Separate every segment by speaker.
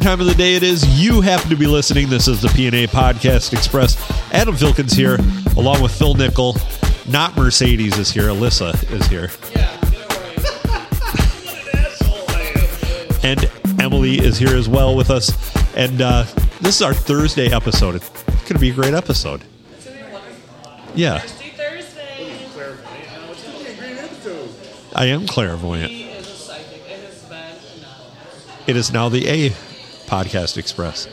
Speaker 1: time of the day it is you happen to be listening, this is the PNA Podcast Express. Adam Filkins here, along with Phil Nickel. Not Mercedes is here. Alyssa is here, and Emily is here as well with us. And uh, this is our Thursday episode. It's going to be a great episode. Yeah,
Speaker 2: Thirsty Thursday.
Speaker 1: I am clairvoyant.
Speaker 2: He is a psychic. It has been enough.
Speaker 1: It is now the A Podcast Express.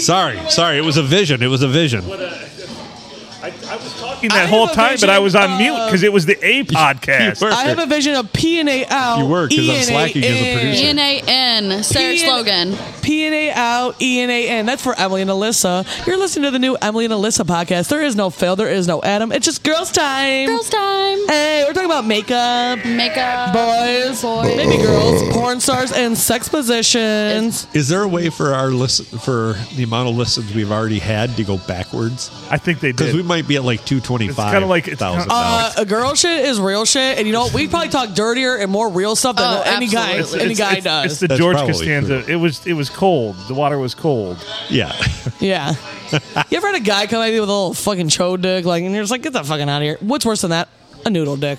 Speaker 1: sorry, sorry. It was a vision. It was a vision.
Speaker 3: I, I was talking
Speaker 4: I
Speaker 3: that
Speaker 4: have
Speaker 3: whole
Speaker 4: a
Speaker 3: time, but I
Speaker 4: vision
Speaker 3: was on
Speaker 4: of-
Speaker 3: mute because it was the A podcast.
Speaker 1: You were.
Speaker 4: I have a vision of P and A out.
Speaker 1: You were, 'cause I'm slacking as a producer.
Speaker 5: N A N. Sarah slogan.
Speaker 4: P and A out, E and A N. That's for Emily and Alyssa. You're listening to the new Emily and Alyssa podcast. There is no Phil. There is no Adam. It's just girls' time.
Speaker 5: Girls time.
Speaker 4: Hey, we're talking about makeup,
Speaker 5: Makeup.
Speaker 4: boys,
Speaker 5: Boys.
Speaker 4: maybe girls, porn stars, and sex positions.
Speaker 1: Is there a way for our listen for the amount of listens we've already had to go backwards?
Speaker 3: I think they
Speaker 1: Because
Speaker 3: did.
Speaker 1: we might be at like two twenty five.
Speaker 3: kinda like- it's
Speaker 1: thousand
Speaker 3: kinda-
Speaker 1: now.
Speaker 4: Uh, a girl shit is real shit, and you know we probably talk dirtier and more real stuff than
Speaker 5: Oh,
Speaker 4: any guy
Speaker 5: absolutely.
Speaker 4: any guy
Speaker 3: it's,
Speaker 4: does.
Speaker 3: It's the
Speaker 1: That's
Speaker 3: George
Speaker 1: probably
Speaker 3: Costanza. It was it was cold. The water was cold.
Speaker 1: yeah,
Speaker 4: Yeah. you ever had a guy come at you with a little fucking chode dick, like, and you're just like, get the fucking out of here. What's worse than that? A noodle dick.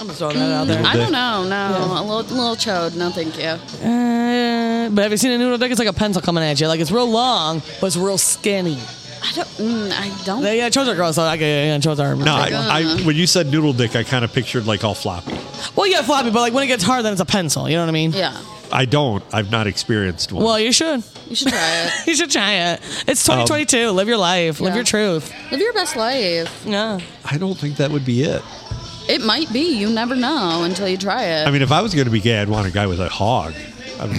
Speaker 4: I'm just throwing that out there.
Speaker 5: I don't know. No, a little, little chode. No, thank you. Mm.
Speaker 4: Uh, but have you seen a noodle dick? It's like a pencil coming at you. Like it's real long, but it's real skinny.
Speaker 5: I don't. Mm, I don't.
Speaker 4: Yeah, yeah, chodes are gross. Though. I, yeah, yeah, chodes are.
Speaker 1: no. I,
Speaker 4: Uh.
Speaker 1: I when you said noodle dick, I kind of pictured like all floppy.
Speaker 4: well, yeah, floppy, but like when it gets hard, then it's a pencil. You know what I mean?
Speaker 5: yeah,
Speaker 1: I don't. I've not experienced one.
Speaker 4: Well, you should.
Speaker 5: you should try
Speaker 4: You should try it. It's
Speaker 1: Um,
Speaker 4: 2022. Live your life. Live
Speaker 5: Yeah.
Speaker 4: your truth.
Speaker 5: it. Live your best life.
Speaker 4: Yeah.
Speaker 1: I don't think that would be it.
Speaker 5: It might be. You never know until you try it.
Speaker 1: I mean, if I was going to be gay, I'd want a guy with a hog. I mean,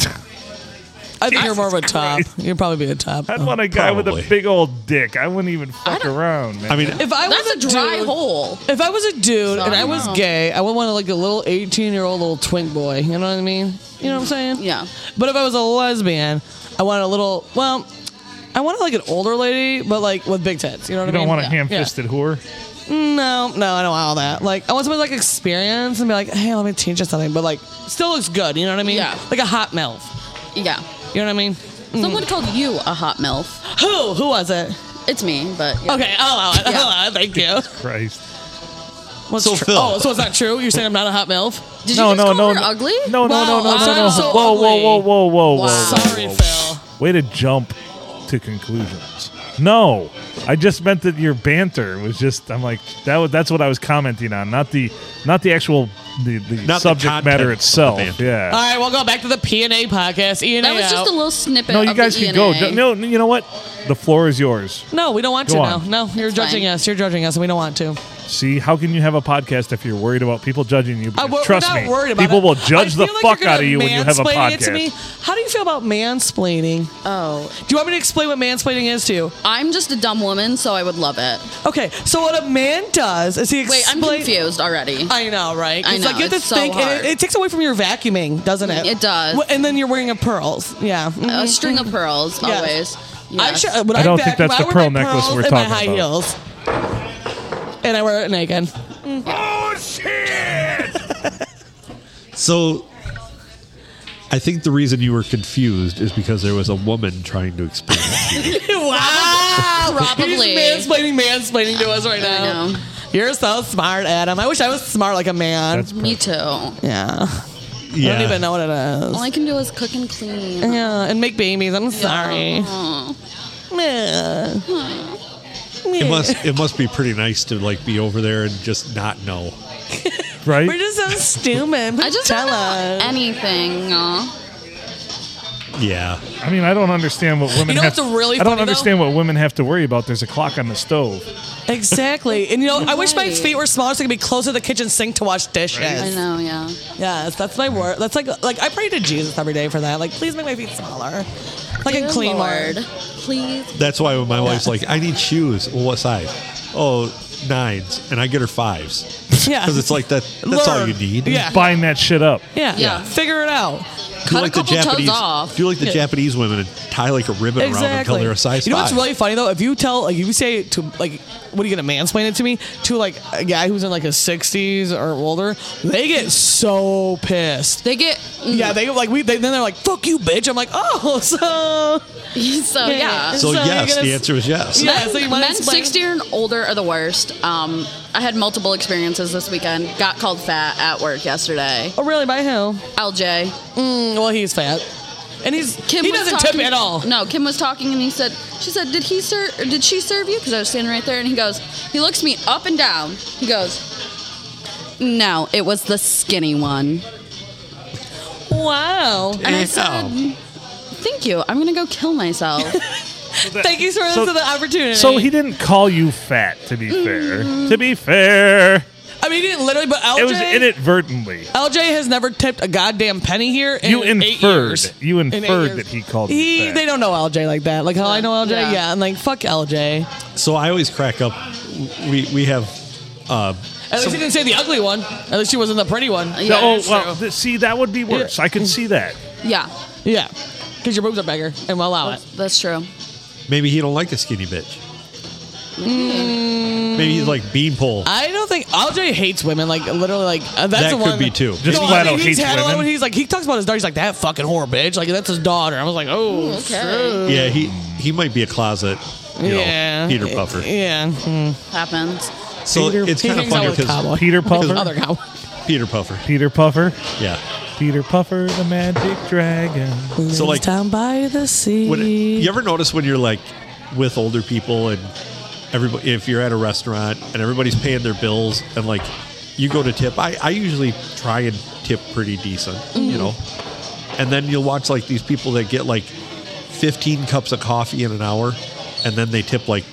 Speaker 4: I think you're
Speaker 3: Jesus
Speaker 4: more of a top.
Speaker 3: Christ.
Speaker 4: You'd probably be a top.
Speaker 3: I'd want a guy
Speaker 1: Probably.
Speaker 3: with a big old dick. I wouldn't even fuck
Speaker 5: don't-
Speaker 3: around. Man.
Speaker 1: I mean,
Speaker 4: If I was
Speaker 5: That's a dry
Speaker 4: dude-
Speaker 5: hole.
Speaker 4: If I was a dude
Speaker 5: So,
Speaker 4: and I
Speaker 5: I don't
Speaker 4: was
Speaker 5: know.
Speaker 4: gay, I would want to like a little 18 year old little twink boy. You know what I mean? You know what I'm saying?
Speaker 5: Yeah.
Speaker 4: But if I was a lesbian, I want a little, well, I want like an older lady, but like with big tits. You know what
Speaker 3: you
Speaker 4: I mean?
Speaker 3: don't want a
Speaker 4: Yeah.
Speaker 3: ham fisted whore.
Speaker 4: Yeah. No, no, I don't want all that. Like, I want somebody like experience and be like, hey, let me teach you something, but like still looks good. You know what I mean?
Speaker 5: Yeah.
Speaker 4: Like a hot MILF.
Speaker 5: Yeah.
Speaker 4: You know what I mean? Mm.
Speaker 3: Hmm.
Speaker 5: Someone called you a hot milf.
Speaker 4: Who? Who was it?
Speaker 5: It's me, but yeah.
Speaker 4: Okay, I'll allow it. I'll
Speaker 5: Yeah.
Speaker 4: allow it. Thank you.
Speaker 3: Christ.
Speaker 4: What's
Speaker 1: So,
Speaker 4: tr-
Speaker 1: Phil-
Speaker 4: Oh, so it's not true? You're saying I'm not a hot MILF?
Speaker 5: Did you
Speaker 3: No,
Speaker 5: just
Speaker 3: no,
Speaker 5: call
Speaker 3: no,
Speaker 5: her
Speaker 3: no.
Speaker 5: ugly?
Speaker 3: No, no, no,
Speaker 4: Wow,
Speaker 3: no, no,
Speaker 4: I'm
Speaker 3: no.
Speaker 4: so
Speaker 3: whoa, whoa,
Speaker 4: ugly.
Speaker 3: whoa, whoa, whoa, whoa.
Speaker 5: Wow.
Speaker 4: Sorry, Phil.
Speaker 3: Way to jump to conclusions. No, I just meant that your banter was just. I'm like that. Was, that's what I was commenting on, not the, not the actual the, the
Speaker 1: Not the
Speaker 3: subject
Speaker 1: content
Speaker 3: matter
Speaker 1: of the
Speaker 3: itself.
Speaker 1: banter.
Speaker 3: yeah.
Speaker 4: All right, we'll go back to the P and A podcast. E and
Speaker 5: That
Speaker 4: A
Speaker 5: was just a
Speaker 4: out.
Speaker 5: little snippet.
Speaker 3: no, you
Speaker 5: of the
Speaker 3: guys can
Speaker 5: E&A.
Speaker 4: E
Speaker 3: go. D- No, you know what? The floor is yours.
Speaker 4: No, we don't want
Speaker 3: Go
Speaker 4: to
Speaker 3: on.
Speaker 4: now. No, you're
Speaker 5: That's
Speaker 4: judging
Speaker 5: fine.
Speaker 4: us. You're judging us, and we don't want to. Uh,
Speaker 3: See, how can you have a podcast if you're worried about people judging you?
Speaker 4: I,
Speaker 3: Because
Speaker 4: Uh, we're,
Speaker 3: trust
Speaker 4: we're not
Speaker 3: me,
Speaker 4: worried about
Speaker 3: people
Speaker 4: it.
Speaker 3: will
Speaker 4: I
Speaker 3: judge the
Speaker 4: feel like
Speaker 3: fuck
Speaker 4: you're
Speaker 3: out of
Speaker 4: gonna
Speaker 3: you when you have a
Speaker 4: mansplain It to me.
Speaker 3: podcast.
Speaker 4: How do you feel about mansplaining?
Speaker 5: Oh,
Speaker 4: Do you want me to explain what mansplaining is to you?
Speaker 5: I'm just a dumb woman, so I would love it.
Speaker 4: Okay, so what a man does is he
Speaker 5: Wait,
Speaker 4: explains.
Speaker 5: I'm confused already.
Speaker 4: I know, right?
Speaker 5: I
Speaker 4: It's
Speaker 5: know,
Speaker 4: like you have to
Speaker 5: it's so
Speaker 4: think, and
Speaker 5: hard.
Speaker 4: it, it takes away from your vacuuming, doesn't it?
Speaker 5: It does.
Speaker 4: Wh- And then you're wearing a pearls. Yeah.
Speaker 5: a string of pearls,
Speaker 4: Yes.
Speaker 5: always.
Speaker 4: I,
Speaker 5: Yes.
Speaker 4: should, when I,
Speaker 3: I don't think
Speaker 4: vacuum,
Speaker 3: that's the
Speaker 4: I wear
Speaker 3: pearl
Speaker 4: my
Speaker 3: necklace
Speaker 4: pearls
Speaker 3: we're
Speaker 4: and
Speaker 3: talking
Speaker 4: my high
Speaker 3: about.
Speaker 4: heels. And I wear it naked. Oh,
Speaker 1: So I think the reason you were confused is because there was a woman trying to explain it. to you.
Speaker 4: wow.
Speaker 5: Probably.
Speaker 4: You're just mansplaining, mansplaining to us right now.
Speaker 5: know.
Speaker 4: You're so smart, Adam. I wish I was smart like a man.
Speaker 3: That's
Speaker 5: Me too. All
Speaker 4: yeah.
Speaker 1: Yeah.
Speaker 4: I don't even know what it is.
Speaker 5: I can do is cook and clean.
Speaker 4: yeah, and make babies. I'm sorry.
Speaker 5: Aw. Hmm.
Speaker 4: Yeah.
Speaker 1: It must it must be pretty nice to like be over there and just not know.
Speaker 3: right.
Speaker 4: We're just so stupid.
Speaker 5: I just
Speaker 4: tell
Speaker 5: don't know
Speaker 4: us.
Speaker 5: anything. aw.
Speaker 1: Yeah.
Speaker 3: I mean, I don't understand what women.
Speaker 4: know
Speaker 3: have,
Speaker 4: what's really
Speaker 3: I don't
Speaker 4: funny, though?
Speaker 3: understand what women have to worry about. There's a clock on the stove.
Speaker 4: Exactly. And you know, I wish my
Speaker 5: Right.
Speaker 4: feet were smaller so I could be closer to the kitchen sink to wash dishes.
Speaker 5: I know, yeah.
Speaker 4: Yes, that's my word. That's like like I pray to Jesus every day for that. Like, please make my feet smaller. Like a
Speaker 5: Dear
Speaker 4: clean
Speaker 5: Lord,
Speaker 4: word.
Speaker 5: Please.
Speaker 1: That's why when my wife's like, I need shoes. Well, what size? Oh, nines. And I get her fives.
Speaker 4: Yeah.
Speaker 1: Because it's like that that's all
Speaker 4: Learn.
Speaker 1: you need.
Speaker 4: Yeah.
Speaker 3: Buying that shit up.
Speaker 4: Yeah.
Speaker 5: Yeah.
Speaker 4: Figure it out.
Speaker 1: Do
Speaker 5: Cut a
Speaker 1: like the
Speaker 5: couple
Speaker 1: Japanese,
Speaker 5: toes off.
Speaker 1: Do like the
Speaker 4: Yeah.
Speaker 1: Japanese women and tie like a ribbon around
Speaker 4: Exactly.
Speaker 1: until they're a size
Speaker 4: you know what's
Speaker 1: five.
Speaker 4: really funny though? If you tell, like, if you say to, like, what are you gonna mansplain it to me? To like a guy who's in like his sixties or older, they get so pissed.
Speaker 5: They get
Speaker 4: Yeah, they like we. They, then they're like, "Fuck you, bitch." I'm like, "Oh, so
Speaker 5: so yeah.
Speaker 1: so,
Speaker 4: So you're
Speaker 1: yes,
Speaker 4: gonna
Speaker 1: the
Speaker 4: s-
Speaker 1: answer is yes.
Speaker 4: Yeah. so you
Speaker 5: men
Speaker 4: might
Speaker 5: men
Speaker 4: explain-
Speaker 5: 60 and older are the worst. Um, I had multiple experiences this weekend. Got called fat at work yesterday.
Speaker 4: oh, really? By who?
Speaker 5: LJ.
Speaker 4: Mm, well, he's fat, and he's
Speaker 5: Kim
Speaker 4: he
Speaker 5: was
Speaker 4: doesn't
Speaker 5: talking,
Speaker 4: tip at all.
Speaker 5: No, Kim was talking and he said, she said, did he serve, or did she serve you? Because I was standing right there and he goes, he looks me up and down. He goes, no, it was the skinny one.
Speaker 4: Wow.
Speaker 5: And I
Speaker 1: Yeah.
Speaker 4: um,
Speaker 5: said, thank you. I'm going to go kill myself.
Speaker 4: Thank you so much
Speaker 3: So-
Speaker 4: for the opportunity.
Speaker 3: So he didn't call you fat, to be fair. To be fair,
Speaker 4: I mean, he didn't literally, but LJ.
Speaker 3: it was inadvertently.
Speaker 4: LJ has never tipped a goddamn penny here. In
Speaker 3: You
Speaker 4: eight
Speaker 3: inferred.
Speaker 4: years.
Speaker 3: You
Speaker 4: In eight
Speaker 3: inferred
Speaker 4: years.
Speaker 3: that he called you
Speaker 4: He,
Speaker 3: fat.
Speaker 4: they don't know LJ like that. Like how I know LJ.
Speaker 5: Yeah.
Speaker 4: Yeah. I'm like fuck LJ.
Speaker 1: So I always crack up. We we have. Uh,
Speaker 4: At least he didn't say the ugly one. At least she wasn't the pretty one.
Speaker 5: Yeah,
Speaker 3: No, oh
Speaker 5: that's
Speaker 3: well,
Speaker 5: true.
Speaker 3: th- see that would be worse. I could see that.
Speaker 5: yeah,
Speaker 4: Yeah, because your boobs are bigger, and we'll allow it.
Speaker 5: that's true.
Speaker 1: maybe he don't like a skinny bitch. Maybe he's like beanpole.
Speaker 4: Mm. I don't think LJ hates women. Like literally, like uh, that's
Speaker 1: That
Speaker 4: the
Speaker 1: could
Speaker 4: one
Speaker 1: be too.
Speaker 3: Just
Speaker 4: No, I
Speaker 3: flat
Speaker 4: mean,
Speaker 3: out
Speaker 4: he's
Speaker 3: hates
Speaker 4: had a lot
Speaker 3: women.
Speaker 4: when he's like he talks about his daughter. He's like that fucking whore bitch. Like that's his daughter. I was like, oh,
Speaker 5: Okay.
Speaker 1: yeah, he he might be a closet. You
Speaker 4: yeah,
Speaker 1: know, Peter Puffer.
Speaker 4: Yeah,
Speaker 5: Happens.
Speaker 1: so
Speaker 3: Peter-
Speaker 1: it's
Speaker 4: he
Speaker 1: kind of
Speaker 4: hangs out
Speaker 1: funny
Speaker 4: with
Speaker 1: because
Speaker 4: cowboy.
Speaker 3: Peter Puffer.
Speaker 4: other cowboy.
Speaker 1: Peter Puffer.
Speaker 3: Peter Puffer.
Speaker 1: Yeah.
Speaker 3: Peter Puffer, the magic dragon.
Speaker 1: So like
Speaker 4: down by the sea.
Speaker 1: When, you ever notice when you're like with older people and everybody, if you're at a restaurant and everybody's paying their bills and like you go to tip, I, I usually try and tip pretty decent, you
Speaker 5: Mm-hmm.
Speaker 1: know. And then you'll watch like these people that get like 15 cups of coffee in an hour and then they tip like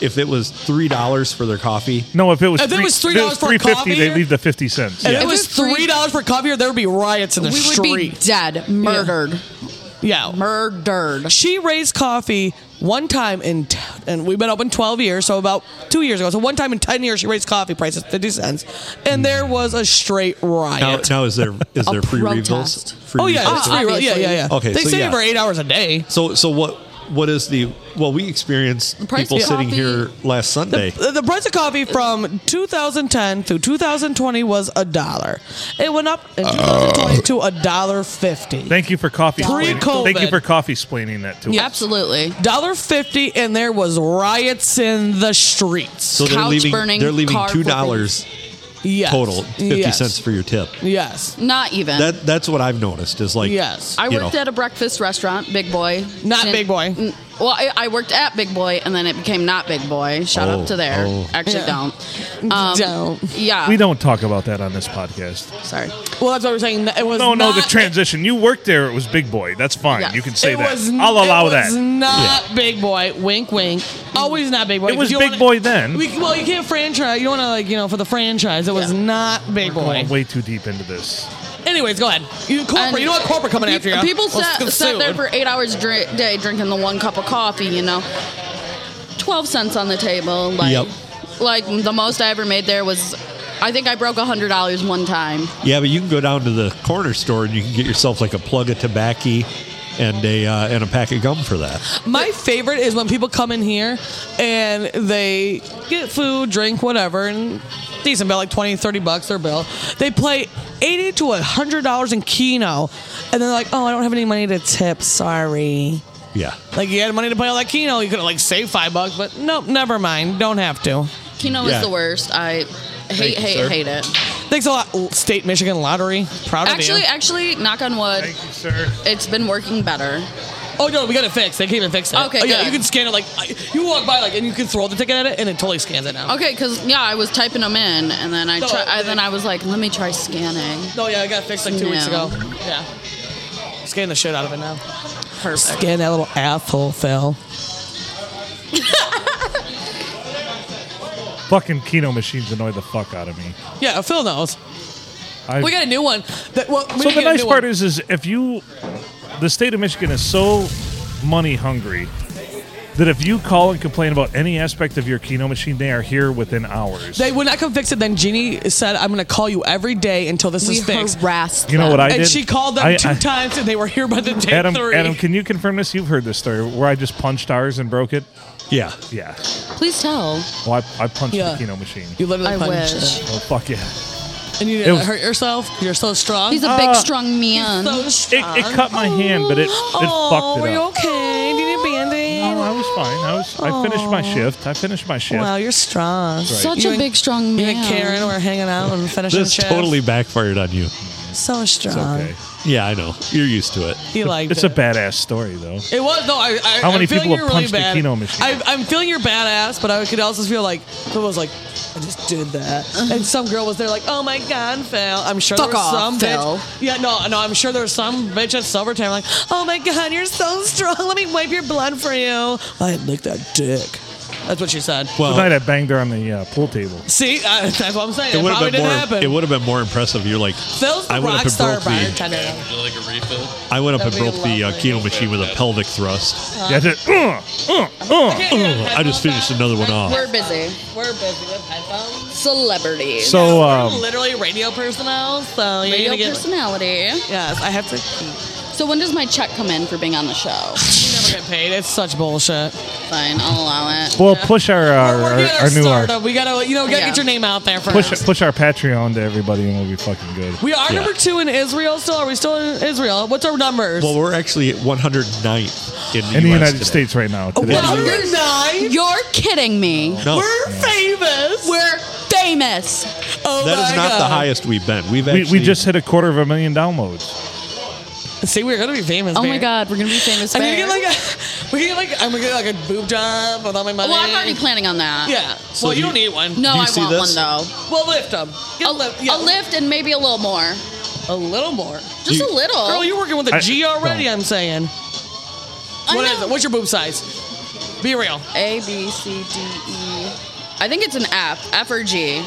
Speaker 1: if it was $3 for their coffee.
Speaker 3: No, if it was
Speaker 4: If it was
Speaker 3: three-
Speaker 4: $3 for a
Speaker 3: 350,
Speaker 4: coffee
Speaker 3: they
Speaker 4: here?
Speaker 3: leave the fifty cents.
Speaker 4: If
Speaker 1: Yeah.
Speaker 4: it was three dollars for coffee, or there would be riots in the
Speaker 5: We would be
Speaker 4: street.
Speaker 5: dead, murdered,
Speaker 4: yeah,
Speaker 5: murdered.
Speaker 4: she raised coffee one time in, t- and we've been open 12 years, so about two years ago. So one time in 10 years, she raised coffee prices 50 cents, and there was a straight
Speaker 1: Hmm. Now,
Speaker 4: riot.
Speaker 1: now is there is there free refills?
Speaker 5: protest. Ah.
Speaker 1: Free
Speaker 4: oh yeah,
Speaker 1: refills?
Speaker 4: it's free, ri- yeah,
Speaker 5: obviously.
Speaker 4: yeah, yeah.
Speaker 1: Okay,
Speaker 4: they
Speaker 1: so
Speaker 4: save
Speaker 1: yeah.
Speaker 4: her eight hours a day.
Speaker 1: So so what what is the well we experienced
Speaker 5: price
Speaker 1: people
Speaker 5: of
Speaker 1: sitting
Speaker 5: coffee-
Speaker 1: here last Sunday.
Speaker 4: The, the price of coffee from 2010 through 2020 was a dollar. It went up in 2020 to a dollar fifty.
Speaker 3: Thank you for coffee.
Speaker 4: Pre-COVID.
Speaker 3: splaining- Thank you for coffee splaining that to us.
Speaker 4: Yeah.
Speaker 5: Absolutely.
Speaker 4: Dollar fifty, and there was riots in the streets.
Speaker 1: So they're
Speaker 5: Couch
Speaker 1: leaving.
Speaker 5: burning,
Speaker 1: they're leaving
Speaker 5: car
Speaker 1: two dollars
Speaker 4: yes.
Speaker 1: total, fifty
Speaker 4: Yes.
Speaker 1: cents for your tip.
Speaker 4: Yes.
Speaker 5: Not even.
Speaker 1: That that's what I've noticed is like
Speaker 4: Yes.
Speaker 5: I
Speaker 1: you
Speaker 5: worked
Speaker 1: know.
Speaker 5: at a breakfast restaurant, Big Boy.
Speaker 4: Not
Speaker 5: Didn't-
Speaker 4: Big Boy.
Speaker 5: N- Well, I, I worked at Big Boy, and then it became not Big Boy. Shout
Speaker 1: Oh,
Speaker 5: out to there.
Speaker 1: oh.
Speaker 5: Actually,
Speaker 4: Yeah.
Speaker 5: don't. Um,
Speaker 4: Don't.
Speaker 5: Yeah.
Speaker 3: We don't talk about that on this podcast.
Speaker 5: Sorry.
Speaker 4: Well, that's what we're saying. It was
Speaker 3: No, no,
Speaker 4: not,
Speaker 3: the transition. You worked there. It was big boy. That's fine.
Speaker 5: Yes.
Speaker 3: You can say
Speaker 4: it
Speaker 3: that.
Speaker 4: was-
Speaker 3: I'll allow
Speaker 4: it Was
Speaker 3: that.
Speaker 4: not big boy. Wink, wink. Always not big boy.
Speaker 3: It was
Speaker 4: 'Cause you
Speaker 3: big
Speaker 4: wanna-
Speaker 3: boy then.
Speaker 4: We, well, you can't franchise. You don't want to like you know for the franchise. It was
Speaker 5: Yeah.
Speaker 4: not big boy.
Speaker 3: Going way too deep into this.
Speaker 4: Anyways, go ahead. You corporate.
Speaker 5: And
Speaker 4: you know what corporate coming
Speaker 5: pe-
Speaker 4: after you.
Speaker 5: People
Speaker 4: Let's
Speaker 5: sat,
Speaker 4: get
Speaker 5: sat there
Speaker 4: sued.
Speaker 5: for eight hours dri- day drinking the one cup of coffee. You know, twelve cents on the table. Like,
Speaker 1: Yep.
Speaker 5: like the most I ever made there was, I think I broke hundred dollars one time.
Speaker 1: yeah, but you can go down to the corner store and you can get yourself like a plug of tobacco and a uh, and a pack of gum for that.
Speaker 4: My favorite is when people come in here and they get food, drink, whatever, and decent bill, like 20, 30 bucks their bill. They play 80 to $100 in Keno, and they're like, oh, I don't have any money to tip, sorry.
Speaker 1: Yeah,
Speaker 4: Like, you had money to play all that Keno, you could have, like, saved five bucks, but nope, never mind, don't have to.
Speaker 5: Kino
Speaker 1: Yeah.
Speaker 5: is the worst. I hate,
Speaker 1: you,
Speaker 5: hate,
Speaker 1: sir.
Speaker 5: hate it.
Speaker 4: Thanks a lot, State Michigan Lottery. Proud of
Speaker 5: Actually,
Speaker 4: you.
Speaker 5: actually, knock on wood,
Speaker 3: Thank you, sir.
Speaker 5: it's been working better.
Speaker 4: Oh, no, we got it fixed. They came and fixed it.
Speaker 5: Okay,
Speaker 4: Oh, yeah,
Speaker 5: good.
Speaker 4: you can scan it, like, I- you walk by, like, and you can throw the ticket at it, and it totally scans it now.
Speaker 5: Okay, because yeah, I was typing them in, and then I
Speaker 4: No,
Speaker 5: try, I,
Speaker 4: it-
Speaker 5: then I was like, let me try scanning.
Speaker 4: No, yeah, I got fixed like two weeks
Speaker 5: No.
Speaker 4: ago. Yeah. Scan the shit out of it now.
Speaker 5: Perfect.
Speaker 4: Scan that little asshole, Phil.
Speaker 3: Fucking Kino machines annoy the fuck out of me.
Speaker 4: Yeah, Phil knows.
Speaker 3: I,
Speaker 4: We got a new one. That, well, we
Speaker 3: so
Speaker 4: didn't
Speaker 3: the
Speaker 4: get a
Speaker 3: nice
Speaker 4: new
Speaker 3: part
Speaker 4: one.
Speaker 3: is, is if you, the state of Michigan is so money hungry that if you call and complain about any aspect of your Keno machine, they are here within hours.
Speaker 4: They when I could fix it, then Jeannie said, "I'm going to call you every day until this
Speaker 5: We
Speaker 4: is fixed."
Speaker 5: harassed
Speaker 3: you know what I
Speaker 4: and
Speaker 3: did?
Speaker 4: she called them
Speaker 3: I-
Speaker 4: two
Speaker 3: I-
Speaker 4: times, and they were here by the day
Speaker 3: Adam,
Speaker 4: three.
Speaker 3: Adam, can you confirm this? You've heard this story where I just punched ours and broke it.
Speaker 1: Yeah.
Speaker 3: Yeah.
Speaker 5: Please tell.
Speaker 3: Well, I, I punched
Speaker 4: Yeah.
Speaker 3: the Keno machine.
Speaker 4: you literally
Speaker 5: I
Speaker 4: punched
Speaker 5: wish.
Speaker 4: it.
Speaker 3: Oh fuck yeah!
Speaker 4: and you didn't
Speaker 3: was-
Speaker 4: hurt yourself. You're so strong.
Speaker 5: He's a big, strong man.
Speaker 4: Uh, so
Speaker 3: It,
Speaker 4: strong.
Speaker 3: it cut my hand, but it it
Speaker 4: oh,
Speaker 3: fucked
Speaker 4: were
Speaker 3: it
Speaker 4: you
Speaker 3: up.
Speaker 4: okay? Do you need a band-aid?
Speaker 3: No, I was fine. I was. I finished my shift. I finished my shift.
Speaker 4: Wow, you're strong.
Speaker 5: Such
Speaker 4: You
Speaker 5: a
Speaker 4: and-
Speaker 5: big, strong
Speaker 4: You
Speaker 5: man.
Speaker 4: and Karen were hanging out and finishing
Speaker 1: This
Speaker 4: shifts.
Speaker 1: totally backfired on you.
Speaker 4: so strong.
Speaker 3: okay.
Speaker 1: Yeah, I know. You're used to it.
Speaker 4: He liked
Speaker 3: It's
Speaker 4: it.
Speaker 3: a badass story though.
Speaker 4: It was no. I, I,
Speaker 3: How many
Speaker 4: I'm feeling
Speaker 3: people have
Speaker 4: you're really
Speaker 3: punched a
Speaker 4: bad.
Speaker 3: Keno machine?
Speaker 4: I, I'm feeling you're badass, but I could also feel like someone was like, I just did that, and some girl was there like, oh my god, Phil. I'm sure
Speaker 5: Uh-huh. Fuck
Speaker 4: there was some
Speaker 5: off, Phil.
Speaker 4: bitch. Yeah, no, no. I'm sure there was some bitch at Silvertown like, oh my god, you're so strong. Let me wipe your blood for you. I licked that dick. That's what she said.
Speaker 1: Well,
Speaker 3: Tonight I banged her on the uh, pool table.
Speaker 4: See, uh, that's what I'm saying. It,
Speaker 1: it would have
Speaker 4: probably didn't
Speaker 1: been more.
Speaker 4: happen.
Speaker 1: It would have been more impressive. You're like,
Speaker 4: Phil's the
Speaker 1: I went up
Speaker 4: rock
Speaker 1: and
Speaker 4: star
Speaker 1: broke the.
Speaker 4: bartender.
Speaker 6: Would you like a refill?
Speaker 1: I went up and
Speaker 4: That'd be
Speaker 1: broke the uh,
Speaker 4: lovely.
Speaker 1: Keno machine with a pelvic thrust.
Speaker 3: Yeah, I did. Uh, uh, uh.
Speaker 1: I just finished another one off.
Speaker 5: We're busy.
Speaker 4: We're busy with headphones.
Speaker 5: Celebrities.
Speaker 3: So
Speaker 4: We're
Speaker 3: um,
Speaker 4: literally radio personnel, so you're
Speaker 5: Radio
Speaker 4: gonna get.
Speaker 5: personality.
Speaker 4: Yes, I have to keep.
Speaker 5: So when does my check come in for being on the show?
Speaker 4: Never get paid. It's such bullshit.
Speaker 5: Fine, I'll allow it.
Speaker 3: we'll push our our,
Speaker 4: We're
Speaker 3: our,
Speaker 4: working on
Speaker 3: our new art.
Speaker 4: startup. We gotta, you know, we gotta
Speaker 5: Yeah.
Speaker 4: get your name out there first.
Speaker 3: Push push our Patreon to everybody, and we'll be fucking good.
Speaker 4: We are
Speaker 1: Yeah.
Speaker 4: number two in Israel. Still, are we still in Israel? What's our numbers?
Speaker 1: Well, we're actually at 109th in the,
Speaker 3: in the
Speaker 1: US
Speaker 3: United
Speaker 1: today.
Speaker 3: States right now. Today.
Speaker 4: Well, we're nine.
Speaker 5: You're kidding me.
Speaker 1: No,
Speaker 4: We're famous.
Speaker 5: We're famous.
Speaker 4: oh
Speaker 1: that is
Speaker 4: my
Speaker 1: not the
Speaker 4: God.
Speaker 1: highest we've been. We've
Speaker 3: we,
Speaker 1: actually
Speaker 3: we just hit a quarter of a million downloads.
Speaker 4: See, we're gonna be famous.
Speaker 5: Oh my
Speaker 4: man.
Speaker 5: god, we're gonna be famous.
Speaker 4: I'm gonna get
Speaker 5: fast.
Speaker 4: like a. We get like I'm gonna get like a boob job with all my money.
Speaker 5: well, I'm already planning on that.
Speaker 4: Yeah. well, you,
Speaker 1: you-
Speaker 4: don't need one.
Speaker 5: No,
Speaker 1: Do you
Speaker 5: I
Speaker 1: see
Speaker 5: want
Speaker 1: this?
Speaker 5: one though.
Speaker 4: We'll lift them. Get
Speaker 5: A,
Speaker 4: a, lift. Yeah,
Speaker 5: a lift and maybe a little more.
Speaker 4: A little more.
Speaker 5: Just
Speaker 1: You-
Speaker 5: a little.
Speaker 4: Girl, you're working with a
Speaker 3: I-
Speaker 4: G already.
Speaker 3: no.
Speaker 4: I'm saying.
Speaker 5: I
Speaker 4: What
Speaker 5: know.
Speaker 4: is it? What's your boob size? Be real.
Speaker 5: A B C D E. I think it's an F. F or G.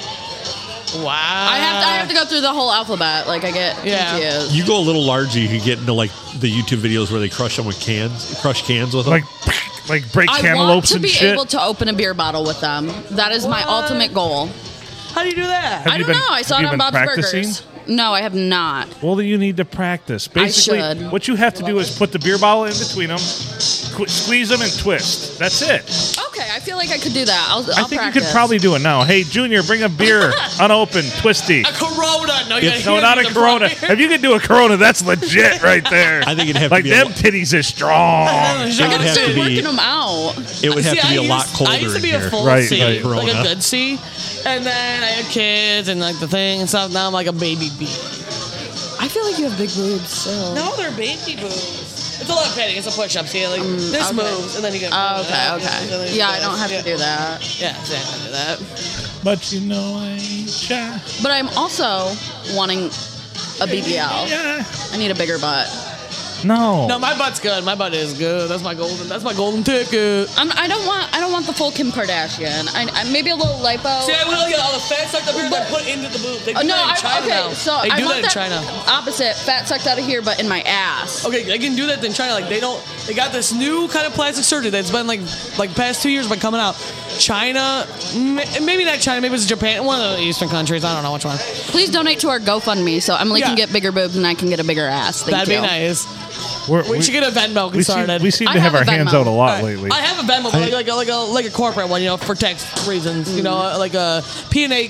Speaker 4: Wow.
Speaker 5: I have to, I have to go through the whole alphabet. Like I get
Speaker 4: Yeah.
Speaker 5: confused.
Speaker 1: You go a little larger, you can get into like the YouTube videos where they crush them with cans, crush cans with them.
Speaker 3: Like like break
Speaker 5: I want
Speaker 3: cantaloupes
Speaker 5: to
Speaker 3: and
Speaker 5: be
Speaker 3: shit.
Speaker 5: able to open a beer bottle with them. That is my
Speaker 4: What?
Speaker 5: ultimate goal.
Speaker 4: How do you do that?
Speaker 3: Have
Speaker 5: I
Speaker 3: you
Speaker 5: don't
Speaker 3: been-
Speaker 5: know. I saw
Speaker 3: have
Speaker 5: it
Speaker 3: you
Speaker 5: on
Speaker 3: been
Speaker 5: Bob's
Speaker 3: practicing?
Speaker 5: Burgers. No, I have not.
Speaker 3: Well, you need to practice. Basically,
Speaker 5: should.
Speaker 3: what you have to do is put the beer bottle in between them, qu- squeeze them, and twist. That's it.
Speaker 5: Okay, I feel like I could do that.
Speaker 3: i
Speaker 5: I'll, I'll
Speaker 3: think
Speaker 5: practice.
Speaker 3: you could probably do it now. Hey, Junior, bring a beer unopened, twisty.
Speaker 4: A Corona. No, you
Speaker 1: It's-
Speaker 4: gotta
Speaker 3: No,
Speaker 4: hit
Speaker 3: not
Speaker 4: it
Speaker 3: a
Speaker 4: with the
Speaker 3: Corona.
Speaker 4: front.
Speaker 3: If you could do a Corona, that's legit right there.
Speaker 1: I think it'd have to
Speaker 3: like
Speaker 1: be a
Speaker 3: them
Speaker 1: lo-
Speaker 3: titties are
Speaker 4: Oh.
Speaker 3: strong.
Speaker 1: It would
Speaker 5: I'm
Speaker 1: have
Speaker 5: still
Speaker 1: to be.
Speaker 5: working them out.
Speaker 1: It would have
Speaker 4: See,
Speaker 1: to be
Speaker 4: I
Speaker 1: a lot
Speaker 4: used-
Speaker 1: colder
Speaker 4: I used to be
Speaker 1: in
Speaker 4: a
Speaker 1: here.
Speaker 4: full
Speaker 3: Right,
Speaker 4: C,
Speaker 3: right.
Speaker 4: like
Speaker 1: Corona.
Speaker 4: a good C, and then I had kids and like the thing and stuff. Now I'm like a baby bee.
Speaker 5: I feel like you have big boobs still.
Speaker 4: No, they're baby boobs. It's a lot of petting. It's a push up. See, like this
Speaker 5: Mm, okay.
Speaker 4: moves, and then you go.
Speaker 5: Oh,
Speaker 4: that,
Speaker 5: okay,
Speaker 4: and then
Speaker 5: okay.
Speaker 4: you
Speaker 5: Yeah,
Speaker 4: do
Speaker 5: I
Speaker 4: this.
Speaker 5: don't have
Speaker 4: yeah.
Speaker 5: to do that.
Speaker 4: Yeah, see, I don't do that.
Speaker 3: But you know I ain't shy.
Speaker 5: But I'm also wanting a BBL.
Speaker 3: Yeah.
Speaker 5: I need a bigger butt.
Speaker 3: No.
Speaker 4: No, my butt's good. My butt is good. That's my golden. That's my golden ticket.
Speaker 5: I'm, I don't want. I don't want the full Kim Kardashian. I, I maybe a little lipo.
Speaker 4: See, I will get all the fat sucked up here that put into the boob. They do
Speaker 5: Uh, no,
Speaker 4: that in
Speaker 5: I,
Speaker 4: China
Speaker 5: okay.
Speaker 4: now.
Speaker 5: So
Speaker 4: they
Speaker 5: I
Speaker 4: do
Speaker 5: want
Speaker 4: that in
Speaker 5: that
Speaker 4: China.
Speaker 5: opposite, fat sucked out of here, but in my ass.
Speaker 4: Okay, they can do that in China. Like they don't. They got this new kind of plastic surgery that's been like like past two years been coming out. China, m- maybe not China. Maybe it's Japan. One of the Eastern countries. I don't know which one.
Speaker 5: Please donate to our GoFundMe so Emily
Speaker 4: Yeah.
Speaker 5: can get bigger boobs and I can get a bigger ass. Thank
Speaker 4: That'd
Speaker 5: you.
Speaker 4: be nice.
Speaker 3: We're-
Speaker 4: We, should get a Venmo
Speaker 3: we seem,
Speaker 4: started.
Speaker 3: we seem
Speaker 5: I
Speaker 3: to have,
Speaker 5: have
Speaker 3: our
Speaker 5: a
Speaker 3: hands
Speaker 5: Venmo.
Speaker 3: out a lot
Speaker 4: All right.
Speaker 3: lately.
Speaker 4: I have a Venmo, but like, like, like, a, like a corporate one, you know, for tax reasons. You know, like a P&A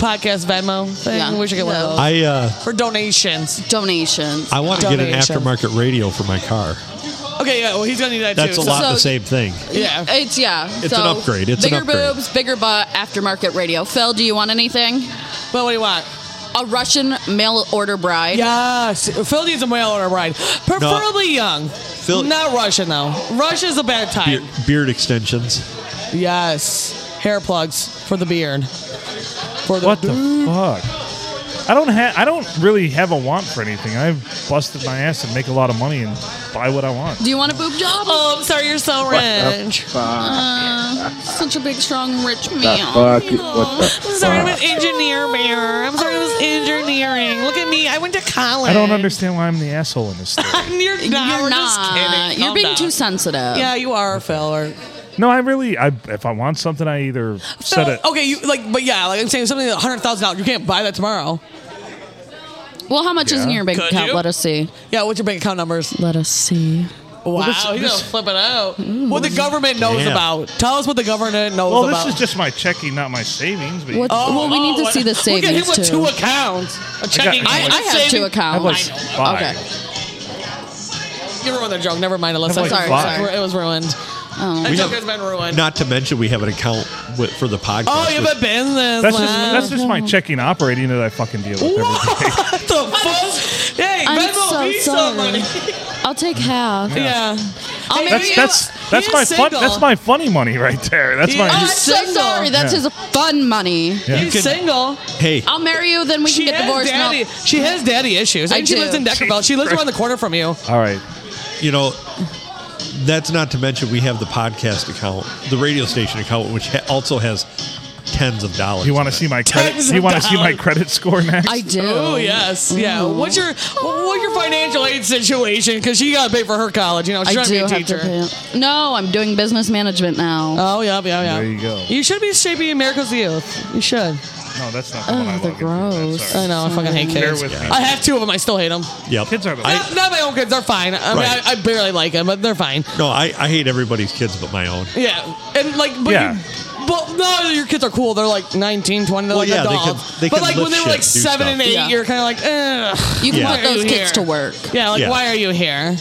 Speaker 4: podcast Venmo thing.
Speaker 5: Yeah.
Speaker 4: We should get one of
Speaker 5: Yeah.
Speaker 4: those.
Speaker 1: I uh,
Speaker 4: for donations.
Speaker 5: Donations.
Speaker 1: I want to get an
Speaker 4: Donation.
Speaker 1: aftermarket radio for my car.
Speaker 4: Okay, yeah, well, he's gonna need that
Speaker 1: That's
Speaker 4: too.
Speaker 1: a lot
Speaker 5: So-
Speaker 1: the same thing.
Speaker 4: Yeah.
Speaker 5: It's yeah.
Speaker 1: It's
Speaker 5: so
Speaker 1: an upgrade. It's an
Speaker 5: bigger
Speaker 1: upgrade.
Speaker 5: boobs, bigger butt, aftermarket radio. Phil, do you want anything?
Speaker 4: But what do you want?
Speaker 5: A Russian mail order bride.
Speaker 4: Yes, Phil needs a male or a bride, preferably young.
Speaker 1: Phil-
Speaker 4: not Russian though. Russia's a bad
Speaker 1: Beard,
Speaker 4: type.
Speaker 1: beard extensions.
Speaker 4: Yes, hair plugs for the beard. For the
Speaker 3: What the fuck? I don't have. I don't really have a want for anything. I've busted my ass and make a lot of money and buy what I want.
Speaker 5: Do you want a boob job?
Speaker 4: Oh, I'm sorry, you're so rich.
Speaker 6: Fuck.
Speaker 5: Such a big, strong, rich
Speaker 6: The
Speaker 5: man.
Speaker 6: fuck.
Speaker 4: Oh,
Speaker 6: What the
Speaker 4: I'm sorry, I'm
Speaker 6: fuck?
Speaker 4: an engineer, Mayor. I'm sorry, I was engineering. Look at me. I went to college.
Speaker 3: I don't understand why I'm the asshole in this story.
Speaker 4: You're not.
Speaker 5: You're
Speaker 4: We're just
Speaker 5: not.
Speaker 4: kidding.
Speaker 5: You're
Speaker 4: Calm
Speaker 5: being
Speaker 4: down.
Speaker 5: too sensitive.
Speaker 4: Yeah, you are, Phil. Or
Speaker 3: No, I really, I if I want something, I either set
Speaker 4: Phil,
Speaker 3: it.
Speaker 5: oh,
Speaker 4: Okay, you like, but yeah, like I'm saying, something that's hundred thousand dollars. You can't buy that tomorrow.
Speaker 5: Well, how much is in
Speaker 3: Yeah.
Speaker 5: your bank
Speaker 4: Could
Speaker 5: account?
Speaker 4: you?
Speaker 5: Let us see.
Speaker 4: Yeah, what's your bank account numbers?
Speaker 5: Let us see.
Speaker 4: Wow,
Speaker 3: this-
Speaker 4: he's
Speaker 3: this-
Speaker 4: gonna flip it out. what the government knows
Speaker 1: Damn.
Speaker 4: about? Tell us what the government knows
Speaker 3: Well,
Speaker 4: about.
Speaker 3: this is just my checking, not my savings. But
Speaker 5: What-
Speaker 4: Oh,
Speaker 5: well, we need to
Speaker 4: oh,
Speaker 5: see the
Speaker 4: Look at him
Speaker 5: savings
Speaker 4: with
Speaker 5: too.
Speaker 4: two accounts. A checking.
Speaker 3: I-
Speaker 4: account,
Speaker 5: I
Speaker 4: a
Speaker 5: have two
Speaker 4: saving-
Speaker 3: I have
Speaker 5: accounts.
Speaker 3: like
Speaker 5: Okay.
Speaker 3: five.
Speaker 4: You ruined the joke. Never mind. Unless
Speaker 3: I
Speaker 4: I'm
Speaker 3: have like
Speaker 4: sorry.
Speaker 3: five.
Speaker 4: Sorry. It was ruined. That joke has been ruined.
Speaker 1: Not to mention, we have an account with, for the podcast.
Speaker 4: oh, you have a business.
Speaker 3: That's just
Speaker 4: man.
Speaker 3: that's just my checking operating that I fucking deal with every day.
Speaker 4: what the fuck? Hey,
Speaker 5: I'm
Speaker 4: Venmo
Speaker 5: so
Speaker 4: me
Speaker 5: sorry.
Speaker 4: some money.
Speaker 5: I'll take half.
Speaker 4: Yeah.
Speaker 5: I'll
Speaker 4: Hey,
Speaker 5: make
Speaker 4: you-
Speaker 3: That's that's that's
Speaker 4: he's
Speaker 3: my fun,
Speaker 4: single.
Speaker 3: that's my funny money right there. That's
Speaker 4: Yeah.
Speaker 5: Oh, I'm
Speaker 3: my
Speaker 5: so
Speaker 4: single.
Speaker 5: sorry. That's
Speaker 3: Yeah.
Speaker 5: his fun money.
Speaker 3: Yeah.
Speaker 4: He's single.
Speaker 1: hey,
Speaker 5: I'll marry you, then we
Speaker 4: She
Speaker 5: can get
Speaker 4: has
Speaker 5: divorced. No.
Speaker 4: daddy. She has daddy issues.
Speaker 5: I
Speaker 4: And she
Speaker 5: do.
Speaker 4: lives in Deckerville. She lives around the corner from you.
Speaker 3: all right.
Speaker 1: you know, that's not to mention we have the podcast account, the radio station account, which ha- also has tens of dollars.
Speaker 3: You want
Speaker 1: in
Speaker 3: to
Speaker 1: it.
Speaker 3: see my credit?
Speaker 4: Tens of
Speaker 3: You want to see my
Speaker 4: dollars.
Speaker 3: credit score next?
Speaker 5: I do. Mm.
Speaker 4: Oh yes, yeah.
Speaker 5: Ooh.
Speaker 4: What's your what- what's your financial aid situation? Because she got to pay for her college. You know, she's
Speaker 5: I
Speaker 4: trying
Speaker 5: do
Speaker 4: to
Speaker 5: have
Speaker 4: be a
Speaker 5: to
Speaker 4: teacher.
Speaker 5: pay. it. No, I'm doing business management now.
Speaker 4: Oh yeah, yeah, yeah.
Speaker 3: There you go.
Speaker 4: You should be shaping America's youth. You should.
Speaker 3: No, that's not the one
Speaker 5: Oh,
Speaker 3: I
Speaker 5: they're
Speaker 3: log into.
Speaker 5: gross.
Speaker 3: That's
Speaker 4: I
Speaker 3: all right.
Speaker 4: know. I fucking hate
Speaker 3: Bear
Speaker 4: kids.
Speaker 3: with me.
Speaker 4: I have two of them. I still hate them.
Speaker 1: Yep.
Speaker 3: Kids are the
Speaker 1: I,
Speaker 4: not, not my own kids. They're fine. I mean,
Speaker 1: Right.
Speaker 4: I, I barely like them, but they're fine.
Speaker 1: no, I, I hate everybody's kids but my own.
Speaker 4: Yeah, and like, but
Speaker 3: Yeah.
Speaker 4: you, but no, your kids are cool. They're like 19, 20. They're
Speaker 1: Well,
Speaker 4: like
Speaker 1: yeah, they
Speaker 4: adults.
Speaker 1: can- they
Speaker 4: but
Speaker 1: can
Speaker 4: like when
Speaker 1: lift
Speaker 4: they were like
Speaker 1: shit, do
Speaker 4: seven
Speaker 1: stuff.
Speaker 4: and eight,
Speaker 5: Yeah.
Speaker 4: you're kind of like, Ugh,
Speaker 5: You can
Speaker 1: Yeah.
Speaker 5: put those
Speaker 4: Here.
Speaker 5: kids to work.
Speaker 4: yeah, like
Speaker 1: Yeah.
Speaker 4: why are you here?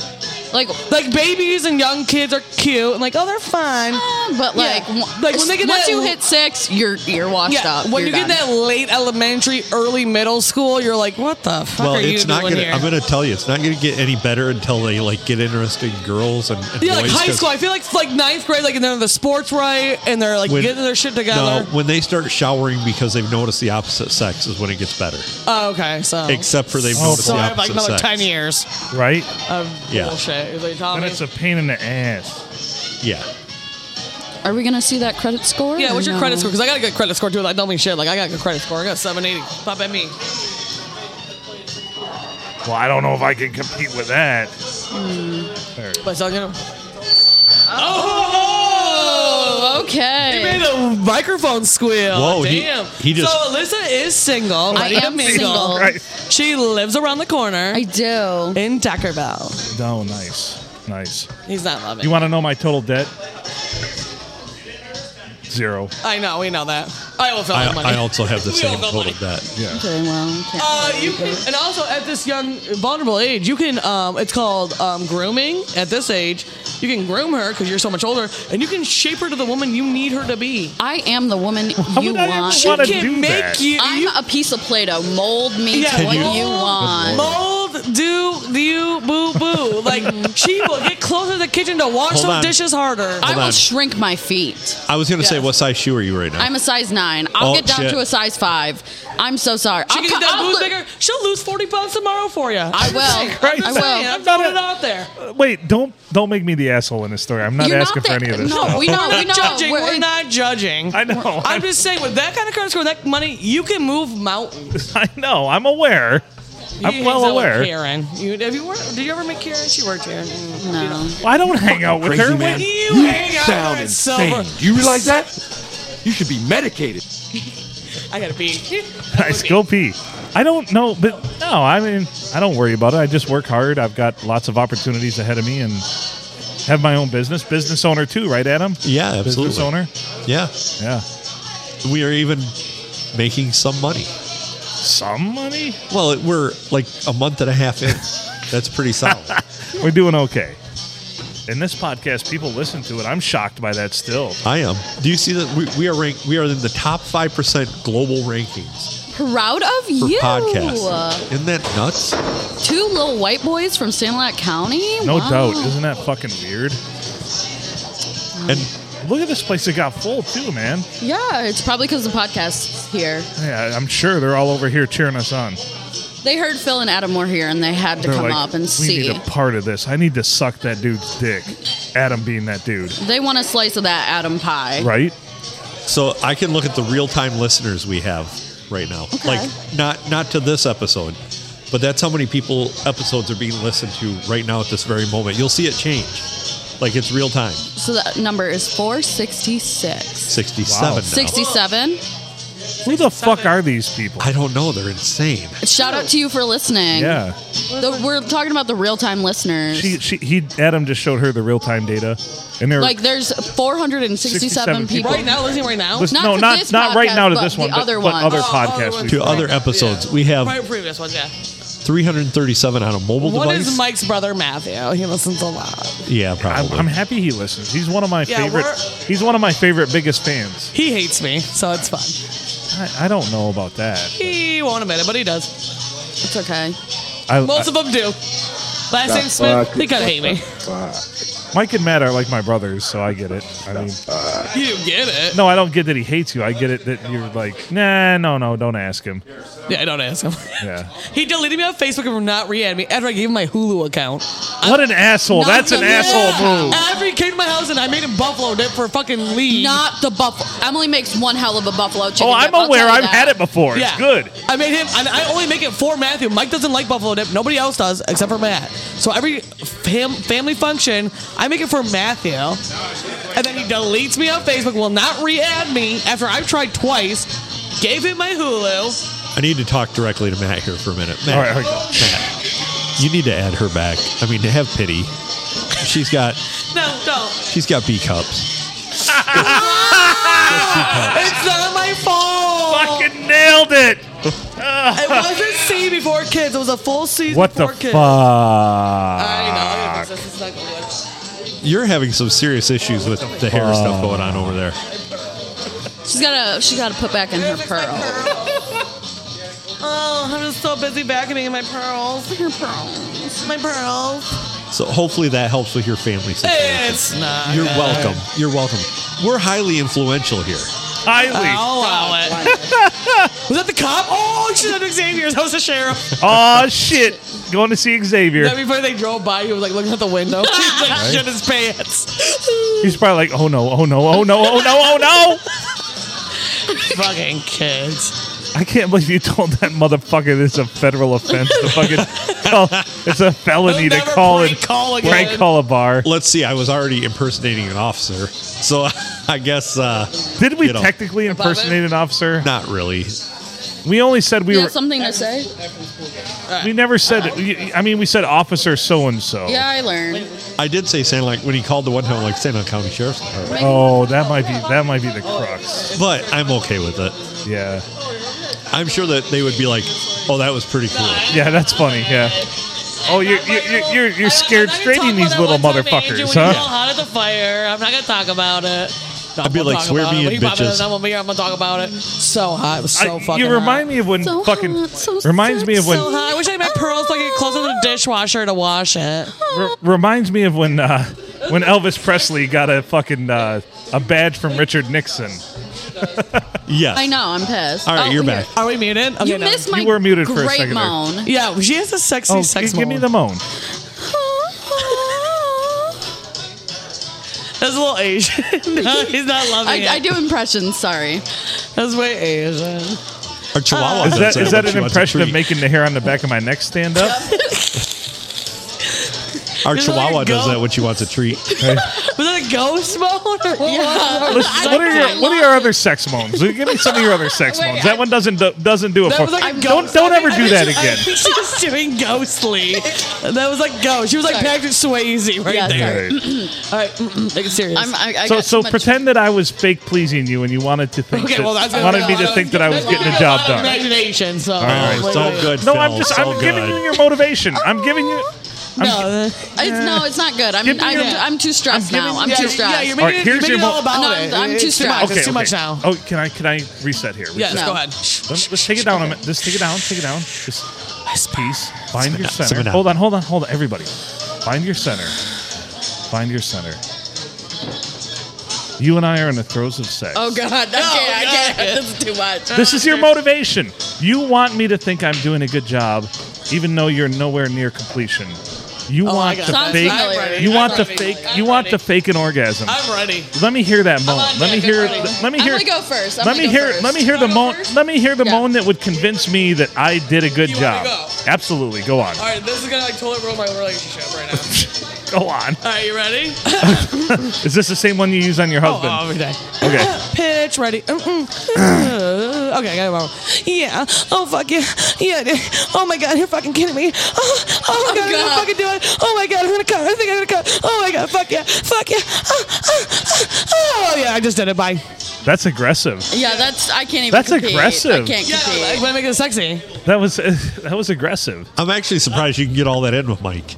Speaker 5: Like,
Speaker 4: Like babies and young kids are cute and like oh they're fine.
Speaker 5: but
Speaker 4: Yeah.
Speaker 5: like, w-
Speaker 4: Like, when they get
Speaker 5: once
Speaker 4: that-
Speaker 5: you hit six, you're you're washed
Speaker 4: Yeah,
Speaker 5: up.
Speaker 4: when
Speaker 5: You're
Speaker 4: you get
Speaker 5: done.
Speaker 4: that late elementary, early middle school, you're like, what the fuck
Speaker 1: Well,
Speaker 4: are you
Speaker 1: it's not
Speaker 4: doing
Speaker 1: gonna.
Speaker 4: here?
Speaker 1: I'm gonna tell you, it's not gonna get any better until they like get interested in girls and, and
Speaker 4: yeah, like
Speaker 1: boys,
Speaker 4: high
Speaker 1: 'cause
Speaker 4: school. I feel like like ninth grade, like and they're in the sports right, and they're like
Speaker 1: when-
Speaker 4: getting their shit
Speaker 1: No,
Speaker 4: together.
Speaker 1: when they start showering because they've noticed the opposite sex is when it gets better.
Speaker 4: Oh, okay, so
Speaker 1: Except for they've noticed
Speaker 4: Oh, so
Speaker 1: the
Speaker 4: I
Speaker 1: opposite
Speaker 4: have like another
Speaker 1: Oh, sex.
Speaker 4: ten years
Speaker 3: right.
Speaker 4: of
Speaker 1: Yeah.
Speaker 4: bullshit. Is what you're telling
Speaker 3: And
Speaker 4: me.
Speaker 3: it's a pain in the ass.
Speaker 1: Yeah.
Speaker 5: Are we gonna see that credit score?
Speaker 4: Yeah,
Speaker 5: or
Speaker 4: what's your
Speaker 5: no?
Speaker 4: credit score? Because I got a good credit score too. Like, don't mean shit. Like, I got a good credit score. I got 780. Pop at me.
Speaker 3: Well, I don't know if I can compete with that. There.
Speaker 4: But so, you know. Oh!
Speaker 5: Oh,
Speaker 4: He
Speaker 5: okay.
Speaker 4: made a microphone squeal.
Speaker 1: Whoa, he-
Speaker 4: Damn.
Speaker 1: he just-
Speaker 4: So Alyssa is single.
Speaker 5: I
Speaker 4: ready to
Speaker 5: am
Speaker 4: mingle.
Speaker 5: single.
Speaker 3: Right.
Speaker 4: She lives around the corner
Speaker 5: I do.
Speaker 4: in Tuckerville.
Speaker 3: No, nice, nice.
Speaker 4: He's not loving.
Speaker 3: You want to know my total debt? Zero.
Speaker 4: I know. We know that. I will fill out money.
Speaker 1: I, I also have the
Speaker 4: We all
Speaker 1: same
Speaker 4: got
Speaker 1: total
Speaker 4: money.
Speaker 1: debt.
Speaker 3: Yeah.
Speaker 5: Okay, well, okay.
Speaker 4: Uh, you can, and also at this young, vulnerable age, you can. Um, it's called um, grooming. At this age, you can groom her because you're so much older, and you can shape her to the woman you need her to be.
Speaker 5: I am the woman you
Speaker 3: would I ever
Speaker 5: want.
Speaker 4: She
Speaker 3: wanna
Speaker 4: can
Speaker 3: do
Speaker 4: make
Speaker 3: that?
Speaker 4: you.
Speaker 5: I'm
Speaker 4: you
Speaker 5: a piece of Play-Doh. Mold me
Speaker 4: Yeah,
Speaker 5: to what
Speaker 4: mold-
Speaker 5: you want.
Speaker 4: mold, do you boo boo? Like she will get closer to the kitchen to wash
Speaker 1: Hold
Speaker 4: those
Speaker 1: on.
Speaker 4: dishes harder.
Speaker 5: I will
Speaker 1: on.
Speaker 5: shrink my feet.
Speaker 1: I was gonna say,
Speaker 4: Yes.
Speaker 1: what size shoe are you right now?
Speaker 5: I'm a size nine. I'll
Speaker 1: Oh,
Speaker 5: get down
Speaker 1: shit.
Speaker 5: to a size five. I'm so sorry.
Speaker 4: She
Speaker 5: I'll
Speaker 4: can
Speaker 5: co-
Speaker 4: get that
Speaker 5: I'll
Speaker 4: boob
Speaker 5: look-
Speaker 4: bigger. She'll lose forty pounds tomorrow for you.
Speaker 5: I will.
Speaker 3: Christ.
Speaker 5: I
Speaker 4: I'm
Speaker 5: will.
Speaker 4: I'm throwing it out there.
Speaker 3: Wait, don't don't make me the asshole in this story. I'm not
Speaker 5: You're
Speaker 3: asking
Speaker 5: not
Speaker 3: for
Speaker 5: the-
Speaker 3: any of this
Speaker 5: no,
Speaker 3: stuff.
Speaker 5: we know.
Speaker 4: We're
Speaker 5: we know.
Speaker 4: not judging.
Speaker 5: We're-
Speaker 4: We're not judging.
Speaker 3: I know.
Speaker 4: I'm just saying, with that kind of credit score, that money, you can move mountains.
Speaker 3: I know. I'm aware.
Speaker 4: He
Speaker 3: I'm
Speaker 4: hangs
Speaker 3: well
Speaker 4: out with
Speaker 3: aware.
Speaker 4: Karen, you, have you worked, did you ever meet Karen? She worked here. Mm, you
Speaker 5: No.
Speaker 4: don't-
Speaker 3: I don't hang out with
Speaker 6: Crazy
Speaker 3: her.
Speaker 6: man.
Speaker 3: Wait,
Speaker 4: You hang out
Speaker 6: sound
Speaker 4: with
Speaker 6: insane.
Speaker 4: Silver.
Speaker 6: Do you realize that? You should be medicated.
Speaker 4: I gotta be.
Speaker 3: Nice, go pee. I don't know, but no, I mean, I don't worry about it. I just work hard. I've got lots of opportunities ahead of me and have my own business. Business owner too, right, Adam?
Speaker 1: yeah, absolutely.
Speaker 3: Business owner.
Speaker 1: Yeah,
Speaker 3: Yeah.
Speaker 1: we are even making some money.
Speaker 3: Some money.
Speaker 1: Well, we're like a month and a half in. That's pretty solid.
Speaker 3: We're doing okay. In this podcast, people listen to it. I'm shocked by that still.
Speaker 1: I am. Do you see that we, we are ranked? We are in the top five percent global rankings
Speaker 5: proud of
Speaker 1: for
Speaker 5: you.
Speaker 1: podcasts. Isn't that nuts?
Speaker 5: Two little white boys from Sandlot County.
Speaker 3: No
Speaker 5: Wow.
Speaker 3: doubt. Isn't that fucking weird?
Speaker 1: And
Speaker 3: Look at this place. It got full too, man.
Speaker 5: Yeah, it's probably because the podcast's here.
Speaker 3: Yeah, I'm sure they're all over here cheering us on.
Speaker 5: They heard Phil and Adam were here, and they had to
Speaker 3: They're
Speaker 5: come
Speaker 3: like,
Speaker 5: up and
Speaker 3: we
Speaker 5: see.
Speaker 3: need a part of this. I need to suck that dude's dick. Adam being that dude,
Speaker 5: They want a slice of that Adam pie.
Speaker 3: right?
Speaker 1: So I can look at the real time listeners we have right now.
Speaker 5: Okay.
Speaker 1: Like not not to this episode, but that's how many people episodes are being listened to right now at this very moment. You'll see it change. Like it's real time.
Speaker 5: So that number is 466.
Speaker 1: Sixty seven now.
Speaker 5: 67.
Speaker 3: Who the fuck are these people?
Speaker 1: I don't know, they're insane.
Speaker 5: Shout out to you for listening.
Speaker 3: Yeah,
Speaker 5: The- we're talking about the real time listeners.
Speaker 3: she, she, he, Adam just showed her the real time data, and they're
Speaker 5: like, there's
Speaker 3: 67
Speaker 5: 467 people.
Speaker 4: Right now, listening right now.
Speaker 3: Listen-
Speaker 5: not
Speaker 3: no,
Speaker 5: to
Speaker 3: not
Speaker 5: this
Speaker 3: not right
Speaker 5: podcast,
Speaker 3: now to
Speaker 5: but
Speaker 3: this
Speaker 5: the
Speaker 3: one, but,
Speaker 5: other
Speaker 3: but
Speaker 5: ones.
Speaker 3: other
Speaker 5: Oh,
Speaker 3: podcasts.
Speaker 4: other
Speaker 3: we've
Speaker 1: To
Speaker 3: done.
Speaker 1: other episodes, we
Speaker 4: Prior
Speaker 1: have
Speaker 4: previous ones, yeah.
Speaker 1: three hundred and thirty seven on a mobile
Speaker 4: What
Speaker 1: device.
Speaker 4: is Mike's brother Matthew? He listens a lot.
Speaker 1: yeah,
Speaker 3: I'm,
Speaker 1: probably.
Speaker 3: I'm happy he listens. He's one of my
Speaker 4: Yeah,
Speaker 3: favorite.
Speaker 4: we're-
Speaker 3: He's one of my favorite biggest fans.
Speaker 4: He hates me, so it's fun.
Speaker 3: I, I don't know about that.
Speaker 4: He won't admit it, but he does.
Speaker 5: It's okay.
Speaker 3: I,
Speaker 4: Most of them do. Last name Smith, they kind of hate me.
Speaker 3: I- Mike and Matt are like my brothers, so I get it. I mean,
Speaker 4: You get it.
Speaker 3: no, I don't get that he hates you. I get it that you're like, nah, no, no, don't ask him.
Speaker 4: Yeah, don't ask him.
Speaker 3: Yeah,
Speaker 4: He deleted me on Facebook and would not re-add me after I gave him my Hulu account.
Speaker 3: what an asshole.
Speaker 5: Not
Speaker 3: That's an
Speaker 5: the-
Speaker 3: asshole move.
Speaker 4: After he came to my house and I made him buffalo dip for a fucking league.
Speaker 5: Not the buffalo. Emily makes one hell of a buffalo chicken.
Speaker 3: Oh,
Speaker 5: dip,
Speaker 3: I'm
Speaker 5: I'll
Speaker 3: aware.
Speaker 5: tell you
Speaker 3: I've
Speaker 5: that.
Speaker 3: had it before. It's good.
Speaker 4: I made him. And I only make it for Matthew. Mike doesn't like buffalo dip. Nobody else does except for Matt. So every fam- family function, I make it for Matthew, and then he deletes me on Facebook. Will not re-add me after I've tried twice. Gave him my Hulu.
Speaker 1: I need to talk directly to Matt here for a minute. Matt,
Speaker 3: All right, all right.
Speaker 1: Matt, you need to add her back. I mean, to have pity. She's got
Speaker 4: No, don't.
Speaker 1: she's got B cups.
Speaker 4: It's not my fault.
Speaker 3: Fucking nailed it.
Speaker 4: It wasn't C before kids. It was a full season
Speaker 3: What the
Speaker 4: before kids.
Speaker 3: fuck?
Speaker 4: I know. This is not gonna work.
Speaker 1: You're having some serious issues with the hair stuff going on over there.
Speaker 5: She's gotta. She gotta put back in her pearl.
Speaker 4: Oh, I'm just so busy vacuuming my pearls.
Speaker 5: Her pearl.
Speaker 4: My pearls.
Speaker 1: So hopefully that helps with your family situation.
Speaker 4: It's not.
Speaker 1: You're welcome. You're welcome. We're highly influential here.
Speaker 3: Highly.
Speaker 4: I'll allow it. Oh, Was that the cop? Oh, she's at Xavier's. That was the sheriff.
Speaker 3: Oh shit. Going to see Xavier.
Speaker 4: That before they drove by, he was like looking out the window. He's like shit his pants.
Speaker 3: He's probably like, oh no, oh no, oh no, oh no, oh no.
Speaker 4: Fucking kids.
Speaker 3: I can't believe you told that motherfucker this is a federal offense to fucking call. It's a felony to
Speaker 4: Never
Speaker 3: call
Speaker 4: prank
Speaker 3: it.
Speaker 4: call again.
Speaker 3: Prank call a bar.
Speaker 1: Let's see. I was already impersonating an officer, so I guess uh,
Speaker 3: Did we
Speaker 1: You know.
Speaker 3: technically impersonate an officer?
Speaker 1: not really.
Speaker 3: We only said we
Speaker 5: You
Speaker 3: were.
Speaker 5: have something to say?
Speaker 3: We never said. we- I mean, we said officer so and so.
Speaker 5: Yeah, I learned.
Speaker 1: I did say San like when he called the one time like San Diego County Sheriff's Department,
Speaker 3: Oh, that might be that might be the crux.
Speaker 1: but I'm okay with it.
Speaker 3: Yeah.
Speaker 1: I'm sure that they would be like, "Oh, that was pretty cool."
Speaker 3: Yeah, that's funny. Yeah. Oh, you're you're you're, you're, you're scared straighting these little motherfuckers,
Speaker 4: When you
Speaker 3: huh?
Speaker 4: yell hot at the fire, I'm not gonna talk about
Speaker 1: I'd
Speaker 4: it. No,
Speaker 1: be
Speaker 4: I'm gonna
Speaker 1: like,
Speaker 4: talk
Speaker 1: swear
Speaker 4: about
Speaker 1: me
Speaker 4: it.
Speaker 1: in,
Speaker 4: When he popped in,
Speaker 1: bitches.
Speaker 4: I'm gonna be here. I'm gonna talk about it. So hot. It was so
Speaker 3: I-
Speaker 4: fucking.
Speaker 3: you remind me of when
Speaker 5: So
Speaker 3: fucking
Speaker 5: hot, so
Speaker 3: reminds me of when
Speaker 4: So hot. Oh, I wish I had my pearls so I could get closer to the dishwasher to wash it.
Speaker 3: re- reminds me of when uh, when Elvis Presley got a fucking uh, a badge from Richard Nixon.
Speaker 1: Yes.
Speaker 5: I know. I'm pissed.
Speaker 1: All right,
Speaker 5: Oh,
Speaker 1: you're
Speaker 5: here.
Speaker 1: back.
Speaker 4: Are we muted? Okay,
Speaker 5: You
Speaker 4: no.
Speaker 5: missed my
Speaker 3: You were muted for a
Speaker 5: great
Speaker 3: second there.
Speaker 5: moan.
Speaker 4: Yeah, she has a sexy
Speaker 3: Oh,
Speaker 4: sex.
Speaker 3: give me
Speaker 4: moan.
Speaker 3: the moan.
Speaker 4: That's a little Asian. no, he's not loving
Speaker 5: I, I
Speaker 4: it.
Speaker 5: do impressions. Sorry.
Speaker 4: That's way Asian.
Speaker 1: Our Chihuahua.
Speaker 4: Oh,
Speaker 3: Is
Speaker 1: does
Speaker 3: that
Speaker 1: when
Speaker 3: is that
Speaker 1: she
Speaker 3: an
Speaker 1: wants a
Speaker 3: impression of
Speaker 1: treat.
Speaker 3: making the hair on the back of my neck stand up?
Speaker 1: Our
Speaker 4: Isn't that a
Speaker 1: Chihuahua does
Speaker 4: goat?
Speaker 1: that when she wants a treat.
Speaker 4: Was that a ghost moan? Or what?
Speaker 5: Yeah.
Speaker 3: Let's- what are your what are your other sex moans? Give me some of your other sex
Speaker 5: Wait,
Speaker 3: moans.
Speaker 5: I-
Speaker 3: That one doesn't do, doesn't do it
Speaker 4: That
Speaker 3: for
Speaker 4: was like a
Speaker 3: Don't
Speaker 4: ghost.
Speaker 3: don't
Speaker 4: I
Speaker 3: ever
Speaker 4: think-
Speaker 3: do
Speaker 4: I
Speaker 3: that
Speaker 4: think she- I
Speaker 3: again.
Speaker 4: think she was doing ghostly. That was like ghost. She was like
Speaker 5: Sorry.
Speaker 4: Patrick Swayze right
Speaker 5: Yeah,
Speaker 4: there.
Speaker 5: sorry.
Speaker 4: All right, mm-mm, make it serious.
Speaker 5: I'm, I, I
Speaker 3: So
Speaker 5: got
Speaker 3: so
Speaker 5: too much-
Speaker 3: pretend that I was fake pleasing you and you wanted to think
Speaker 4: okay,
Speaker 3: that,
Speaker 4: well, that's
Speaker 3: wanted me to think that I was getting the job done.
Speaker 4: Imagination. So, all
Speaker 1: Oh, it's all good.
Speaker 3: No,
Speaker 1: Phil,
Speaker 3: I'm just
Speaker 1: it's all
Speaker 3: I'm giving
Speaker 1: good.
Speaker 3: you your motivation.
Speaker 4: Oh.
Speaker 3: I'm giving you
Speaker 4: No,
Speaker 5: It's, no, it's not good. I'm,
Speaker 3: Give me
Speaker 5: I'm,
Speaker 3: your-
Speaker 5: I'm too stressed
Speaker 3: I'm giving-
Speaker 5: now. I'm
Speaker 4: yeah,
Speaker 5: too
Speaker 4: yeah,
Speaker 5: stressed.
Speaker 4: you're
Speaker 3: All right,
Speaker 4: making, it-
Speaker 3: here's
Speaker 4: you're making
Speaker 3: your
Speaker 4: it all
Speaker 3: mo-
Speaker 4: about
Speaker 5: No,
Speaker 4: it.
Speaker 5: I'm- I'm
Speaker 4: It's
Speaker 5: too
Speaker 4: much.
Speaker 5: stressed.
Speaker 4: It's too much now.
Speaker 3: Oh, can I can I reset here?
Speaker 4: Yes,
Speaker 5: No.
Speaker 4: go ahead.
Speaker 3: Let's, let's take it down a minute. Just take it down. Take it down. Just peace. Find your
Speaker 1: down, simmer
Speaker 3: center.
Speaker 1: down.
Speaker 3: Hold on. Hold on. Hold on. Everybody, find your center. Find your center. You and I are in the throes of sex.
Speaker 5: Oh God, I can't, I can't. This is too much.
Speaker 3: This is your motivation. You want me to think I'm doing a good job, even though you're nowhere near completion. You want
Speaker 4: Oh, got
Speaker 3: the
Speaker 4: it.
Speaker 3: fake.
Speaker 5: Sounds familiar.
Speaker 3: You
Speaker 4: I'm
Speaker 3: want the
Speaker 4: ready.
Speaker 3: fake.
Speaker 4: I'm
Speaker 3: You want the
Speaker 4: ready.
Speaker 3: fake an orgasm.
Speaker 4: I'm ready.
Speaker 3: Let me hear that moan.
Speaker 4: on
Speaker 3: Let me
Speaker 4: deck,
Speaker 3: hear.
Speaker 4: I'm ready.
Speaker 3: Let me
Speaker 5: I'm
Speaker 3: hear.
Speaker 5: gonna go first. I'm
Speaker 3: let me
Speaker 5: gonna go
Speaker 3: hear.
Speaker 5: first.
Speaker 3: Let me hear
Speaker 5: Can I
Speaker 3: the
Speaker 5: go
Speaker 3: moan.
Speaker 5: first?
Speaker 3: Let me hear the
Speaker 5: Yeah.
Speaker 3: moan that would convince me that I did a good
Speaker 4: You wanna
Speaker 3: job.
Speaker 4: go?
Speaker 3: Absolutely. Go on.
Speaker 4: All right, this is gonna like totally ruin my relationship right now.
Speaker 3: Go on.
Speaker 4: All right, you ready?
Speaker 3: Is this the same one you use on your husband?
Speaker 4: Oh, every day.
Speaker 3: Okay.
Speaker 4: Pitch ready. Mm-mm. okay, I got it wrong. Yeah. Oh fuck yeah. Yeah. dude. Oh my god, you're fucking kidding me. Oh, oh my god, I'm
Speaker 5: God.
Speaker 4: gonna fucking do it. Oh my god, I'm gonna cut. I think I'm gonna cut. Oh my god, fuck yeah, fuck yeah. Oh, oh, oh, oh. yeah, I just did it. Bye.
Speaker 3: That's aggressive.
Speaker 5: Yeah, that's I can't even.
Speaker 3: That's
Speaker 5: compete.
Speaker 3: aggressive.
Speaker 5: I can't compete.
Speaker 4: I'm gonna make it sexy.
Speaker 3: That was that was aggressive.
Speaker 1: I'm actually surprised you can get all that in with Mike.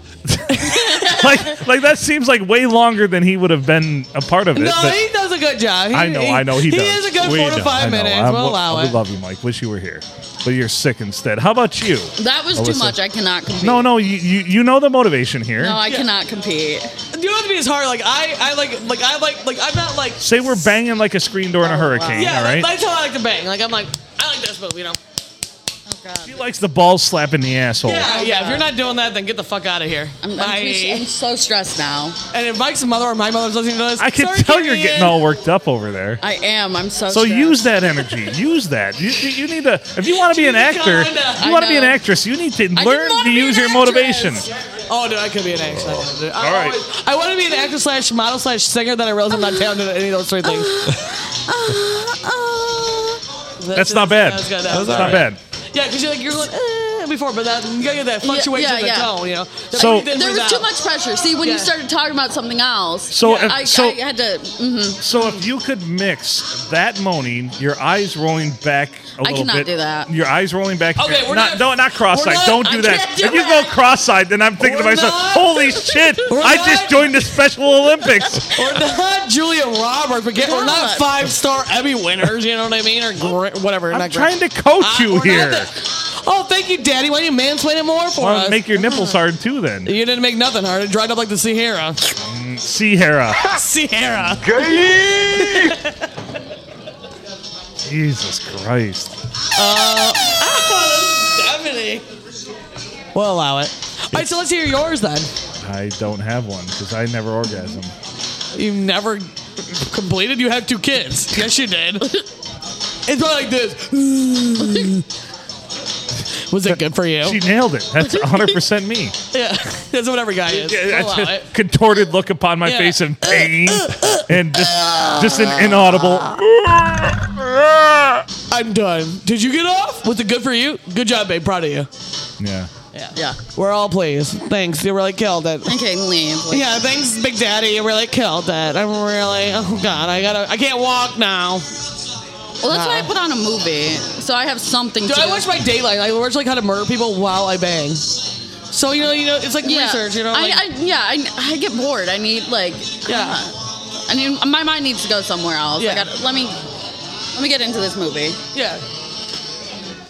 Speaker 3: Like like that seems like way longer than he would have been a part of it.
Speaker 4: No,
Speaker 3: but-
Speaker 4: he does a good job. He-
Speaker 3: I know,
Speaker 4: he-
Speaker 3: I know he does.
Speaker 4: is a good
Speaker 1: We
Speaker 4: four to
Speaker 1: know,
Speaker 3: I
Speaker 4: five
Speaker 3: know.
Speaker 4: minutes.
Speaker 3: I'm-
Speaker 4: We'll allow
Speaker 3: I
Speaker 4: it.
Speaker 3: love you, Mike. Wish you were here, but you're sick instead. How about you?
Speaker 5: that was too
Speaker 3: Alyssa.
Speaker 5: much. I cannot compete.
Speaker 3: Oh, No, no, you you, you know the motivation here.
Speaker 5: No, I cannot compete.
Speaker 4: You don't have to be as hard. Like I, I like, like I like, like I'm not like.
Speaker 3: Say we're banging like a screen
Speaker 5: Oh,
Speaker 3: door in a hurricane.
Speaker 4: Yeah,
Speaker 3: all right.
Speaker 4: that's how I like to bang. Like I'm like, I like this move, you know.
Speaker 5: Oh God,
Speaker 3: she likes the ball slap in the asshole.
Speaker 4: Yeah, yeah.
Speaker 5: Oh,
Speaker 4: If
Speaker 5: God.
Speaker 4: you're not doing that, then get the fuck out of here.
Speaker 5: I'm, I'm,
Speaker 4: Bye.
Speaker 5: too, I'm so stressed now.
Speaker 4: and if Mike's mother or my mother's listening to this,
Speaker 3: I can
Speaker 4: sorry,
Speaker 3: tell you're
Speaker 4: Carrie
Speaker 3: getting
Speaker 4: Ann.
Speaker 3: all worked up over there.
Speaker 5: I am. I'm so.
Speaker 3: So
Speaker 5: stressed.
Speaker 3: use that energy. Use that. You, you you need to. If you want to be an
Speaker 4: She's
Speaker 3: actor,
Speaker 4: kinda-
Speaker 3: you want to be an
Speaker 5: I know.
Speaker 3: actress. You need to
Speaker 5: didn't
Speaker 3: learn
Speaker 5: wanna
Speaker 3: to
Speaker 5: be an
Speaker 3: use your
Speaker 5: actress.
Speaker 3: motivation.
Speaker 4: Oh, dude, I could be an actor. dude. I
Speaker 3: All right.
Speaker 4: always- I want to be an actor slash model slash singer. Then I realize I'm not talented at any of those three things.
Speaker 5: Oh,
Speaker 3: That's not bad.
Speaker 4: That's
Speaker 1: That's
Speaker 4: good.
Speaker 1: all
Speaker 3: Not
Speaker 1: right.
Speaker 3: bad.
Speaker 4: Yeah, because you're like you're like eh, before, but that you gotta get that fluctuation
Speaker 5: yeah,
Speaker 4: in the
Speaker 5: yeah.
Speaker 4: tone, you know.
Speaker 3: So-
Speaker 5: There was too much pressure. See, when you
Speaker 4: Yeah.
Speaker 5: started talking about something else,
Speaker 3: So if-
Speaker 5: I,
Speaker 3: so-
Speaker 5: I had to. mhm.
Speaker 3: So if you could mix that moaning, your eyes rolling back a
Speaker 5: I
Speaker 3: little
Speaker 5: cannot
Speaker 3: bit.
Speaker 5: do that.
Speaker 3: Your eyes rolling back.
Speaker 4: Okay, we're not-
Speaker 3: no, not cross-eyed.
Speaker 4: we're not-
Speaker 3: don't do
Speaker 5: I
Speaker 3: that.
Speaker 5: can't do
Speaker 3: if you
Speaker 5: that.
Speaker 3: go cross-eyed, then I'm thinking to
Speaker 4: We're
Speaker 3: myself,
Speaker 4: not-
Speaker 3: "Holy shit!
Speaker 4: We're
Speaker 3: I
Speaker 4: not-
Speaker 3: just joined the Special Olympics."
Speaker 4: We're not Julia Roberts, but get, we're not
Speaker 5: Yeah.
Speaker 4: five star Emmy winners. You know what I mean? Or gr- whatever.
Speaker 3: I'm
Speaker 4: not
Speaker 3: trying
Speaker 4: great.
Speaker 3: to coach
Speaker 4: Uh,
Speaker 3: you
Speaker 4: we're not
Speaker 3: here.
Speaker 4: the- oh, thank you, Daddy. Why do you mansplain it more for
Speaker 3: Well,
Speaker 4: us?
Speaker 3: make your nipples hard too, then.
Speaker 4: you didn't make nothing hard. It dried up like the Sierra.
Speaker 3: Sierra.
Speaker 4: Sierra.
Speaker 3: Jesus Christ.
Speaker 4: Stephanie. We'll allow it. All right, so let's hear yours then.
Speaker 3: I don't have one because I never orgasm.
Speaker 4: You never completed. You have two kids. Yes, you did. It's not like this. Was it good for you?
Speaker 3: She nailed it. That's 100% me.
Speaker 4: yeah, that's what every guy is.
Speaker 3: Yeah,
Speaker 4: We'll
Speaker 3: that's
Speaker 4: allow
Speaker 3: a
Speaker 4: it.
Speaker 3: contorted look upon my
Speaker 4: Yeah. Uh,
Speaker 3: face in pain and just just an inaudible
Speaker 4: I'm done. Did you get off? Was it good for you? Good job, babe. Proud of you.
Speaker 3: yeah
Speaker 5: Yeah.
Speaker 4: We're all pleased. Thanks. You really killed it.
Speaker 5: Okay, leave. Like,
Speaker 4: Yeah, thanks, Big Daddy. You really killed it. I'm really. Oh God, I gotta. I can't walk now.
Speaker 5: Well, that's why I
Speaker 4: Nah.
Speaker 5: put on a movie, so I have something
Speaker 4: Dude,
Speaker 5: to.
Speaker 4: I watch my daylight. I watch like how to murder people while I bang. So you know, you know, it's like
Speaker 5: yeah.
Speaker 4: research. You know, like,
Speaker 5: I, I, yeah, I, I get bored. I need like. uh,
Speaker 4: Yeah.
Speaker 5: I mean, my mind needs to go somewhere else.
Speaker 4: Yeah.
Speaker 5: I gotta, let me. Let me get into this movie.
Speaker 4: yeah.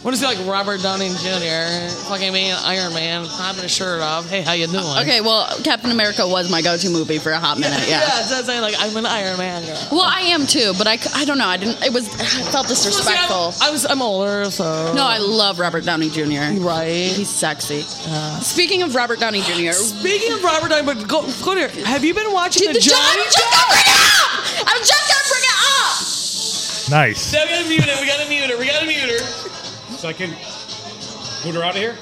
Speaker 4: What is he like, Robert Downey Jr. fucking me, Iron Man, popping his shirt off? Hey, how you doing?
Speaker 5: Okay, well, Captain America was my go-to movie for a hot minute.
Speaker 4: Yeah,
Speaker 5: Yeah.
Speaker 4: so that's like, like I'm an Iron Man girl.
Speaker 5: Well, I am too, but I, c- I don't know. I didn't. It was. I felt disrespectful.
Speaker 4: I was I'm older, so
Speaker 5: No, I love Robert Downey Jr.
Speaker 4: right.
Speaker 5: He's sexy. Speaking of Robert Downey Jr.,
Speaker 4: Speaking of Robert Downey, but go go there. Have you been watching the,
Speaker 5: the John,
Speaker 4: Johnny?
Speaker 5: I'm just gonna bring it up. I'm just gonna bring it up.
Speaker 3: nice
Speaker 4: we gotta mute it. We gotta mute it. We gotta mute her.
Speaker 7: Second. Boot her out of here.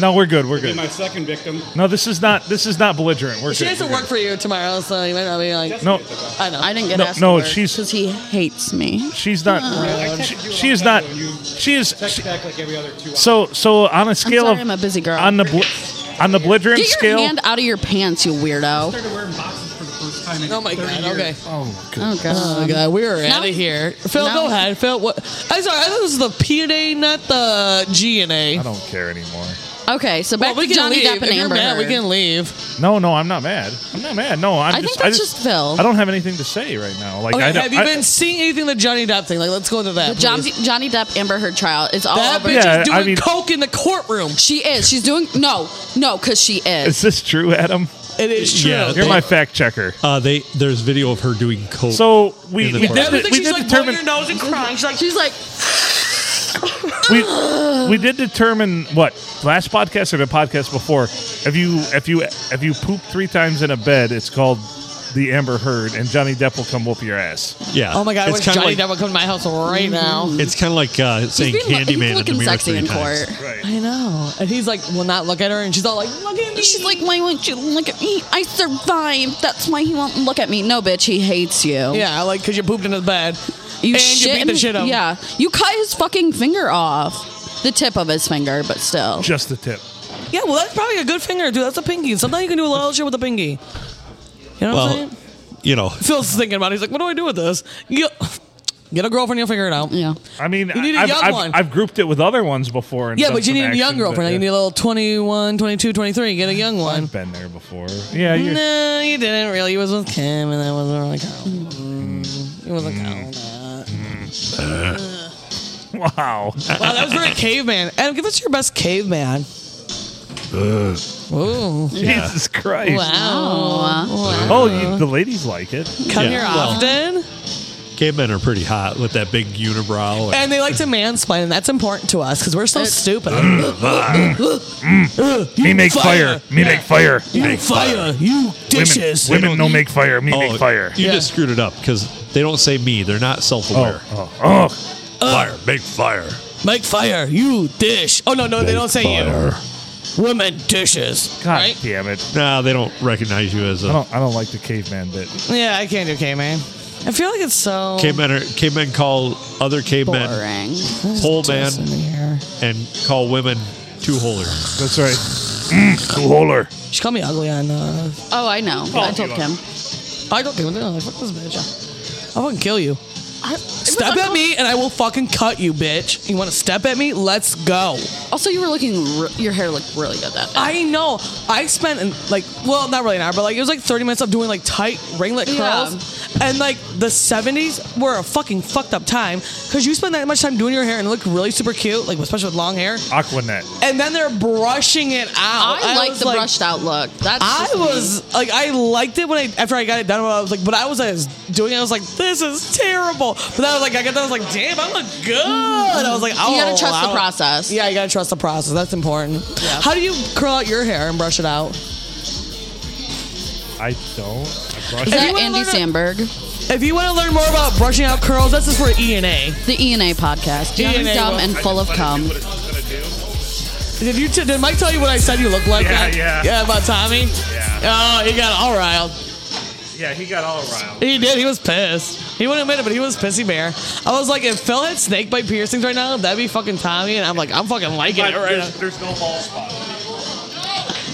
Speaker 3: no we're good we're
Speaker 7: Be
Speaker 3: good
Speaker 7: my second victim.
Speaker 3: no this is not this is not belligerent we're
Speaker 4: She
Speaker 3: good,
Speaker 4: has to
Speaker 3: we're
Speaker 4: work for you tomorrow, so you might not be like.
Speaker 7: That's
Speaker 3: No.
Speaker 7: what it's about.
Speaker 4: I know.
Speaker 5: I didn't get
Speaker 3: No,
Speaker 5: asked.
Speaker 3: no,
Speaker 5: for
Speaker 3: she's-
Speaker 5: because he hates me.
Speaker 3: good. she's
Speaker 4: Uh,
Speaker 3: not
Speaker 7: I
Speaker 3: she,
Speaker 7: texted you
Speaker 3: she
Speaker 7: a
Speaker 3: is
Speaker 7: long
Speaker 3: not
Speaker 7: time ago and you
Speaker 3: she is
Speaker 7: text
Speaker 3: she-
Speaker 7: back like every other two hours.
Speaker 3: so so on a
Speaker 5: I'm
Speaker 3: scale
Speaker 5: sorry, I'm a
Speaker 3: of
Speaker 5: busy girl.
Speaker 3: on the bl- on the belligerent
Speaker 5: Get your
Speaker 3: scale
Speaker 5: hand out of your pants, you weirdo.
Speaker 7: started wearing boxes for the first time in
Speaker 4: Oh my
Speaker 7: 30
Speaker 4: god.
Speaker 7: years.
Speaker 4: Okay.
Speaker 5: Oh god.
Speaker 4: Oh god, we are out
Speaker 5: Now-
Speaker 4: of here. Phil,
Speaker 5: now-
Speaker 4: go ahead. Phil, what? I'm sorry. I thought this was the P and A, not the G and A.
Speaker 3: I don't care anymore
Speaker 5: Okay, so back
Speaker 4: we
Speaker 5: to
Speaker 4: can
Speaker 5: Johnny
Speaker 4: leave.
Speaker 5: Depp and
Speaker 4: if you're
Speaker 5: Amber
Speaker 4: mad, we
Speaker 5: Heard.
Speaker 4: can leave.
Speaker 3: no no I'm not mad I'm not mad no I'm
Speaker 5: I
Speaker 3: just
Speaker 5: think that's
Speaker 3: I
Speaker 5: just Phil.
Speaker 3: I don't have anything to say right now like
Speaker 4: Okay,
Speaker 3: I don't-
Speaker 4: have you
Speaker 3: I-
Speaker 4: been seeing anything the Johnny Depp thing? Like, let's go into that.
Speaker 5: The John,
Speaker 4: please.
Speaker 5: Johnny Depp Amber Heard trial. It's all
Speaker 4: that
Speaker 5: over.
Speaker 4: bitch
Speaker 3: Yeah,
Speaker 4: is doing
Speaker 3: I mean-
Speaker 4: coke in the courtroom.
Speaker 5: She is. She's doing no, no, because she is.
Speaker 3: is this true Adam
Speaker 4: It is true.
Speaker 1: Yeah,
Speaker 3: You're my fact checker.
Speaker 1: Uh, they there's video of her doing coke.
Speaker 3: So we,
Speaker 1: In the
Speaker 3: we
Speaker 1: park.
Speaker 3: did,
Speaker 4: Everything
Speaker 3: we
Speaker 4: she's
Speaker 3: did
Speaker 4: like
Speaker 3: determine
Speaker 4: determine- her nose and crying. She's like,
Speaker 5: She's like,
Speaker 3: we, we did determine what last podcast or the podcast before. If you if you if you poop three times in a bed, it's called the Amber Heard, and Johnny Depp will come whoop your ass.
Speaker 1: yeah.
Speaker 4: oh my god, I wish
Speaker 1: kinda
Speaker 4: Johnny
Speaker 1: like,
Speaker 4: Depp would come to my house right now.
Speaker 1: It's kind of like uh,
Speaker 5: he's,
Speaker 1: saying
Speaker 5: being, he's
Speaker 1: Candyman in the
Speaker 5: looking
Speaker 1: mirror
Speaker 5: sexy
Speaker 1: three
Speaker 5: in
Speaker 1: times.
Speaker 5: court.
Speaker 3: Right.
Speaker 4: I know. And he's like, will not look at her, and she's all like, look at me.
Speaker 5: She's like, why won't you look at me? I survived. That's why he won't look at me. No, bitch, he hates you.
Speaker 4: yeah, like because you pooped into the bed.
Speaker 5: You
Speaker 4: and
Speaker 5: shit
Speaker 4: you beat
Speaker 5: him-
Speaker 4: the shit out. of him.
Speaker 5: Yeah. You cut his fucking finger off. The tip of his finger, but still.
Speaker 3: Just the tip.
Speaker 4: Yeah, well, that's probably a good finger, dude. That's a pinky. Sometimes you can do a little shit with a pinky. You know what I'm
Speaker 1: Well,
Speaker 4: saying?
Speaker 1: you know,
Speaker 4: Phil's thinking about it. He's like, what do I do with this? Get, get a girlfriend, you'll figure it out.
Speaker 5: Yeah.
Speaker 3: I mean,
Speaker 4: need a
Speaker 3: I've,
Speaker 4: young
Speaker 3: I've,
Speaker 4: one.
Speaker 3: I've grouped it with other ones before. And
Speaker 4: Yeah,
Speaker 3: done
Speaker 4: but you
Speaker 3: some
Speaker 4: need a young
Speaker 3: actions
Speaker 4: girlfriend.
Speaker 3: that-
Speaker 4: You need a little 21, 22, 23. Get a young one.
Speaker 3: I've been there before. Yeah, you're,
Speaker 4: No, you didn't really. You was with Kim, and that wasn't really count.
Speaker 1: Mm.
Speaker 4: It wasn't count.
Speaker 3: wow.
Speaker 4: Wow, that was very caveman. Adam, give us your best caveman. Ooh.
Speaker 3: Jesus Christ.
Speaker 4: Wow.
Speaker 3: Oh, you, the ladies like it.
Speaker 4: Come
Speaker 1: Yeah,
Speaker 4: here
Speaker 1: well.
Speaker 4: often.
Speaker 1: gay men are pretty hot with that big unibrow. And,
Speaker 4: And they like to mansplain, and that's important to us because we're so stupid.
Speaker 3: Mm. Me make
Speaker 4: fire. fire.
Speaker 3: Me make fire.
Speaker 4: You fire, you dishes.
Speaker 3: Women don't make fire. Me
Speaker 1: oh, you
Speaker 4: Yeah.
Speaker 1: just screwed it up because they don't say me. They're not self-aware.
Speaker 3: Oh, oh.
Speaker 1: Fire, make fire.
Speaker 4: Make fire, you dish. Oh no, no, they don't say
Speaker 1: fire.
Speaker 4: you. Women dishes.
Speaker 3: God
Speaker 4: Right?
Speaker 3: damn it.
Speaker 1: Nah, they don't recognize you as
Speaker 3: I
Speaker 1: a
Speaker 3: don't, I don't like the caveman bit.
Speaker 4: Yeah, I can't do caveman. I feel like it's so
Speaker 1: gay men. Are, gay men call other gay men
Speaker 5: Boring.
Speaker 1: whole man
Speaker 4: Just in the air.
Speaker 1: and call women two holer.
Speaker 3: That's right. Two holer.
Speaker 4: She called me ugly on. Uh,
Speaker 5: Oh, I know. I told him.
Speaker 4: I don't think I'm like, fuck this bitch. I'll fucking kill you. Step
Speaker 5: uncomfortable.
Speaker 4: at me and I will fucking cut you, bitch. You want to step at me? Let's go.
Speaker 5: Also, you were looking, re- your hair looked really good that day.
Speaker 4: I know. I spent an, like, well, not really an hour, but like it was like 30 minutes of doing like tight ringlet
Speaker 5: Yeah.
Speaker 4: curls. And like the 70s were a fucking fucked up time because you spend that much time doing your hair and look really super cute, like especially with long hair.
Speaker 3: Aquanet.
Speaker 4: And then they're brushing it out.
Speaker 5: I, like
Speaker 4: was
Speaker 5: the brushed out look. That's
Speaker 4: I
Speaker 5: just me.
Speaker 4: was like, I liked it when I after I got it done. I was like, but I was, I was doing it. I was like, this is terrible. But then I was like, I got that. I was like, damn, I look good. I was like, "Oh, I
Speaker 5: You gotta trust the process.
Speaker 4: Yeah, you gotta trust the process. That's important. How do you curl out your hair and brush it out?
Speaker 3: I don't. I brush
Speaker 5: Is
Speaker 4: If
Speaker 5: that
Speaker 4: you wanna
Speaker 5: Andy
Speaker 4: learn a-
Speaker 5: Sandberg?
Speaker 4: If you want to learn more about brushing out curls, this is for E and A.
Speaker 5: The E and A podcast. Young,
Speaker 4: E&A
Speaker 5: dumb,
Speaker 4: will-
Speaker 5: and full of cum.
Speaker 4: Did you? T- did Mike tell you what I said? You look like
Speaker 3: Yeah,
Speaker 4: that?
Speaker 3: yeah.
Speaker 4: Yeah, about Tommy.
Speaker 3: Yeah.
Speaker 4: Oh, he got all riled.
Speaker 3: Yeah, he got all around.
Speaker 4: He did. He was pissed. He wouldn't admit it, but he was pissy bear. I was like, if Phil had snake bite piercings right now, that'd be fucking Tommy. And I'm like, I'm fucking liking it right now.
Speaker 3: no ball spot.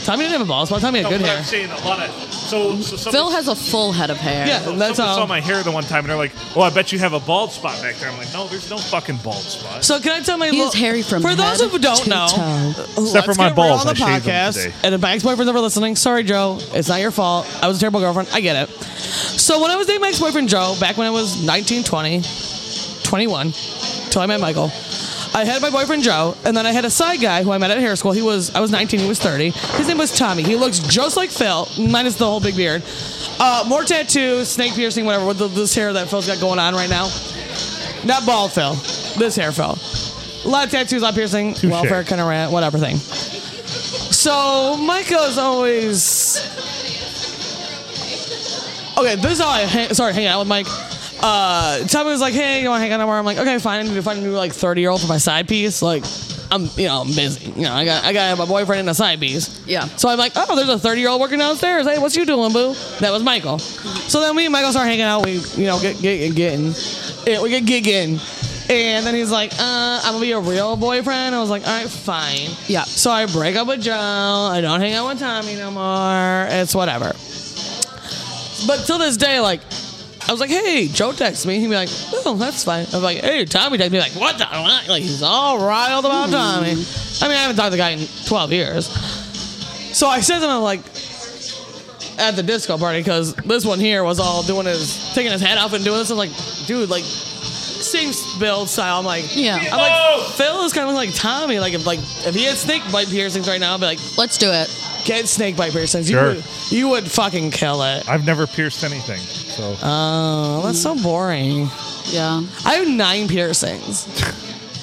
Speaker 4: Tommy didn't have a ball spot. Tommy had good hair.
Speaker 3: saying a lot of. So, so somebody-
Speaker 5: Phil has a full head of hair.
Speaker 4: Yeah, and that's
Speaker 3: someone saw
Speaker 4: all.
Speaker 3: my hair the one time, and they're like, "Oh, I bet you have a bald spot back there." I'm like, "No, there's no fucking bald spot."
Speaker 4: So can I tell my
Speaker 5: He
Speaker 4: little-
Speaker 5: is hairy from
Speaker 4: for those
Speaker 5: head
Speaker 4: who don't
Speaker 5: to
Speaker 4: know,
Speaker 5: toe.
Speaker 4: uh,
Speaker 3: Except for
Speaker 4: let's get
Speaker 3: my
Speaker 4: real
Speaker 3: balls,
Speaker 4: on the
Speaker 3: I shaved them
Speaker 4: podcast.
Speaker 3: today.
Speaker 4: And if my ex-boyfriend's ever listening, sorry Joe, it's not your fault. I was a terrible girlfriend. I get it. So when I was dating my ex-boyfriend Joe, back when I was 19, 20, 21, till I met Michael, I had my boyfriend Joe, and then I had a side guy who I met at hair school. He was I was 19, he was 30. His name was Tommy. He looks just like Phil, minus the whole big beard. Uh, more tattoos, snake piercing, whatever. With the, this hair that Phil's got going on right now. Not bald Phil. This hair Phil. A lot of tattoos, a lot of piercing, welfare, kind of rant, whatever thing. So Michael's always okay. This is how I hang, sorry hanging out with Mike. Uh, Tommy was like, "Hey, you want to hang out tomorrow?" I'm like, "Okay, fine. I need to find a new like 30 year old for my side piece. Like, I'm you know I'm busy. You know, I got I got to have my boyfriend and a side piece.
Speaker 5: Yeah.
Speaker 4: So I'm like, oh, there's a 30 year old working downstairs. Hey, what's you doing, boo? That was Michael. So then me and Michael start hanging out. We, you know, get, get, getting, yeah, we get gigging. And then he's like, uh, I'm gonna be a real boyfriend. I was like, all right, fine.
Speaker 5: Yeah.
Speaker 4: So I break up with Joe. I don't hang out with Tommy no more. It's whatever. But till this day, like, I was like, hey, Joe texts me. He'd be like, oh, that's fine. I was like, hey, Tommy texts me. Like, what the? What? Like, he's all riled about Tommy. I mean, I haven't talked to the guy in 12 years. So I said to him, like, at the disco party, because this one here was all doing his, taking his head off and doing this. I'm like, dude, like, same build style. I'm like,
Speaker 5: Yeah.
Speaker 4: I'm like, Phil is kind of like Tommy. Like, if like if he had snake bite piercings right now, I'd be like,
Speaker 5: Let's do it.
Speaker 4: Get snake bite piercings. You,
Speaker 3: Sure.
Speaker 4: would, you would fucking kill it.
Speaker 3: I've never pierced anything, so
Speaker 4: Oh, that's so boring.
Speaker 5: Yeah.
Speaker 4: I have nine piercings.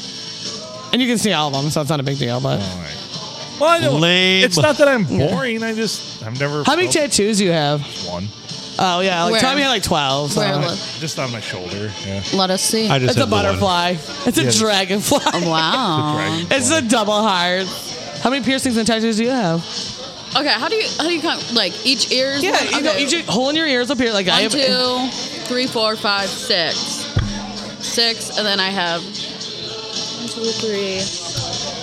Speaker 4: and you can see all of them, so it's not a big deal. But
Speaker 3: all right. Well, I don't,
Speaker 1: Lame.
Speaker 3: it's not that I'm boring. I just I've never
Speaker 4: how many
Speaker 3: felt
Speaker 4: tattoos do you have?
Speaker 3: one
Speaker 4: Oh yeah, like
Speaker 5: Where?
Speaker 4: Tommy had like twelve. So.
Speaker 5: Where?
Speaker 4: It's
Speaker 5: Let,
Speaker 3: just on my shoulder. Yeah.
Speaker 5: let us see.
Speaker 1: I just
Speaker 4: a
Speaker 1: have the one.
Speaker 4: butterfly. It's a
Speaker 3: Yes.
Speaker 4: dragonfly.
Speaker 3: Um,
Speaker 5: Oh, wow.
Speaker 4: It's a double heart. How many piercings and tattoos do you have?
Speaker 5: Okay. How do you how do you count? Like each ear?
Speaker 4: Yeah,
Speaker 5: one?
Speaker 4: you know,
Speaker 5: Okay.
Speaker 4: each hole in your ears up here. Like I
Speaker 5: One,
Speaker 4: have
Speaker 5: two, three, four, five, six. Six, and then I have one, two, three,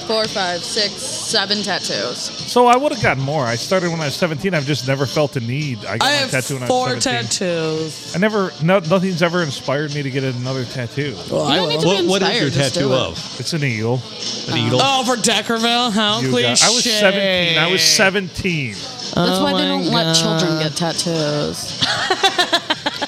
Speaker 5: four, five, six, seven tattoos.
Speaker 3: So I would have gotten more. I started when I was 17. I've just never felt the need. I got
Speaker 4: I
Speaker 3: my
Speaker 4: have
Speaker 3: tattoo when I
Speaker 4: four
Speaker 3: was 17.
Speaker 4: tattoos.
Speaker 3: I never. No, nothing's ever inspired me to get another tattoo.
Speaker 4: Well,
Speaker 5: You don't need to
Speaker 1: What,
Speaker 5: be
Speaker 1: what is
Speaker 5: inspired,
Speaker 1: your
Speaker 5: just do
Speaker 1: tattoo
Speaker 5: it.
Speaker 1: of?
Speaker 3: It's an eagle.
Speaker 1: An eagle?
Speaker 4: Oh, for Deckerville, how
Speaker 3: You
Speaker 4: cliche.
Speaker 3: got- I was 17. I was 17.
Speaker 5: That's why they
Speaker 4: Oh my
Speaker 5: don't let children get tattoos.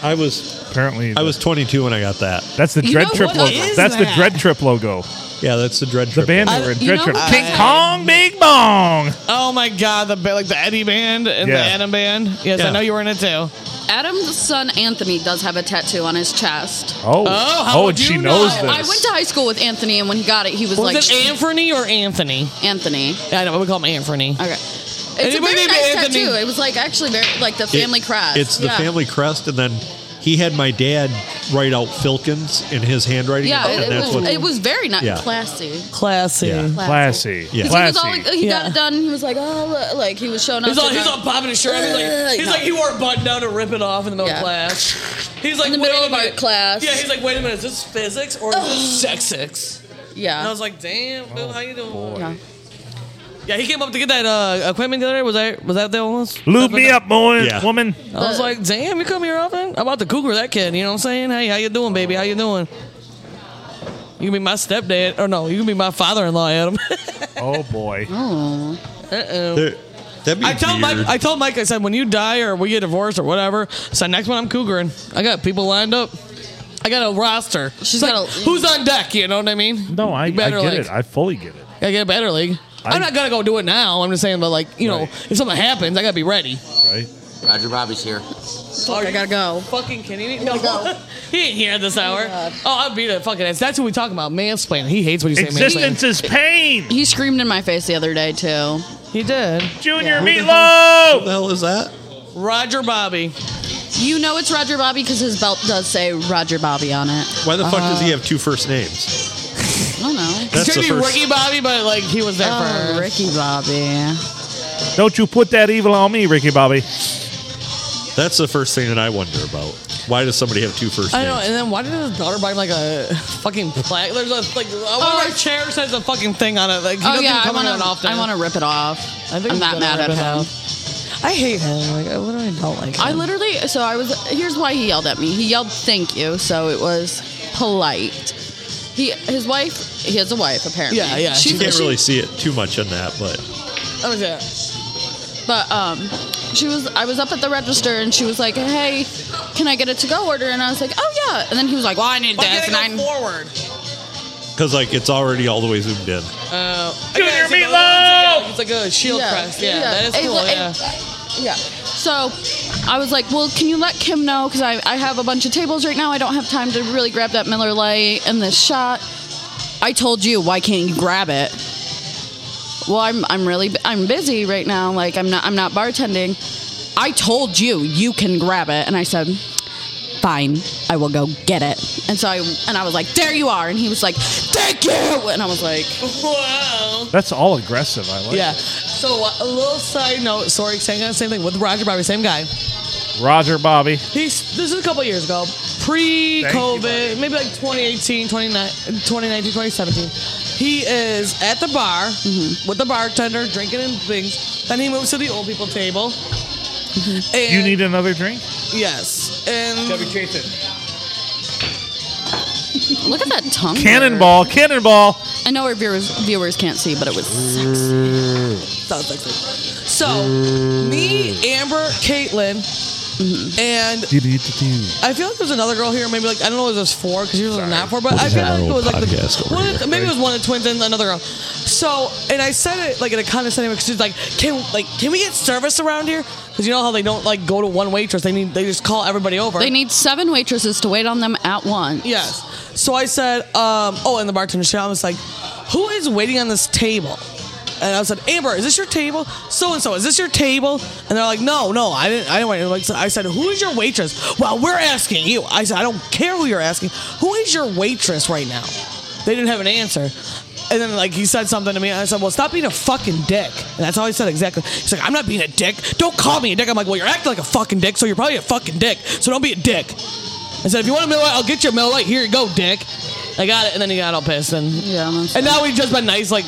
Speaker 1: I was
Speaker 3: Apparently,
Speaker 1: I was 22 when I got that.
Speaker 3: That's the
Speaker 5: You
Speaker 3: Dread
Speaker 5: know
Speaker 3: Trip
Speaker 5: what?
Speaker 3: logo.
Speaker 5: Is
Speaker 3: That's the
Speaker 4: that?
Speaker 3: Dread Trip logo.
Speaker 1: Yeah, that's the dread.
Speaker 3: The band
Speaker 5: I-
Speaker 3: they were in
Speaker 5: you
Speaker 3: Dread
Speaker 5: know
Speaker 3: Trip.
Speaker 5: what?
Speaker 3: King Kong, Big Bong.
Speaker 4: Oh my god, the ba- like the Eddie band and
Speaker 3: Yeah.
Speaker 4: the Adam band. Yes,
Speaker 1: Yeah.
Speaker 4: I know you were in it too.
Speaker 5: Adam's son Anthony does have a tattoo on his chest.
Speaker 3: Oh,
Speaker 4: Oh, how
Speaker 3: and
Speaker 4: would
Speaker 3: she
Speaker 4: you
Speaker 3: knows
Speaker 4: know?
Speaker 5: I
Speaker 3: this.
Speaker 5: went to high school with Anthony, and when he got it, he
Speaker 4: Was
Speaker 5: was, like
Speaker 4: it Anthony or Anthony?
Speaker 5: Anthony.
Speaker 4: Yeah, I know we call him Anthony.
Speaker 5: Okay. It's
Speaker 4: Anybody
Speaker 5: a very
Speaker 4: named
Speaker 5: nice
Speaker 4: Anthony?
Speaker 5: tattoo. It was like actually very like the family
Speaker 1: It-
Speaker 5: crest.
Speaker 1: It's the
Speaker 5: Yeah.
Speaker 1: family crest, and then he had my dad write out Filkins in his handwriting.
Speaker 5: Yeah,
Speaker 1: and
Speaker 5: it, it
Speaker 1: that's
Speaker 5: was
Speaker 1: what,
Speaker 5: it was very not
Speaker 1: Yeah.
Speaker 5: classy.
Speaker 4: Classy.
Speaker 1: Yeah.
Speaker 4: He's
Speaker 3: Classy.
Speaker 1: Yeah.
Speaker 5: He was
Speaker 3: Classy.
Speaker 5: all like, "Oh, he got
Speaker 4: Yeah.
Speaker 5: it done. He was like, oh, look," like he was showing off.
Speaker 4: all,
Speaker 5: to
Speaker 4: he's
Speaker 5: the-
Speaker 4: all popping his shirt. He's like, he's
Speaker 5: No.
Speaker 4: like he wore a button down to rip it off in the middle
Speaker 5: Yeah.
Speaker 4: of class. He's like
Speaker 5: in the
Speaker 4: "Wait
Speaker 5: middle
Speaker 4: a
Speaker 5: of art
Speaker 4: minute."
Speaker 5: class.
Speaker 4: Yeah, he's like, wait a minute, is this physics or is this sexics?
Speaker 5: yeah.
Speaker 4: And I was like, damn, Bill, how you doing?
Speaker 3: Oh,
Speaker 5: yeah.
Speaker 4: Yeah, he came up to get that uh, equipment the other day. Was that was that the one?
Speaker 3: Lube me up, boy,
Speaker 1: Yeah.
Speaker 3: woman.
Speaker 4: I was like, damn, you come here often? I'm about to cougar that kid. You know what I'm saying? Hey, how you doing, baby? How you doing? You can be my stepdad, or no, you can be my father-in-law, Adam.
Speaker 3: Oh boy.
Speaker 1: there- that'd be
Speaker 4: I told Mike,
Speaker 1: weird.
Speaker 4: I told Mike, I said, when you die or we get divorced or whatever, so next one I'm cougaring. I got people lined up. I got a roster. She's
Speaker 5: got a-
Speaker 4: who's on deck. You know what I mean?
Speaker 3: No, I, I
Speaker 4: You
Speaker 3: get
Speaker 4: better, like-
Speaker 3: it. I fully get it.
Speaker 4: I get a better league. I,
Speaker 3: I-
Speaker 4: am not gonna go do it now. I'm just saying, but like you know,
Speaker 3: Right.
Speaker 4: if something happens, I gotta be ready.
Speaker 3: Right.
Speaker 8: Roger Bobby's here.
Speaker 5: Fuck, I gotta go.
Speaker 4: Fucking kidding me? No, he ain't here at this hour. Oh, I'll beat it. Fucking ass. That's what we talking about. Mansplaining. He hates when you say
Speaker 3: Existence is pain.
Speaker 5: He screamed in my face the other day too.
Speaker 4: mansplaining. He did.
Speaker 3: Junior
Speaker 1: what the
Speaker 3: Meatloaf.
Speaker 1: hell is that?
Speaker 4: Roger Bobby.
Speaker 5: You know it's Roger Bobby because his belt does say Roger Bobby on it.
Speaker 1: Why the fuck does he
Speaker 5: Uh.
Speaker 1: have two first names?
Speaker 5: I don't know.
Speaker 1: That's
Speaker 4: Should
Speaker 1: the
Speaker 4: be
Speaker 1: first.
Speaker 4: Ricky Bobby, but like he was there
Speaker 5: Oh,
Speaker 4: first.
Speaker 5: Ricky Bobby.
Speaker 3: Don't you put that evil on me, Ricky Bobby.
Speaker 1: That's the first thing that I wonder about. Why does somebody have two first
Speaker 4: I
Speaker 1: names?
Speaker 4: know, and then why did his daughter buy him like a fucking plaque? There's a like one of our chairs has a fucking thing on it. Like he
Speaker 5: Oh
Speaker 4: doesn't
Speaker 5: yeah, I
Speaker 4: come on
Speaker 5: wanna,
Speaker 4: that often.
Speaker 5: I wanna rip it off. I
Speaker 4: think
Speaker 5: am
Speaker 4: he's
Speaker 5: not
Speaker 4: gonna
Speaker 5: mad at
Speaker 4: rip
Speaker 5: him.
Speaker 4: it off. I hate him. Like I literally don't like him.
Speaker 5: I literally, so I was, here's why he yelled at me. He yelled, thank you. So it was polite. He, his wife, he has a wife apparently.
Speaker 4: Yeah, yeah,
Speaker 5: She,
Speaker 4: she
Speaker 1: You can't
Speaker 5: she-
Speaker 1: really see it too much in that, but
Speaker 4: That was it.
Speaker 5: But um, she was. I was up at the register, and she was like, "Hey, can I get a to-go order?" And I was like, "Oh yeah." And then he was like, "Well, I need this." And I,
Speaker 4: forward?
Speaker 1: because like it's already all the way zoomed in.
Speaker 3: Junior
Speaker 4: Yeah, it's like a-
Speaker 3: Meatloaf!
Speaker 4: It's like a shield
Speaker 5: Yeah,
Speaker 4: crest. Yeah,
Speaker 5: yeah.
Speaker 4: that is
Speaker 5: It-
Speaker 4: cool. yeah.
Speaker 5: it- yeah. So I was like, "Well, can you let Kim know? Because I, I have a bunch of tables right now. I don't have time to really grab that Miller Lite and this shot." I told you, why can't you grab it? Well, I'm I'm really bu- I'm busy right now. Like I'm not I'm not bartending. I told you you can grab it, and I said, "Fine, I will go get it." And so I and I was like, "There you are," and he was like, "Thank you," and I was like,
Speaker 4: Wow.
Speaker 3: That's all aggressive. I like.
Speaker 4: Yeah. So uh, a little side note. Sorry, same same thing with Roger Bobby. Same guy.
Speaker 3: Roger Bobby.
Speaker 4: He's this is a couple years ago, pre-COVID, maybe like 2018, 29 2019, 2017. He is at the bar with the bartender drinking and things. Then he moves to the old people table. And,
Speaker 3: You need another drink?
Speaker 4: yes, and
Speaker 7: Chevy Chase it.
Speaker 5: "Look at that tongue."
Speaker 3: Cannonball, cannonball.
Speaker 5: I know our viewers viewers can't see, but it was sexy.
Speaker 4: sounds like this. So me, Amber, Caitlin, And I feel like there's another girl here. Maybe like I don't know if it was four because usually not four, but I
Speaker 1: is
Speaker 4: feel
Speaker 1: our
Speaker 4: like it
Speaker 1: little
Speaker 4: was like
Speaker 1: podcast over
Speaker 4: the, one of the-
Speaker 1: here?
Speaker 4: maybe it was one of the twins and another girl. So and I said it like in a condescending way because she's like, can like can we get service around here? Because you know how they don't like go to one waitress. They need they just call everybody over.
Speaker 5: They need seven waitresses to wait on them at once.
Speaker 4: Yes. So I said, um, oh, and the bartender, she I was like, who is waiting on this table? And I said, Amber, is this your table? So and so, is this your table? And they're like, no, no, I didn't. I didn't wait. Like, so I said, who is your waitress? Well, we're asking you. I said, I don't care who you're asking. Who is your waitress right now? They didn't have an answer. And then like he said something to me, and I said, "Well, stop being a fucking dick." And that's how he said exactly. He's like, "I'm not being a dick. Don't call me a dick." I'm like, "Well, you're acting like a fucking dick, so you're probably a fucking dick. So don't be a dick." I said, if you want a Miller Lite, I'll get you a Miller Lite. Here you go, dick. I got it, and then he got all pissed. And,
Speaker 5: Yeah, I'm
Speaker 4: and now we've just been nice like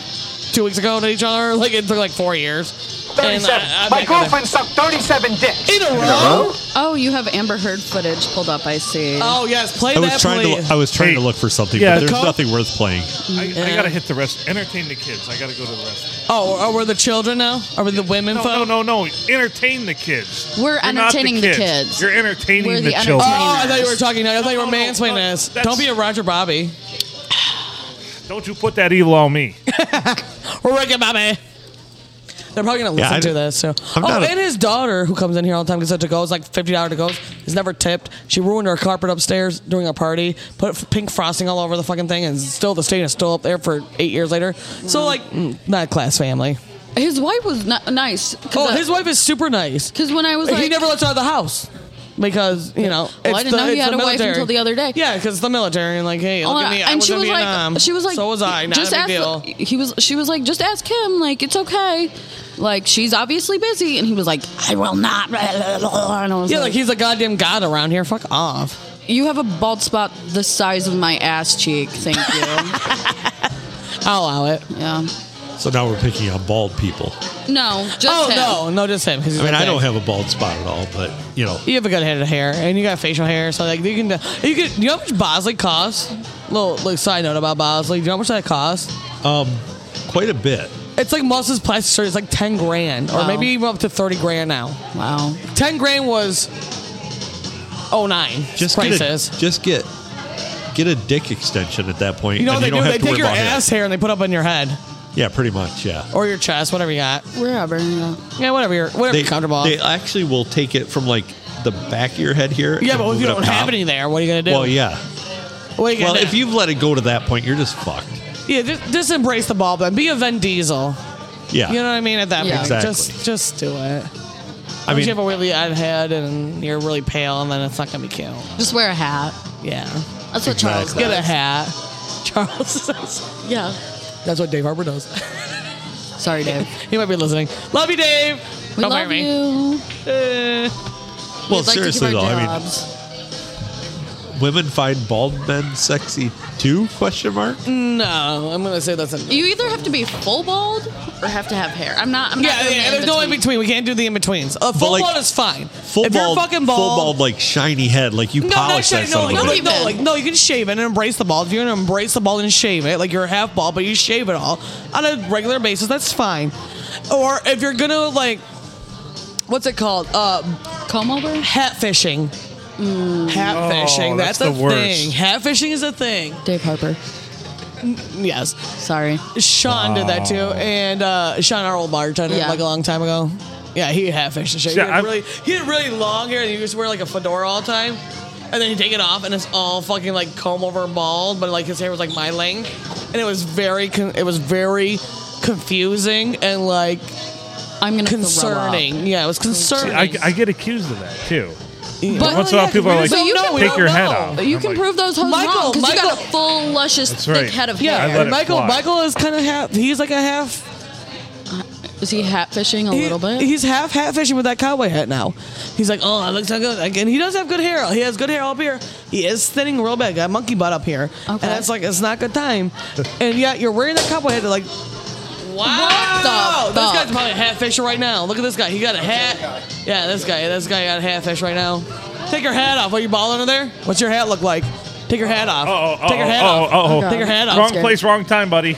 Speaker 4: two weeks ago to each other. Like it took like four years. And
Speaker 8: 37.
Speaker 4: I- I'm
Speaker 8: My
Speaker 4: not gonna-
Speaker 8: girlfriend sucked 37 dicks.
Speaker 4: In a row?
Speaker 5: Oh, you have Amber Heard footage pulled up. I see.
Speaker 4: Oh yes, play
Speaker 1: I
Speaker 4: that,
Speaker 1: was trying
Speaker 4: please.
Speaker 1: to. I was trying
Speaker 3: Hey.
Speaker 1: to look for something,
Speaker 3: Yeah,
Speaker 1: but there's
Speaker 3: call-
Speaker 1: nothing worth playing.
Speaker 3: I, I
Speaker 4: Yeah.
Speaker 3: gotta hit the rest. Entertain the kids. I gotta go to the restaurant.
Speaker 4: oh, are we the children now? Are we the women
Speaker 3: No,
Speaker 4: folk?
Speaker 3: no, no, no. Entertain the kids.
Speaker 5: We're
Speaker 3: You're not
Speaker 5: entertaining the kids.
Speaker 3: You're entertaining
Speaker 5: We're
Speaker 3: the,
Speaker 5: the
Speaker 3: children.
Speaker 5: entertainers.
Speaker 4: Oh, I thought you were talking. I thought you were
Speaker 3: No, no, no,
Speaker 4: mansplaining
Speaker 3: no,
Speaker 4: us.
Speaker 3: that's-
Speaker 4: Don't be a Roger Bobby.
Speaker 3: Don't you put that evil on me.
Speaker 4: Ricky Bobby. They're probably gonna
Speaker 1: Yeah,
Speaker 4: listen
Speaker 1: I
Speaker 4: to
Speaker 1: don't-
Speaker 4: this. So.
Speaker 1: I'm
Speaker 4: Oh,
Speaker 1: not a-
Speaker 4: and his daughter, who comes in here all the time, gets a to go. It's like fifty dollars to go. Is never tipped. She ruined her carpet upstairs during a party. Put f- pink frosting all over the fucking thing, and still the stain is still up there for eight years later. So like, mm, not a class family.
Speaker 5: His wife was ni- nice.
Speaker 4: Oh, his wife is super nice.
Speaker 5: Because when I was like,
Speaker 4: he never lets her out of the house because you know.
Speaker 5: Well,
Speaker 4: it's
Speaker 5: I didn't
Speaker 4: the,
Speaker 5: know he
Speaker 4: it's
Speaker 5: had
Speaker 4: the
Speaker 5: a wife
Speaker 4: military.
Speaker 5: until the other day.
Speaker 4: Yeah, because the military and like, hey, look
Speaker 5: Oh,
Speaker 4: at me. I
Speaker 5: and
Speaker 4: was
Speaker 5: she
Speaker 4: in
Speaker 5: was
Speaker 4: Vietnam.
Speaker 5: like, she was like,
Speaker 4: so was I. Not
Speaker 5: just
Speaker 4: a big
Speaker 5: ask,
Speaker 4: deal.
Speaker 5: He was, she was like, just ask him. Like, it's okay. Like, she's obviously busy, and he was like, I will not. And I was
Speaker 4: yeah, like he's a goddamn god around here. Fuck off.
Speaker 5: you have a bald spot the size of my ass cheek. Thank you.
Speaker 4: I'll allow it.
Speaker 5: yeah.
Speaker 1: So now we're picking on bald people.
Speaker 5: No, just
Speaker 4: Oh
Speaker 5: him.
Speaker 4: no, no, just him. 'cause he's
Speaker 1: I mean,
Speaker 4: like
Speaker 1: I don't
Speaker 4: that.
Speaker 1: have a bald spot at all, but you know,
Speaker 4: You have a good head of hair, and you got facial hair, so like you can. You can. You know how much Bosley costs? Little like side note about Bosley. Do you know how much that costs?
Speaker 1: quite a bit.
Speaker 4: It's like Muss's plastic surgery. It's like ten grand, or
Speaker 5: Wow.
Speaker 4: maybe even up to thirty grand now.
Speaker 5: Wow.
Speaker 4: Ten grand was. Oh nine.
Speaker 1: Just get a,
Speaker 4: prices.
Speaker 1: just get get a dick extension at that point,
Speaker 4: you know
Speaker 1: and
Speaker 4: what they
Speaker 1: you don't
Speaker 4: do? They
Speaker 1: have to
Speaker 4: take
Speaker 1: worry
Speaker 4: your
Speaker 1: about
Speaker 4: ass hair and they put up on your head
Speaker 1: it. Yeah, pretty much. Yeah.
Speaker 4: or your chest, whatever you got.
Speaker 5: Wherever. Yeah.
Speaker 4: Yeah, whatever you're, whatever you're comfortable.
Speaker 1: They actually will take it from like the back of your head here.
Speaker 4: yeah,
Speaker 1: and
Speaker 4: but
Speaker 1: move
Speaker 4: if you
Speaker 1: it up
Speaker 4: don't have
Speaker 1: top.
Speaker 4: any there, what are you gonna do?
Speaker 1: Well, yeah.
Speaker 4: What are you gonna
Speaker 1: Well,
Speaker 4: do?
Speaker 1: if you've let it go to that point, you're just fucked.
Speaker 4: yeah, just, just embrace the ball, then be a Vin Diesel.
Speaker 1: Yeah.
Speaker 4: You know what I mean? At that
Speaker 5: Yeah.
Speaker 4: point,
Speaker 1: Exactly.
Speaker 4: just just do it.
Speaker 1: I
Speaker 4: Unless
Speaker 1: mean,
Speaker 4: you have a really odd head and you're really pale, and then it's not gonna be cute.
Speaker 5: Just wear a hat.
Speaker 4: Yeah,
Speaker 5: That's what Charles
Speaker 1: Exactly.
Speaker 4: get
Speaker 5: does.
Speaker 4: a hat. Charles says
Speaker 5: Yeah.
Speaker 4: that's what Dave Harbour does.
Speaker 5: Sorry, Dave.
Speaker 4: he might be listening. Love you, Dave.
Speaker 5: We
Speaker 4: Don't fire
Speaker 5: love
Speaker 4: me. Uh,
Speaker 5: you.
Speaker 1: well,
Speaker 5: We'd like
Speaker 1: seriously
Speaker 5: to
Speaker 1: though,
Speaker 5: keep our
Speaker 1: I mean,
Speaker 5: jobs.
Speaker 1: women find bald men sexy too? Question mark.
Speaker 4: no, I'm gonna say that's a
Speaker 5: You either have to be full bald or have to have hair. I'm not. I'm not
Speaker 4: yeah,
Speaker 5: doing
Speaker 4: yeah.
Speaker 5: the
Speaker 4: There's no in
Speaker 5: in-between.
Speaker 4: between. We can't do the in betweens. A full
Speaker 1: like,
Speaker 4: bald is fine.
Speaker 1: Full
Speaker 4: if
Speaker 1: bald,
Speaker 4: you're fucking bald,
Speaker 1: full bald, like shiny head, like you
Speaker 4: No, not
Speaker 1: polish
Speaker 4: shave.
Speaker 1: that
Speaker 4: No,
Speaker 1: son of
Speaker 4: like,
Speaker 1: a bitch.
Speaker 4: no, like, no,
Speaker 5: Even.
Speaker 4: like, no, you can shave it and embrace the bald. If you're gonna embrace the bald and shave it, like you're half bald, but you shave it all on a regular basis, that's fine. Or if you're gonna like, what's it called? Uh,
Speaker 5: comb over.
Speaker 4: hat fishing. Hat
Speaker 3: Oh,
Speaker 4: fishing.
Speaker 3: that's
Speaker 4: That's,
Speaker 3: the
Speaker 4: a
Speaker 3: worst.
Speaker 4: thing. Hat fishing is a thing.
Speaker 5: Dave Harper.
Speaker 4: Yes.
Speaker 5: Sorry.
Speaker 4: Sean did that too, and uh, Sean, our old bartender,
Speaker 5: Yeah.
Speaker 4: like a long time ago. Yeah, he had fish and shit. He
Speaker 3: Yeah,
Speaker 4: had
Speaker 3: I've-
Speaker 4: really, he had really long hair, and he used to wear like a fedora all the time. And then he take it off, and it's all fucking like comb over and bald, but like his hair was like my length, and it was very, con- it was very confusing and like
Speaker 5: I'm gonna Throw up.
Speaker 4: concerning. Yeah, it was
Speaker 3: See,
Speaker 4: concerning.
Speaker 3: I, I get accused of that too.
Speaker 4: Yeah.
Speaker 5: But-
Speaker 3: Once in a while,
Speaker 4: Yeah,
Speaker 3: people are
Speaker 4: we
Speaker 3: like,
Speaker 4: just don't
Speaker 5: you
Speaker 4: know,
Speaker 5: can
Speaker 4: we
Speaker 3: take
Speaker 4: don't
Speaker 3: your
Speaker 4: know.
Speaker 3: head off.
Speaker 5: You
Speaker 3: I'm
Speaker 5: can
Speaker 3: like,
Speaker 5: prove those hoes
Speaker 4: Michael,
Speaker 5: wrong because you got
Speaker 4: Michael-
Speaker 5: a full luscious
Speaker 3: That's
Speaker 5: thick
Speaker 3: right.
Speaker 5: head of
Speaker 4: Yeah,
Speaker 3: I
Speaker 5: hair.
Speaker 3: let it
Speaker 4: Michael.
Speaker 3: fly.
Speaker 4: Michael is kind of half. He's like a half
Speaker 5: Is he hat fishing a
Speaker 4: He-
Speaker 5: little bit?
Speaker 4: He's half hat fishing with that cowboy hat now. He's like, oh, that looks so good. Again, he does have good hair. He has good hair up here. He is thinning real bad. Got monkey butt up here. And
Speaker 5: Okay.
Speaker 4: it's like, it's not good time. and yet, you're wearing that cowboy hat. They're like, wow.
Speaker 5: What the
Speaker 4: This guy's
Speaker 5: fuck?
Speaker 4: probably a hat fisher right now. Look at this guy. He got a hat. Yeah, this guy. This guy got a hat fish right now. Take your hat off. Are you balling under there? What's your hat look like? Take your hat off.
Speaker 3: Uh-oh, uh-oh,
Speaker 4: Take your hat
Speaker 3: uh-oh,
Speaker 4: off.
Speaker 3: uh-oh.
Speaker 5: Okay.
Speaker 4: Take your hat off.
Speaker 3: Wrong place, wrong time, buddy.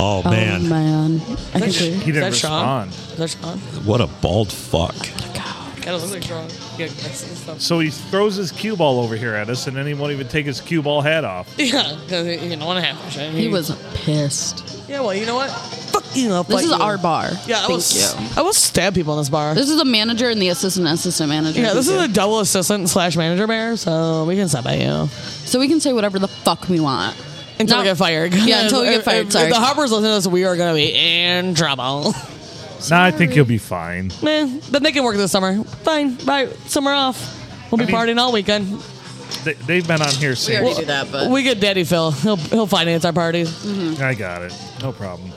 Speaker 1: Oh
Speaker 5: oh
Speaker 1: man,
Speaker 5: man. I think
Speaker 4: Is
Speaker 5: we
Speaker 3: He didn't
Speaker 4: that Sean?
Speaker 3: respond.
Speaker 4: Is that Sean?
Speaker 1: what a bald fuck!
Speaker 4: I don't think wrong. Yeah, that's and stuff.
Speaker 3: So he throws his cue ball over here at us, and then he won't even take his cue ball hat off.
Speaker 4: Yeah, because you know what happened. I mean,
Speaker 5: He was pissed.
Speaker 4: Yeah, well, you know what? Fuck you. I'll
Speaker 5: This
Speaker 4: fight
Speaker 5: is
Speaker 4: you.
Speaker 5: our bar.
Speaker 4: Yeah, I
Speaker 5: Thank
Speaker 4: will. s- I will stab people in this bar.
Speaker 5: This is the manager and the assistant assistant manager.
Speaker 4: yeah, this is
Speaker 5: Thank
Speaker 4: a
Speaker 5: you.
Speaker 4: double assistant slash manager bear, so we can stop at you
Speaker 5: so we can say whatever the fuck we want.
Speaker 4: until
Speaker 5: Not-
Speaker 4: we get fired.
Speaker 5: Yeah, until we get
Speaker 4: If- if-
Speaker 5: fired,
Speaker 4: If,
Speaker 5: sorry.
Speaker 4: the Harpers listen to us, we are gonna be in trouble.
Speaker 3: Nah, I think he'll be fine.
Speaker 4: Man, then they can work this summer. Fine, bye. Summer off. We'll be
Speaker 3: I mean-
Speaker 4: partying all weekend.
Speaker 3: They, they've been on here
Speaker 5: We
Speaker 3: since.
Speaker 5: already do that, but
Speaker 4: We get Daddy Phil. He'll he'll finance our parties.
Speaker 3: I got it. No problem.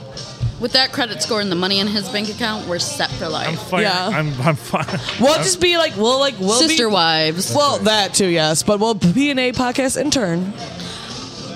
Speaker 5: with that credit score and the money in his bank account, we're set for
Speaker 3: I'm
Speaker 5: life.
Speaker 3: fine.
Speaker 4: Yeah.
Speaker 3: I'm, I'm fine.
Speaker 4: We'll just be like we'll like we'll be-
Speaker 5: Sister wives.
Speaker 4: Well, that too, yes. But we'll P and A podcast intern.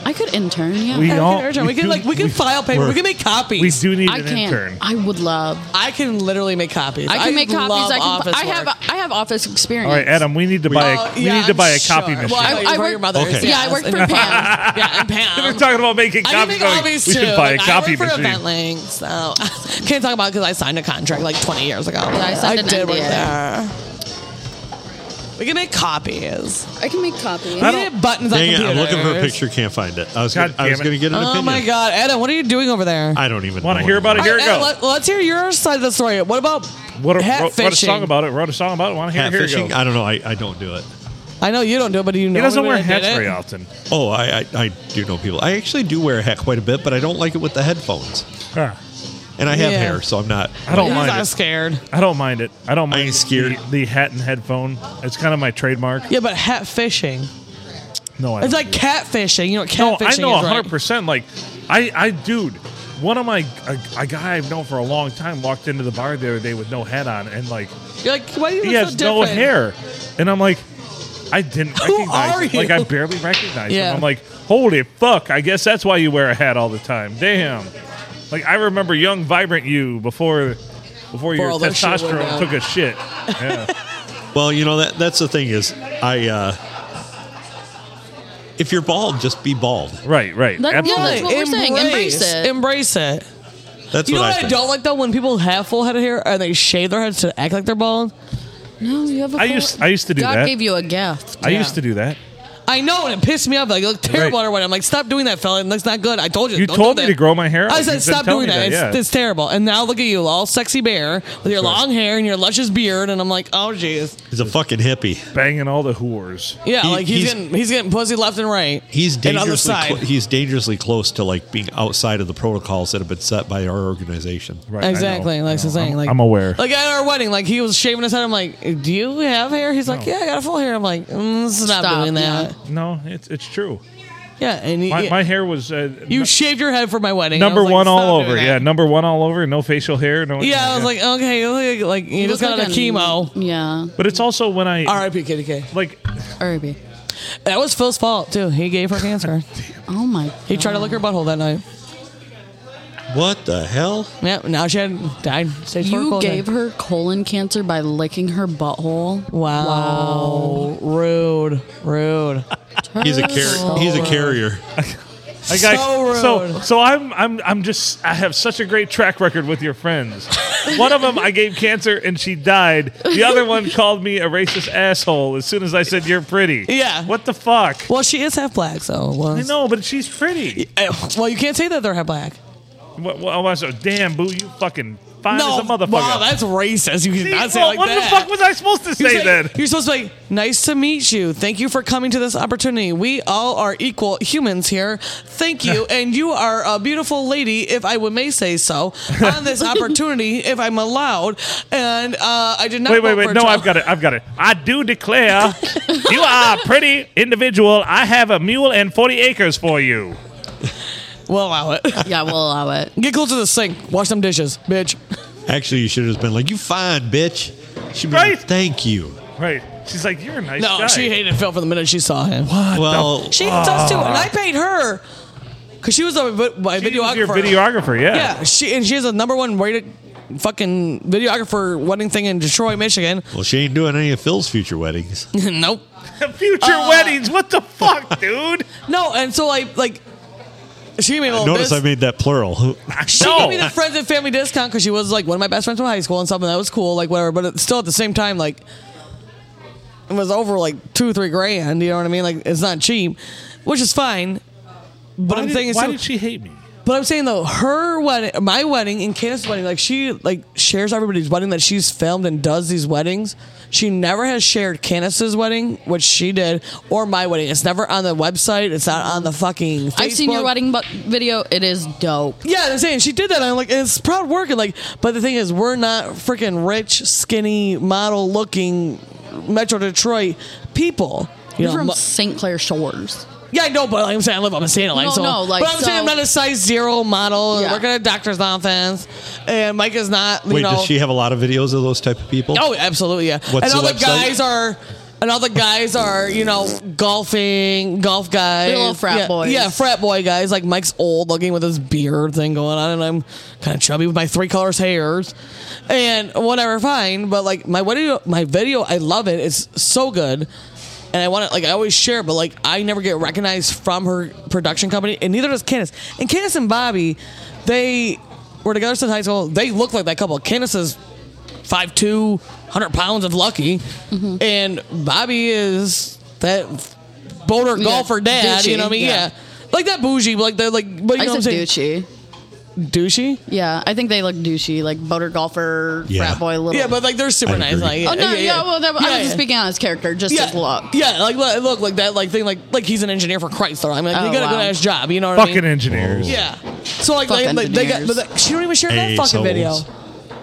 Speaker 5: I could intern. Yeah.
Speaker 3: We
Speaker 4: I
Speaker 3: all-
Speaker 4: can intern. We
Speaker 3: we
Speaker 4: can
Speaker 3: do-
Speaker 4: like we can
Speaker 3: we-
Speaker 4: file paper.
Speaker 3: we're-
Speaker 4: We can make copies.
Speaker 3: We do need
Speaker 5: I
Speaker 3: an
Speaker 5: can't.
Speaker 3: intern.
Speaker 5: I would love.
Speaker 4: I can literally make copies.
Speaker 5: I can make copies.
Speaker 4: love
Speaker 5: I can.
Speaker 4: Office
Speaker 5: I have.
Speaker 4: work.
Speaker 5: I have office experience.
Speaker 3: All right, Adam, we need to buy. A,
Speaker 4: Oh,
Speaker 3: we
Speaker 4: yeah,
Speaker 3: need to buy a
Speaker 4: I'm
Speaker 3: copy
Speaker 4: sure.
Speaker 3: machine.
Speaker 4: Well, I,
Speaker 5: I- I
Speaker 4: work,
Speaker 5: work-
Speaker 4: your mother's.
Speaker 1: Okay.
Speaker 5: Yeah, I work for
Speaker 4: and-
Speaker 5: Pam.
Speaker 4: Yeah, and
Speaker 3: We're
Speaker 4: Pam.
Speaker 3: talking about making
Speaker 4: I
Speaker 3: copies.
Speaker 4: can make
Speaker 3: going,
Speaker 4: copies
Speaker 3: we
Speaker 4: too.
Speaker 3: should buy a
Speaker 4: Like, I
Speaker 3: copy
Speaker 4: work for
Speaker 3: machine.
Speaker 4: Event Link, so can't talk about because I signed a contract like 20 years ago.
Speaker 5: I signed an
Speaker 4: did work
Speaker 5: NDA.
Speaker 4: there. We can make copies.
Speaker 5: I can make copies.
Speaker 4: We need buttons on
Speaker 1: Dang it,
Speaker 4: computers.
Speaker 1: I'm looking for a picture, can't find it. I was
Speaker 3: God
Speaker 1: gonna, I was
Speaker 3: damn it.
Speaker 1: going to get an
Speaker 4: Oh
Speaker 1: opinion.
Speaker 4: my god, Adam, what are you doing over there?
Speaker 1: I don't even
Speaker 3: Wanna
Speaker 1: know
Speaker 3: hear about it?
Speaker 1: anymore.
Speaker 3: Here
Speaker 4: All right, Adam,
Speaker 3: goes.
Speaker 4: let, us hear your side of the story. What about
Speaker 3: What a,
Speaker 4: hat
Speaker 3: wrote, wrote a
Speaker 4: fishing?
Speaker 3: song about it. Wrote a song about it. Want to hear?
Speaker 1: Hat
Speaker 3: here you
Speaker 1: fishing?
Speaker 3: go.
Speaker 1: I don't know. I, I don't do it.
Speaker 4: I know you don't do it, but you know
Speaker 3: He doesn't
Speaker 4: everybody
Speaker 3: wear
Speaker 4: that
Speaker 3: hats
Speaker 4: did it.
Speaker 3: very often.
Speaker 1: Oh, I, I, I do know people. I actually do wear a hat quite a bit, but I don't like it with the headphones.
Speaker 3: Huh.
Speaker 1: And I have
Speaker 4: Yeah.
Speaker 1: hair, so I'm not.
Speaker 3: I don't
Speaker 4: He's
Speaker 3: mind
Speaker 4: not
Speaker 3: it.
Speaker 4: scared.
Speaker 3: I don't mind it. I don't mind
Speaker 1: ain't scared.
Speaker 3: The, the hat and headphone. It's kind of my trademark.
Speaker 4: Yeah, but hat fishing.
Speaker 3: No, I
Speaker 4: It's
Speaker 3: don't
Speaker 4: like
Speaker 3: do it.
Speaker 4: catfishing. You know what
Speaker 3: no. I
Speaker 4: catfishing is,
Speaker 3: know
Speaker 4: right?
Speaker 3: 100. percent Like, I, I, dude, one of my a, a guy I've known for a long time walked into the bar the other day with no hat on and like
Speaker 4: You're like, why do you look
Speaker 3: he
Speaker 4: so
Speaker 3: has
Speaker 4: different?
Speaker 3: no hair, and I'm like. I didn't
Speaker 4: Who
Speaker 3: recognize
Speaker 4: are
Speaker 3: him. Like
Speaker 4: you?
Speaker 3: I barely recognized
Speaker 4: Yeah.
Speaker 3: him. I'm like, holy fuck! I guess that's why you wear a hat all the time. Damn. Like I remember young, vibrant you before, before your
Speaker 4: all that shit went
Speaker 3: testosterone
Speaker 4: down.
Speaker 3: took a shit. Yeah.
Speaker 1: Well, you know that that's the thing is, I. uh If you're bald, just be bald.
Speaker 3: right. Right.
Speaker 5: That- yeah,
Speaker 3: Absolutely.
Speaker 5: that's what we're saying. Embrace it.
Speaker 4: Embrace it.
Speaker 1: That's
Speaker 4: you know
Speaker 1: what
Speaker 4: what
Speaker 1: I,
Speaker 4: I,
Speaker 1: think.
Speaker 4: don't like though when people have full head of hair and they shave their heads to act like they're bald.
Speaker 5: No, you have a
Speaker 3: I
Speaker 5: full-
Speaker 3: used- I used to do
Speaker 5: God
Speaker 3: that.
Speaker 5: gave you a gift.
Speaker 3: I
Speaker 4: Yeah.
Speaker 3: used to do that.
Speaker 4: I know, and it pissed me off. Like, you look terrible
Speaker 3: Right.
Speaker 4: or whatever. I'm like, stop doing that, fella. It looks not good. I told you.
Speaker 3: You
Speaker 4: don't
Speaker 3: told
Speaker 4: do
Speaker 3: me
Speaker 4: that.
Speaker 3: to grow my hair
Speaker 4: I
Speaker 3: out.
Speaker 4: said,
Speaker 3: You've been
Speaker 4: stop
Speaker 3: telling
Speaker 4: doing
Speaker 3: me
Speaker 4: that.
Speaker 3: that,
Speaker 4: It's,
Speaker 3: yeah.
Speaker 4: it's terrible. And now look at you, all sexy bear with your
Speaker 3: Sure.
Speaker 4: long hair and your luscious beard, and I'm like, oh jeez.
Speaker 1: He's a fucking hippie.
Speaker 3: Banging all the whores.
Speaker 4: Yeah,
Speaker 1: He-
Speaker 4: like he's,
Speaker 1: he's-
Speaker 4: getting he's getting pussy left and right.
Speaker 1: He's
Speaker 4: And other
Speaker 1: dangerously
Speaker 4: side.
Speaker 1: clo- he's dangerously close to like being outside of the protocols that have been set by our organization.
Speaker 3: Right. I know,
Speaker 4: Exactly, like
Speaker 3: I
Speaker 4: she's
Speaker 3: know.
Speaker 4: saying,
Speaker 3: I'm,
Speaker 4: like
Speaker 3: I'm aware.
Speaker 4: Like at our wedding, like he was shaving his head. I'm like, "Do you have hair?" He's like,
Speaker 3: No.
Speaker 4: "Yeah, I got a full hair." I'm like, mm, "This is not
Speaker 5: Stop,
Speaker 4: doing that."
Speaker 3: no, it's it's true.
Speaker 4: Yeah, and he,
Speaker 3: My,
Speaker 4: yeah.
Speaker 3: my hair was uh,
Speaker 4: you
Speaker 3: nu-
Speaker 4: shaved your head for my wedding.
Speaker 3: number
Speaker 4: I was like,
Speaker 3: one all
Speaker 4: "Stop
Speaker 3: over.
Speaker 4: doing
Speaker 3: Yeah,
Speaker 4: that."
Speaker 3: number one all over. No facial hair. No.
Speaker 4: yeah. I was like, okay, you look like, like you, just
Speaker 5: look
Speaker 4: got
Speaker 5: like
Speaker 4: out of chemo.
Speaker 5: Yeah.
Speaker 3: but it's also when I
Speaker 4: R.I.P. Kitty K.
Speaker 3: like
Speaker 5: Irby.
Speaker 4: That was Phil's fault too. He gave her cancer.
Speaker 5: Oh my.
Speaker 4: he tried to lick her butthole that night.
Speaker 1: What the hell?
Speaker 4: Yeah, now she had died stage four
Speaker 5: You
Speaker 4: colon.
Speaker 5: gave her colon cancer by licking her butthole.
Speaker 4: Wow. Rude. Rude.
Speaker 1: He's a
Speaker 4: Oh.
Speaker 1: carrier. He's a
Speaker 5: Oh.
Speaker 1: carrier.
Speaker 3: Like I,
Speaker 4: So
Speaker 3: so
Speaker 4: rude.
Speaker 3: so I'm I'm I'm just I have such a great track record with your friends. one of them I gave cancer and she died. The other one called me a racist asshole as soon as I said you're pretty.
Speaker 4: Yeah.
Speaker 3: What the fuck?
Speaker 4: Well, she is half black, so. Well,
Speaker 3: I know, but she's pretty.
Speaker 4: Eh, Well, you can't say that they're half black.
Speaker 3: What, what, what, so, damn, boo, you fucking fine as a motherfucker.
Speaker 4: wow, that's racist. You
Speaker 3: See,
Speaker 4: cannot say it
Speaker 3: well,
Speaker 4: like
Speaker 3: what
Speaker 4: that.
Speaker 3: the fuck was I supposed to
Speaker 4: You
Speaker 3: say
Speaker 4: say-
Speaker 3: then?
Speaker 4: You're supposed to be like, nice to meet you. Thank you for coming to this opportunity. We all are equal humans here. Thank you. and you are a beautiful lady, if I would may say so, on this opportunity, if I'm allowed. And uh, I did not
Speaker 3: Wait, wait,
Speaker 4: vote
Speaker 3: wait.
Speaker 4: for
Speaker 3: No,
Speaker 4: Trump.
Speaker 3: I've got it. I've got it. I do declare you are a pretty individual. I have a mule and 40 acres for you.
Speaker 4: Well, allow it.
Speaker 5: Yeah, we'll allow it.
Speaker 4: Get close to the sink. Wash some dishes, bitch.
Speaker 1: Actually, you should have been like, "You fine, bitch." She
Speaker 3: Right.
Speaker 1: like, "Thank you."
Speaker 3: Right. She's like, you're a nice
Speaker 4: No,
Speaker 3: guy.
Speaker 4: she hated Phil from the minute she saw him.
Speaker 1: well,
Speaker 4: She hates us too, and I paid her because she was a, vi- my
Speaker 3: Ah. She was
Speaker 4: videographer.
Speaker 3: your videographer, yeah.
Speaker 4: Yeah, she and she is a number one rated fucking videographer wedding thing in Detroit, Michigan.
Speaker 1: well, she ain't doing any of Phil's future weddings.
Speaker 4: nope.
Speaker 3: Future
Speaker 4: Uh,
Speaker 3: weddings. What the fuck, dude?
Speaker 4: No, and so I like she made a little
Speaker 1: Notice
Speaker 4: dis-
Speaker 1: I made that plural.
Speaker 4: she
Speaker 3: No.
Speaker 4: gave me the friends and family discount because she was like one of my best friends from high school and something that was cool, like whatever. But it's still at the same time, like it was over like two, three grand. You know what I mean? Like it's not cheap, which is fine. But
Speaker 3: Why
Speaker 4: I'm
Speaker 3: did,
Speaker 4: saying it's
Speaker 3: why
Speaker 4: too-
Speaker 3: did she hate me?
Speaker 4: but I'm saying though, her wedding, my wedding, and Candace's wedding, like she like shares everybody's wedding that she's filmed and does these weddings. She never has shared Candace's wedding, which she did, or my wedding. It's never on the website. It's not on the fucking.
Speaker 5: I've seen your
Speaker 4: Facebook.
Speaker 5: wedding bu- video. It is dope.
Speaker 4: Yeah, I'm saying she did that. I'm like, it's proud work. And like, but the thing is, we're not freaking rich, skinny, model looking Metro Detroit people. You
Speaker 5: You're
Speaker 4: know,
Speaker 5: from
Speaker 4: mo-
Speaker 5: St. Clair Shores.
Speaker 4: yeah, I know, but like I'm saying I live on a state line.
Speaker 5: No,
Speaker 4: so,
Speaker 5: no, like,
Speaker 4: but I'm saying I'm
Speaker 5: so-
Speaker 4: not a size zero model.
Speaker 5: Yeah.
Speaker 4: Work at a doctor's office, and Mike is not. You
Speaker 1: Wait,
Speaker 4: know,
Speaker 1: does she have a lot of videos of those type of people?
Speaker 4: Oh, absolutely, yeah.
Speaker 1: What's
Speaker 4: and all
Speaker 1: the
Speaker 4: the,
Speaker 1: website?
Speaker 4: guys are, and all the guys are, you know, golfing, golf guys,
Speaker 5: They're little frat
Speaker 4: yeah,
Speaker 5: boys.
Speaker 4: yeah, frat boy guys. Like Mike's old looking with his beard thing going on, and I'm kind of chubby with my three colors hairs, and whatever, fine. But like my video, my video, I love it. It's so good. And I want it like I always share, but like I never get recognized from her production company, and neither does Candace. And Candace and Bobby, they were together since high school. They look like that couple. Candace is 5'2", 100 pounds of lucky,
Speaker 5: Mm-hmm.
Speaker 4: and Bobby is that boater golfer dad.
Speaker 5: douchey,
Speaker 4: you know what I mean?
Speaker 5: yeah.
Speaker 4: Yeah. like that bougie, but like they're like, but you know
Speaker 5: I
Speaker 4: what I'm
Speaker 5: said
Speaker 4: saying?
Speaker 5: douchey.
Speaker 4: Douchey.
Speaker 5: Yeah, I think they look douchey, like boater golfer,
Speaker 1: Yeah.
Speaker 5: frat boy, little.
Speaker 4: Yeah, but like they're super
Speaker 1: I
Speaker 4: nice.
Speaker 1: agree.
Speaker 4: Like,
Speaker 5: oh no, yeah, well, that, I
Speaker 4: Yeah,
Speaker 5: was
Speaker 4: yeah.
Speaker 5: just speaking on his character, just his look.
Speaker 4: Yeah, like look, look, like that, like thing, like like he's an engineer for Chrysler. I mean, like,
Speaker 5: Oh,
Speaker 4: you got a
Speaker 5: wow.
Speaker 4: good ass job. You know what I
Speaker 3: Fucking
Speaker 4: mean?
Speaker 3: engineers.
Speaker 4: Yeah. So like,
Speaker 5: Fuck
Speaker 4: they, like, they got,
Speaker 5: engineers.
Speaker 4: but like, she don't even share that
Speaker 1: Hey,
Speaker 4: fucking
Speaker 1: souls.
Speaker 4: video.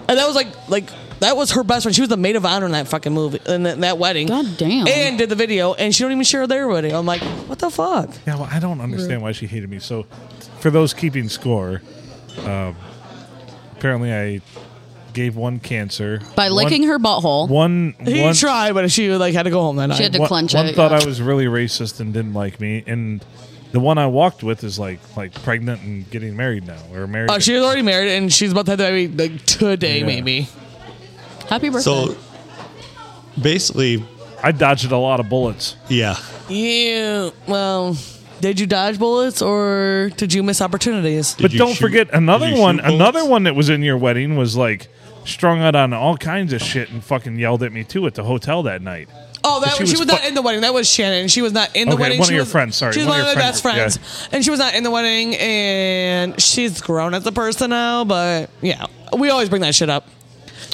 Speaker 4: And that was like, like that was her best friend. She was the maid of honor in that fucking movie, in that, that wedding.
Speaker 5: God damn.
Speaker 4: And did the video, and she don't even share their wedding. I'm like, what the fuck?
Speaker 3: Yeah, well, I don't understand why she hated me. So, for those keeping score, um, apparently I gave one cancer
Speaker 5: By licking her butthole.
Speaker 3: One,
Speaker 4: He
Speaker 3: one,
Speaker 4: tried, but she like had to go home that night.
Speaker 5: She had to
Speaker 3: one,
Speaker 5: clench
Speaker 3: one
Speaker 5: it.
Speaker 3: thought
Speaker 5: yeah.
Speaker 3: I was really racist and didn't like me, and the one I walked with is like like pregnant and getting married now or married.
Speaker 5: Oh,
Speaker 4: Uh, she was already married, and she's about to have the baby like today,
Speaker 3: Yeah.
Speaker 4: maybe.
Speaker 5: Happy birthday.
Speaker 1: So basically,
Speaker 3: I dodged a lot of bullets.
Speaker 1: yeah.
Speaker 4: Yeah. Well, did you dodge bullets or did you miss opportunities?
Speaker 1: Did
Speaker 3: but
Speaker 1: you
Speaker 3: don't
Speaker 1: shoot-
Speaker 3: forget another
Speaker 1: did you
Speaker 3: one.
Speaker 1: shoot bullets?
Speaker 3: Another one that was in your wedding was like strung out on all kinds of shit and fucking yelled at me too at the hotel that night.
Speaker 4: Oh, that
Speaker 3: She
Speaker 4: she was,
Speaker 3: was
Speaker 4: not
Speaker 3: fu-
Speaker 4: in the wedding. That was Shannon. She was not in the
Speaker 3: Okay,
Speaker 4: wedding.
Speaker 3: one of
Speaker 4: she
Speaker 3: your
Speaker 4: was,
Speaker 3: friends, sorry,
Speaker 4: she was
Speaker 3: one
Speaker 4: one,
Speaker 3: of
Speaker 4: of my
Speaker 3: your
Speaker 4: best
Speaker 3: friends,
Speaker 4: friends, and she was not in the wedding. And she's grown as a person now, but yeah, we always bring that shit up.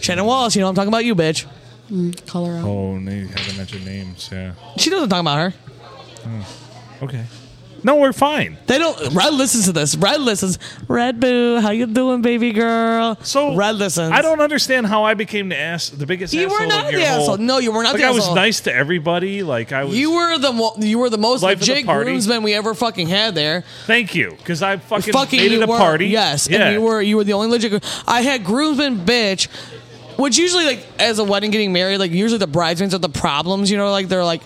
Speaker 4: Shannon Wallace, you know I'm talking about you, bitch.
Speaker 5: Call her out.
Speaker 3: Oh, no, you haven't mentioned names. Yeah.
Speaker 4: She doesn't talk about her.
Speaker 3: Okay. No, we're fine.
Speaker 4: They don't. Red listens to this. Red listens. Red boo, how you doing, baby girl?
Speaker 3: So
Speaker 4: Red listens.
Speaker 3: I don't understand how I became the ass, the biggest.
Speaker 4: You
Speaker 3: asshole
Speaker 4: were not
Speaker 3: of your
Speaker 4: the
Speaker 3: whole-
Speaker 4: asshole. No, you were not
Speaker 3: Like
Speaker 4: the
Speaker 3: I was
Speaker 4: asshole.
Speaker 3: nice to everybody. Like I was.
Speaker 4: You were the mo- you were the most
Speaker 3: Life of the
Speaker 4: legit
Speaker 3: party.
Speaker 4: groomsman we ever fucking had there.
Speaker 3: Thank you, because I fucking,
Speaker 4: fucking
Speaker 3: made
Speaker 4: you
Speaker 3: it a
Speaker 4: were,
Speaker 3: party.
Speaker 4: Yes,
Speaker 3: Yeah.
Speaker 4: and you were you were the only legit. gr- I had groomsman bitch, which usually like as a wedding getting married, like usually the bridesmaids are the problems. You know, like they're like,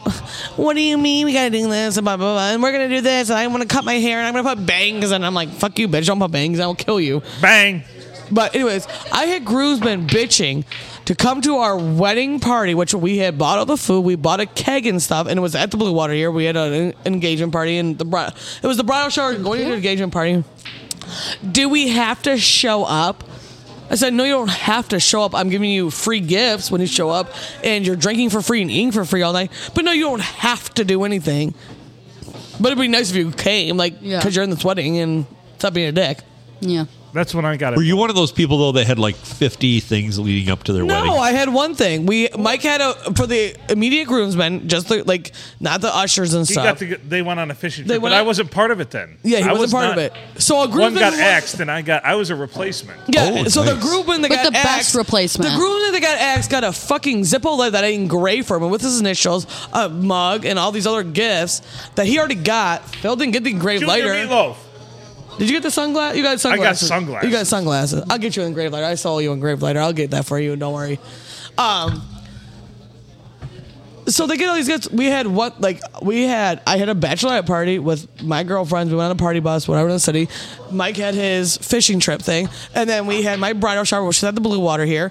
Speaker 4: "What do you mean we gotta do this and blah blah blah?" And we're gonna do this, and I want to cut my hair, and I'm gonna put bangs, and I'm like, "Fuck you, bitch! Don't put bangs, I will kill you."
Speaker 3: bang.
Speaker 4: But anyways, I had groomsmen bitching to come to our wedding party, which we had bought all the food, we bought a keg and stuff, and it was at the Blue Water here. We had an en- engagement party, and the bri- it was the bridal shower going to the engagement party. Do we have to show up? I said, no, you don't have to show up. I'm giving you free gifts when you show up, and you're drinking for free and eating for free all night. But no, you don't have to do anything. But it'd be nice if you came, like,
Speaker 5: Yeah.
Speaker 4: because you're in this wedding and stop being a dick.
Speaker 1: Oh.
Speaker 5: Yeah.
Speaker 3: That's when I got it.
Speaker 1: Were you one of those people though that had like fifty things leading up to their wedding?
Speaker 4: No, I had one thing. We Mike had a for the immediate groomsmen, just the, like not the ushers and
Speaker 3: You
Speaker 4: stuff.
Speaker 3: got to, get- they went on a fishing
Speaker 4: They
Speaker 3: trip, but
Speaker 4: went
Speaker 3: I
Speaker 4: on-
Speaker 3: wasn't part of it then.
Speaker 4: yeah, he
Speaker 3: I
Speaker 4: wasn't
Speaker 3: was
Speaker 4: part of
Speaker 3: not-
Speaker 4: it. So a
Speaker 3: One
Speaker 4: groomsman
Speaker 3: got
Speaker 4: was-
Speaker 3: axed, and I got. I was a replacement.
Speaker 4: Yeah,
Speaker 1: Oh,
Speaker 4: so the
Speaker 1: nice.
Speaker 4: groomsman that
Speaker 5: But
Speaker 4: got
Speaker 5: the best
Speaker 4: axed,
Speaker 5: replacement.
Speaker 4: The groomsman that got axed got a fucking Zippo letter that I engraved for him with his initials, a mug, and all these other gifts that he already got. Phil didn't get the engraved
Speaker 3: Junior
Speaker 4: later.
Speaker 3: Meatloaf.
Speaker 4: Did you get the sunglasses? You got
Speaker 3: got
Speaker 4: sunglasses.
Speaker 3: sunglasses.
Speaker 4: You got sunglasses. I'll get you an engraved lighter. I saw you engraved lighter. I'll get that for you. Don't worry. Um. So they get all these gifts. We had what? Like we had. I had a bachelorette party with my girlfriends. We went on a party bus. Whatever in the city. Mike had his fishing trip thing, and then we had my bridal shower, which is at the Blue Water here.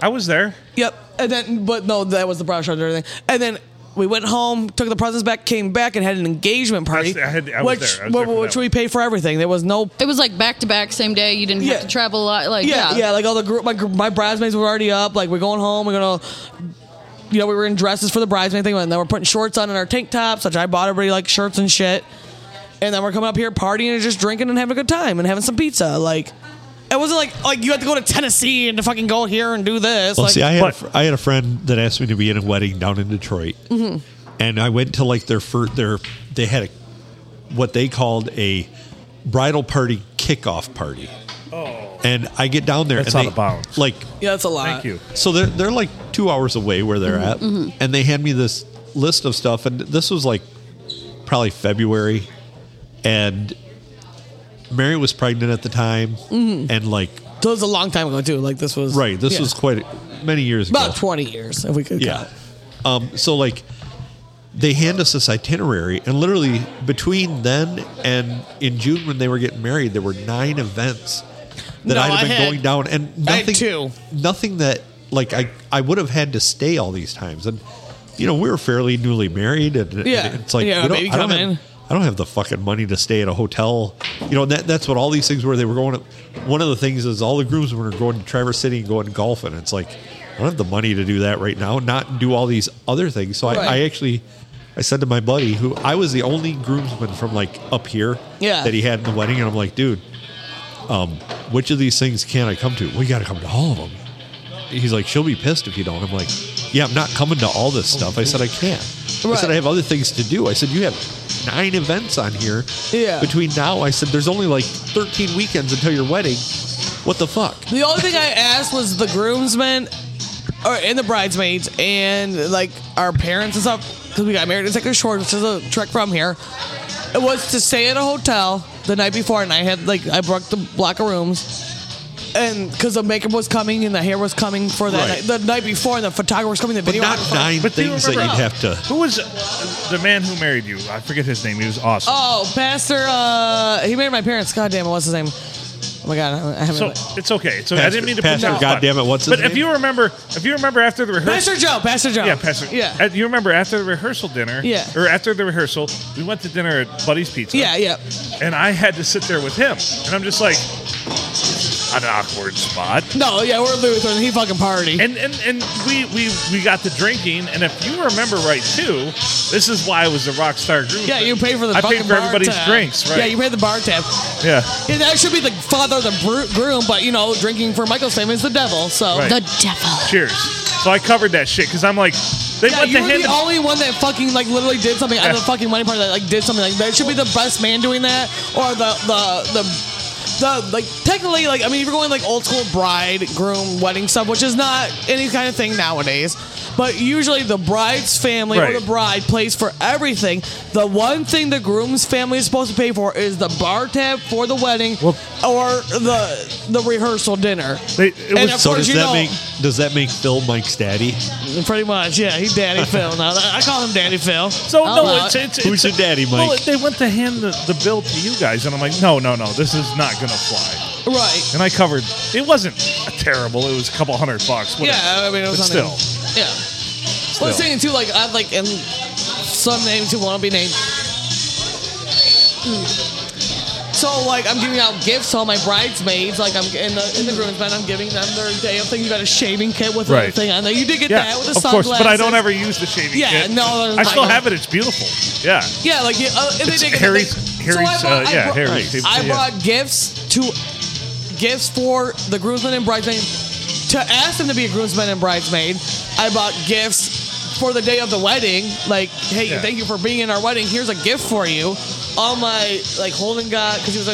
Speaker 3: I was there.
Speaker 4: Yep. And then, but no, that was the bridal shower and everything. And then we went home, took the presents back, came back, and had an engagement party,
Speaker 3: That's- I had- I was
Speaker 4: which
Speaker 3: there. I was there for that
Speaker 4: which
Speaker 3: one.
Speaker 4: we paid for everything. There was no
Speaker 5: It was like back to back, same day. You didn't
Speaker 4: Yeah.
Speaker 5: have to travel a lot. Like,
Speaker 4: yeah,
Speaker 5: yeah.
Speaker 4: yeah, Like all the group, my gr- my bridesmaids were already up. Like we're going home. We're gonna you know, we were in dresses for the bridesmaid thing, and then we're putting shorts on in our tank tops, which I bought everybody like shirts and shit. And then we're coming up here partying and just drinking and having a good time and having some pizza. Like, it wasn't like like you had to go to Tennessee and to fucking go here and do this.
Speaker 1: Well,
Speaker 4: like,
Speaker 1: see, I had, a
Speaker 3: But-
Speaker 1: fr- I had a friend that asked me to be in a wedding down in Detroit,
Speaker 3: Mm-hmm.
Speaker 1: and I went to like their first their they had a what they called a bridal party kickoff party. Oh. And I get down there
Speaker 3: That's
Speaker 1: and
Speaker 3: out of
Speaker 1: they-
Speaker 3: bounds.
Speaker 1: like
Speaker 4: yeah, that's a lot.
Speaker 3: Thank you.
Speaker 1: so they're they're like two hours away where they're
Speaker 3: Mm-hmm.
Speaker 1: at, and they hand me this list of stuff, and this was like probably February, and Mary was pregnant at the time,
Speaker 3: Mm-hmm.
Speaker 1: and like
Speaker 4: So it was a long time ago too. Like this was
Speaker 1: right, this
Speaker 4: yeah.
Speaker 1: was quite many years ago.
Speaker 4: about twenty years if we could.
Speaker 1: Yeah.
Speaker 4: count.
Speaker 1: Um, so like they hand us this itinerary and literally between then and in June when they were getting married, there were nine events that
Speaker 4: No,
Speaker 1: I'd have
Speaker 4: I
Speaker 1: been
Speaker 4: had-
Speaker 1: going down and
Speaker 4: I
Speaker 1: nothing
Speaker 4: had two.
Speaker 1: nothing that like I, I would have had to stay all these times. And you know, we were fairly newly married and, and
Speaker 4: Yeah.
Speaker 1: it's like
Speaker 4: Yeah,
Speaker 1: we don't,
Speaker 4: baby
Speaker 1: I don't
Speaker 4: come
Speaker 1: have,
Speaker 4: in.
Speaker 1: I don't have the fucking money to stay at a hotel. You know, that that's what all these things were. They were going to, one of the things is all the groomsmen are going to Traverse City and going golfing. It's like I don't have the money to do that right now, not do all these other things. So
Speaker 4: Right.
Speaker 1: I, I actually I said to my buddy who I was the only groomsman from like up here
Speaker 4: Yeah.
Speaker 1: that he had in the wedding, and I'm like, dude, um, which of these things can I come to? We gotta come to all of them. He's like, she'll be pissed if you don't. I'm like, yeah, I'm not coming to all this stuff. I said I can't. I
Speaker 4: Right.
Speaker 1: said I have other things to do. I said you have nine events on here.
Speaker 4: Yeah.
Speaker 1: Between now, I said there's only like 13 weekends until your wedding. What the fuck?
Speaker 4: The only thing I asked was the groomsmen or and the bridesmaids and like our parents and stuff because we got married. It's like a short, which is a trek from here. It was to stay at a hotel the night before, and I had like I booked the block of rooms. And because the makeup was coming and the hair was coming for that
Speaker 1: Right.
Speaker 4: night, the night before, and the photographer was coming, the
Speaker 1: But
Speaker 4: video.
Speaker 1: not nine
Speaker 3: But do you
Speaker 1: things that you'd
Speaker 3: remember-
Speaker 1: have to.
Speaker 3: Who was uh, the man who married you? I forget his name. He was awesome.
Speaker 4: Oh, Pastor, uh, he married my parents. God damn it, what's his name? Oh my god, I haven't.
Speaker 3: So it's okay. So I
Speaker 1: Pastor-
Speaker 3: didn't mean to
Speaker 1: Pastor,
Speaker 3: put you on the spot.
Speaker 1: goddamn it, what's his
Speaker 3: But if
Speaker 1: name?
Speaker 3: you remember, if you remember after the rehearsal,
Speaker 4: Pastor Joe, Pastor Joe.
Speaker 3: Yeah, Pastor.
Speaker 4: Yeah.
Speaker 3: Uh, you remember after the rehearsal dinner?
Speaker 4: Yeah.
Speaker 3: Or after the rehearsal, we went to dinner at Buddy's Pizza.
Speaker 4: yeah, yeah.
Speaker 3: And I had to sit there with him, and I'm just like, an awkward spot.
Speaker 4: No, yeah, we're Lutheran. He fucking party.
Speaker 3: And and and we we we got to drinking, and if you remember right too, this is why I was a rock star group.
Speaker 4: Yeah, you pay for the.
Speaker 3: I
Speaker 4: fucking
Speaker 3: paid for
Speaker 4: bar
Speaker 3: everybody's
Speaker 4: tab.
Speaker 3: drinks, right?
Speaker 4: Yeah, you pay the bar tab.
Speaker 3: yeah.
Speaker 4: Yeah, that should be the father of the bru- groom, but you know, drinking for Michael's fame is the devil. So
Speaker 3: Right.
Speaker 5: The devil.
Speaker 3: Cheers. So I covered that shit because I'm like, they
Speaker 4: yeah,
Speaker 3: went
Speaker 4: you
Speaker 3: to
Speaker 4: were
Speaker 3: hand
Speaker 4: the only one that fucking like literally did something out of the
Speaker 3: Yeah.
Speaker 4: fucking money party that like did something like that. It should be the best man doing that or the the the. The, like technically like I mean if you're going like old school bride groom wedding stuff which is not any kind of thing nowadays but usually the bride's family or
Speaker 3: Right.
Speaker 4: the bride pays for everything the one thing the groom's family is supposed to pay for is the bar tab for the wedding
Speaker 3: Well-
Speaker 4: or the the rehearsal dinner
Speaker 3: They, it
Speaker 4: And
Speaker 3: was
Speaker 4: Of
Speaker 1: So
Speaker 4: course
Speaker 1: does
Speaker 4: you
Speaker 1: that
Speaker 4: don't.
Speaker 1: make does that make Phil Mike's daddy?
Speaker 4: pretty much yeah he daddy Phil now I call him daddy Phil Oh,
Speaker 3: So
Speaker 4: I'll
Speaker 3: no,
Speaker 4: allow
Speaker 3: it's,
Speaker 4: it.
Speaker 3: it's,
Speaker 1: Who's your
Speaker 3: it's,
Speaker 1: daddy,
Speaker 3: Well,
Speaker 1: Mike?
Speaker 3: they went to hand the, the bill to you guys, and I'm like, no, no, no, this is not gonna fly.
Speaker 4: right
Speaker 3: And I covered. It wasn't terrible. It was a couple hundred bucks. whatever.
Speaker 4: Yeah, I mean, it was
Speaker 3: but
Speaker 4: on
Speaker 3: still.
Speaker 4: the- Yeah. Well, it's saying too, like I've like and some names who want to be named. So like I'm giving out gifts to all my bridesmaids, like I'm in the in the groom's bed, I'm giving them their day of things. You got a shaving kit with
Speaker 3: Right.
Speaker 4: a thing on there. You did get
Speaker 3: Yeah,
Speaker 4: that with the
Speaker 3: of course,
Speaker 4: sunglasses.
Speaker 3: but I don't ever use the shaving
Speaker 4: Yeah,
Speaker 3: kit.
Speaker 4: no,
Speaker 3: I still
Speaker 4: I-
Speaker 3: have it. It's beautiful. Yeah,
Speaker 4: Yeah, like yeah, uh, and they
Speaker 3: It's
Speaker 4: did get the
Speaker 3: Harry's-
Speaker 4: thing.
Speaker 3: Harry's,
Speaker 4: I brought-
Speaker 3: uh,
Speaker 4: I
Speaker 3: yeah,
Speaker 4: brought-
Speaker 3: Harry's shaving
Speaker 4: I
Speaker 3: kit, yeah.
Speaker 4: brought gifts to gifts for the groomsmen and bridesmaids to ask them to be a groomsman and bridesmaid. I bought gifts for the day of the wedding. Like, hey,
Speaker 3: Yeah.
Speaker 4: thank you for being in our wedding. Here's a gift for you. All my like Holden got because he was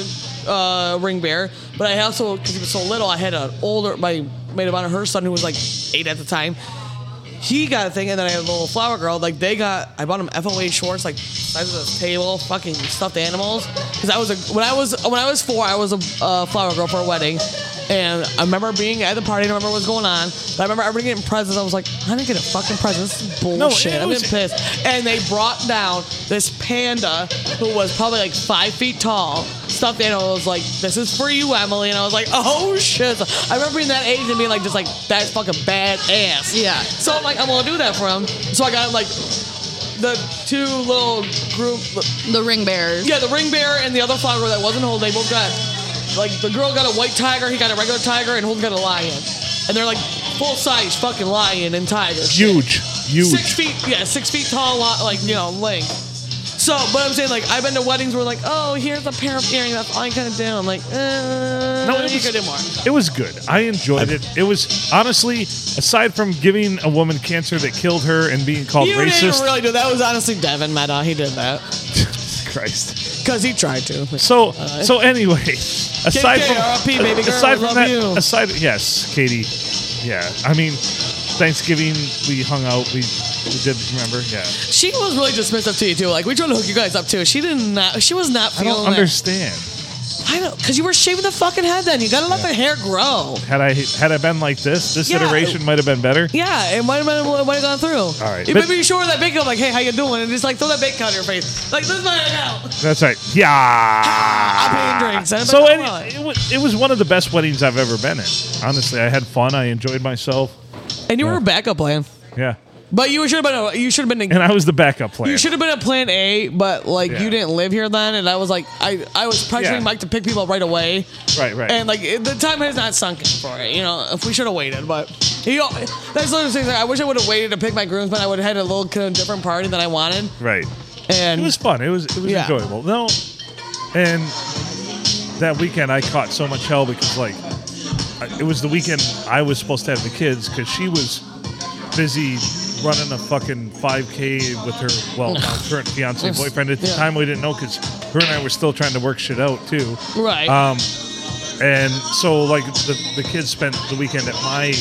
Speaker 4: a uh, ring bearer, but I also because he was so little, I had an older my maid of honor, her son who was like eight at the time. He got a thing, and then I had a little flower girl. Like they got, I bought him FOA shorts, like size of this table, fucking stuffed animals. Because I was a when I was when I was four, I was a uh, flower girl for a wedding, and I remember being at the party. I don't remember what was going on, but I remember everybody getting presents. I was like, I didn't get a fucking present. This is bullshit.
Speaker 3: it
Speaker 4: I'm
Speaker 3: was-
Speaker 4: getting pissed. And they brought down this panda who was probably like five feet tall, stuffed animal. Was like, this is for you, Emily. And I was like, oh shit. I remember being that age and being like, just like that's fucking badass.
Speaker 5: Yeah.
Speaker 4: So I'm like, I'm gonna do that for him. So I got like the two little group,
Speaker 5: The ring bearers.
Speaker 4: yeah, the ring bearer and the other flower girl that wasn't Holden. They both got like the girl got a white tiger, he got a regular tiger, and Holden got a lion. And they're like full size fucking lion and tiger.
Speaker 3: huge. Huge.
Speaker 4: six feet, yeah, six feet tall, lo- like you know, length. So, but I'm saying like I've been to weddings where like, oh, here's a pair of earrings. That's all you gotta do. I'm like, uh,
Speaker 3: No,
Speaker 4: no,
Speaker 3: it
Speaker 4: you
Speaker 3: was-
Speaker 4: could do more.
Speaker 3: It was good. I enjoyed it. It was honestly, aside from giving a woman cancer that killed her and being called
Speaker 4: You
Speaker 3: racist,
Speaker 4: didn't really do that. Was honestly Devin Meta. He did that
Speaker 3: Christ.
Speaker 4: because he tried to.
Speaker 3: So so anyway, aside
Speaker 4: KK,
Speaker 3: from
Speaker 4: RIP, baby girl,
Speaker 3: aside from
Speaker 4: love
Speaker 3: that,
Speaker 4: you.
Speaker 3: aside yes, Katie, yeah. I mean, Thanksgiving we hung out. We, we did remember. Yeah,
Speaker 4: she was really dismissive to you too. Like we tried to hook you guys up too. She did not. She was not
Speaker 3: I
Speaker 4: feeling.
Speaker 3: don't
Speaker 4: it.
Speaker 3: understand.
Speaker 4: I don't because you were shaving the fucking head. Then you gotta let the hair grow.
Speaker 3: Had I had I been like this, this
Speaker 4: Yeah.
Speaker 3: iteration might have been better.
Speaker 4: Yeah, it might have been it might have gone through. All
Speaker 3: right,
Speaker 4: you
Speaker 3: but-
Speaker 4: better be sure that bacon. I'm like, hey, how you doing? And just like throw that bacon on your face. Like this is my head out.
Speaker 3: That's right. Yeah.
Speaker 4: I'm paying drinks. I'm
Speaker 3: Ah. So
Speaker 4: like,
Speaker 3: any,
Speaker 4: "Come on."
Speaker 3: it, was, it was one of the best weddings I've ever been in. Honestly, I had fun. I enjoyed myself.
Speaker 4: and you were a backup plan,
Speaker 3: Yeah.
Speaker 4: but you should have been. A, you should have been. A,
Speaker 3: And I was the backup player.
Speaker 4: you should have been a plan A, but like
Speaker 3: Yeah.
Speaker 4: you didn't live here then, and I was like, I I was pressuring
Speaker 3: Yeah.
Speaker 4: Mike to pick people up right away,
Speaker 3: Right, right.
Speaker 4: and like it- the time has not sunk in for it. You know, if we should have waited, but he, al- that's the other thing. like, I wish I would have waited to pick my groomsmen. I would have had a little kind of different party than I wanted,
Speaker 3: right.
Speaker 4: and
Speaker 3: It was fun. It was it was
Speaker 4: Yeah.
Speaker 3: enjoyable. No. And that weekend I caught so much hell because like I- it was the weekend I was supposed to have the kids cuz she was busy running a fucking 5k with her well now current fiance
Speaker 4: Yes.
Speaker 3: boyfriend at the
Speaker 4: Yeah.
Speaker 3: time we didn't know cuz her and I were still trying to work shit out too.
Speaker 4: right.
Speaker 3: Um, and so like the, the kids spent the weekend at my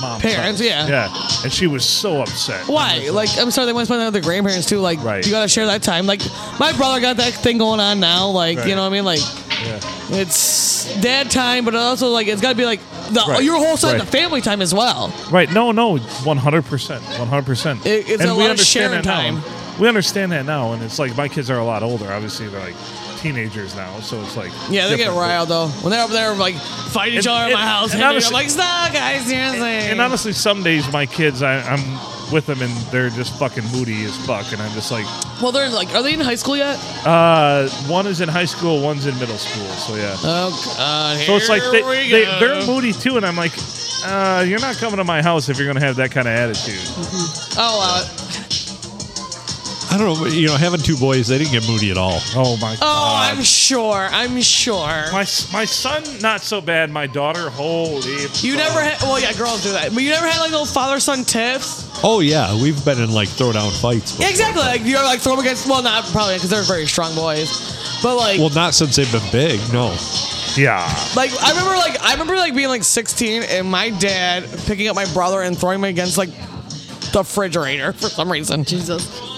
Speaker 3: mom's
Speaker 4: Parents,
Speaker 3: house.
Speaker 4: yeah.
Speaker 3: yeah, and she was so upset.
Speaker 4: Why? Like, I'm sorry, they want to spend that with their grandparents too. Like,
Speaker 3: Right.
Speaker 4: you gotta share that time. Like, my brother got that thing going on now. Like,
Speaker 3: Right.
Speaker 4: you know what I mean? Like,
Speaker 3: Yeah.
Speaker 4: it's dad time, but also like it's gotta be like the,
Speaker 3: Right.
Speaker 4: your whole side of
Speaker 3: Right.
Speaker 4: the family time as well.
Speaker 3: Right? No, no, one hundred percent, one hundred percent.
Speaker 4: It- it's a lot of sharing
Speaker 3: that
Speaker 4: time.
Speaker 3: Now. We understand that now, and it's like my kids are a lot older. Obviously, they're like teenagers now, so it's like
Speaker 4: Yeah, they get
Speaker 3: different.
Speaker 4: riled though when they're up there like fighting each
Speaker 3: And-
Speaker 4: other in
Speaker 3: and-
Speaker 4: my house. hitting
Speaker 3: and
Speaker 4: me.
Speaker 3: honestly-
Speaker 4: I'm like, stop, guys, seriously.
Speaker 3: And honestly, some days my kids, I, I'm with them, and they're just fucking moody as fuck, and I'm just like,
Speaker 4: well, they're like, are they in high school yet?
Speaker 3: uh, one is in high school, one's in middle school, so yeah.
Speaker 4: Oh, God,
Speaker 3: So it's like
Speaker 4: here
Speaker 3: they,
Speaker 4: we
Speaker 3: they,
Speaker 4: go.
Speaker 3: they're moody too, and I'm like, uh, you're not coming to my house if you're going to have that kind of attitude.
Speaker 4: oh, uh,
Speaker 1: I don't know. You know, having two boys, they didn't get moody at all.
Speaker 3: Oh my
Speaker 4: oh,
Speaker 3: god.
Speaker 4: I'm sure, I'm sure.
Speaker 3: my, s- my son, not so bad. My daughter, holy.
Speaker 4: You never had, well, yeah, girls do that, but you never had like little father son tips.
Speaker 1: Oh yeah, we've been in like throwdown fights. before.
Speaker 4: Yeah, exactly. Like you're like throw 'em against. Well, not probably because they're very strong boys. But like,
Speaker 1: Well, not since they've been big. No.
Speaker 3: Yeah.
Speaker 4: like I remember like I remember like being like 16 and my dad picking up my brother and throwing him against like the refrigerator for some reason.
Speaker 5: Jesus.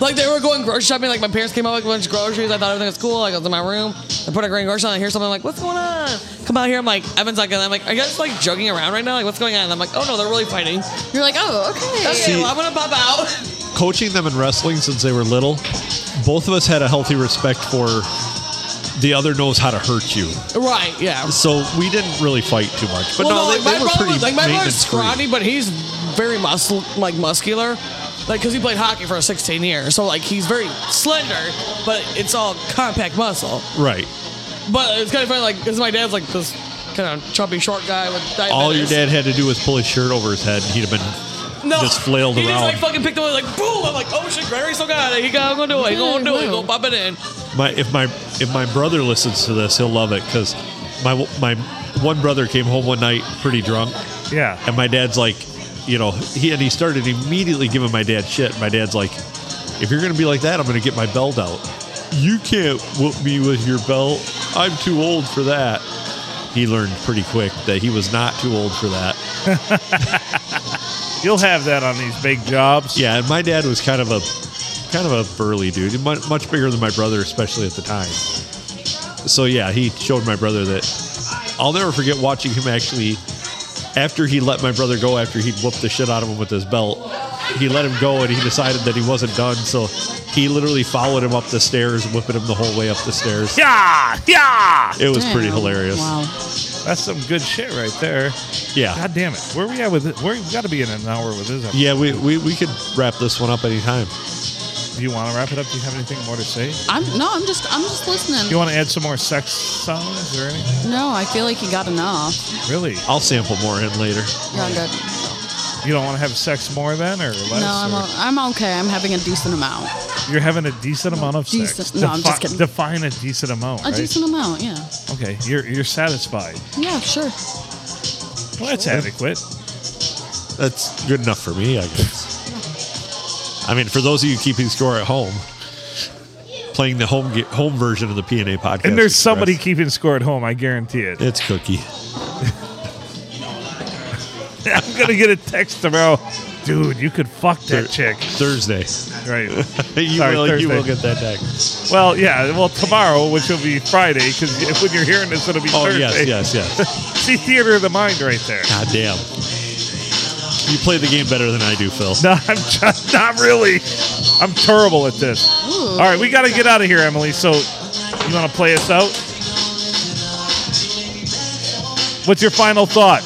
Speaker 4: Like they were going grocery shopping. Like my parents came out with a bunch of groceries. I thought everything was cool. Like I was in my room. I put a green grocery on. I hear something like, "What's going on?" Come out here. I'm like, Evan's like, and I'm like, "Are you guys like joking around right now? Like what's going on?" And I'm like, "Oh no, they're really fighting."
Speaker 5: You're like, oh, okay.
Speaker 4: Okay, well, I'm gonna pop out.
Speaker 1: coaching them in wrestling since they were little, both of us had a healthy respect for the other knows how to hurt you.
Speaker 4: right? Yeah.
Speaker 1: So we didn't really fight too much. But no,
Speaker 4: well, no,
Speaker 1: they,
Speaker 4: like
Speaker 1: they
Speaker 4: my
Speaker 1: were
Speaker 4: brother,
Speaker 1: pretty
Speaker 4: was- like my brother's
Speaker 1: maintenance-free.
Speaker 4: scrawny, but he's very muscle, like muscular, like because he played hockey for 16 years, so like he's very slender, but it's all compact muscle.
Speaker 1: Right.
Speaker 4: But it's kind of funny, like because my dad's like this kind of chubby, short guy with diabetes.
Speaker 1: All your dad had to do was pull his shirt over his head and he'd have been
Speaker 4: no,
Speaker 1: just flailed
Speaker 4: he
Speaker 1: around.
Speaker 4: He just like fucking picked up, like boom! I'm like, oh shit, Gregory still got it. He got, I'm gonna do it. He gonna do it. He gonna pop it in.
Speaker 1: my if my if my brother listens to this, he'll love it cuz my my one brother came home one night pretty drunk
Speaker 3: Yeah.
Speaker 1: And my dad's like, you know, he and he started immediately giving my dad shit. My dad's like, if you're gonna be like that, I'm gonna get my belt out. You can't whoop me with your belt. I'm too old for that. He learned pretty quick that he was not too old for that.
Speaker 3: You'll have that on these big jobs.
Speaker 1: Yeah, and my dad was kind of a kind of a burly dude, mu- much bigger than my brother, especially at the time. So yeah, he showed my brother that. I'll never forget watching him actually. After he let my brother go, after he'd whooped the shit out of him with his belt, he let him go, and he decided that he wasn't done. So he literally followed him up the stairs, whipping him the whole way up the stairs.
Speaker 3: Yeah. Yeah.
Speaker 1: It was pretty
Speaker 5: Damn.
Speaker 1: hilarious.
Speaker 5: Wow.
Speaker 3: That's some good shit right there.
Speaker 1: Yeah,
Speaker 3: God damn it. Where we at with it? Where we got to be in an hour with this episode.
Speaker 1: yeah. We, we we could wrap this one up anytime.
Speaker 3: Do you want to wrap it up? Do you have anything more to say?
Speaker 5: I'm no, I'm just I'm just
Speaker 3: Do you
Speaker 5: listening.
Speaker 3: want to add some more sex songs or anything?
Speaker 5: No, I feel like you got enough.
Speaker 3: Really?
Speaker 1: I'll sample more in later.
Speaker 5: You're good.
Speaker 3: You don't want to have sex more then, or less?
Speaker 5: No, I'm,
Speaker 3: or-
Speaker 5: o- I'm okay. I'm having a decent amount.
Speaker 3: You're having a decent amount of sex.
Speaker 5: decent- no, I'm just kidding.
Speaker 3: Define a decent amount.
Speaker 5: A
Speaker 3: right?
Speaker 5: decent amount, yeah.
Speaker 3: Okay, you're you're satisfied.
Speaker 5: Yeah, sure.
Speaker 3: Well, that's adequate.
Speaker 1: That's good enough for me, I guess. I mean, for those of you keeping score at home, playing the home ge- home version of the PNA podcast,
Speaker 3: And there's
Speaker 1: Express,
Speaker 3: somebody keeping score at home. I guarantee it.
Speaker 1: It's Cookie.
Speaker 3: I'm gonna get a text tomorrow, dude. You could fuck that chick,
Speaker 1: Thursday.
Speaker 3: right?
Speaker 1: you
Speaker 3: Sorry,
Speaker 1: will. You
Speaker 3: Thursday.
Speaker 1: will get that text.
Speaker 3: Well, yeah. Well, tomorrow, which will be Friday, because when you're hearing this, it'll be
Speaker 1: Oh
Speaker 3: Thursday.
Speaker 1: yes, yes, yes.
Speaker 3: See, theater of the mind, right there.
Speaker 1: God damn. You play the game better than I do, Phil.
Speaker 3: No, I'm just not really. I'm terrible at this. All right, we got to get out of here, Emily. So, you want to play us out? What's your final thought?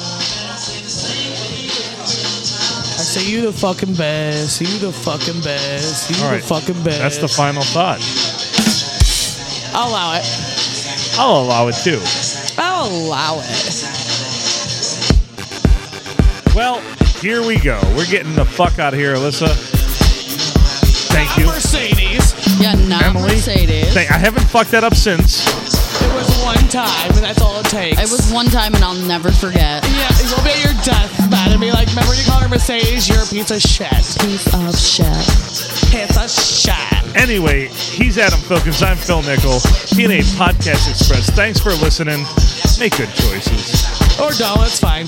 Speaker 4: I say you the fucking best. You the fucking best. You
Speaker 3: All right,
Speaker 4: the fucking best.
Speaker 3: That's the final thought.
Speaker 4: I'll allow it.
Speaker 3: I'll allow it too.
Speaker 4: I'll allow it.
Speaker 3: Well, here we go. We're getting the fuck out of here, Alyssa. Thank you,
Speaker 4: Mercedes.
Speaker 5: Yeah, not
Speaker 3: Emily.
Speaker 5: Mercedes.
Speaker 3: Thank- I haven't fucked that up since.
Speaker 4: It was one time, and that's all it takes.
Speaker 5: It was one time and I'll never forget.
Speaker 4: Yeah, you'll be at your deathbed and be like, remember when you called her Mercedes? You're a piece of shit.
Speaker 5: Piece of shit.
Speaker 4: Piece of shit.
Speaker 3: Anyway, he's Adam Filkins. I'm Phil Nickel. TNA Podcast Express. Thanks for listening. Make good choices.
Speaker 4: Or don't, it's fine.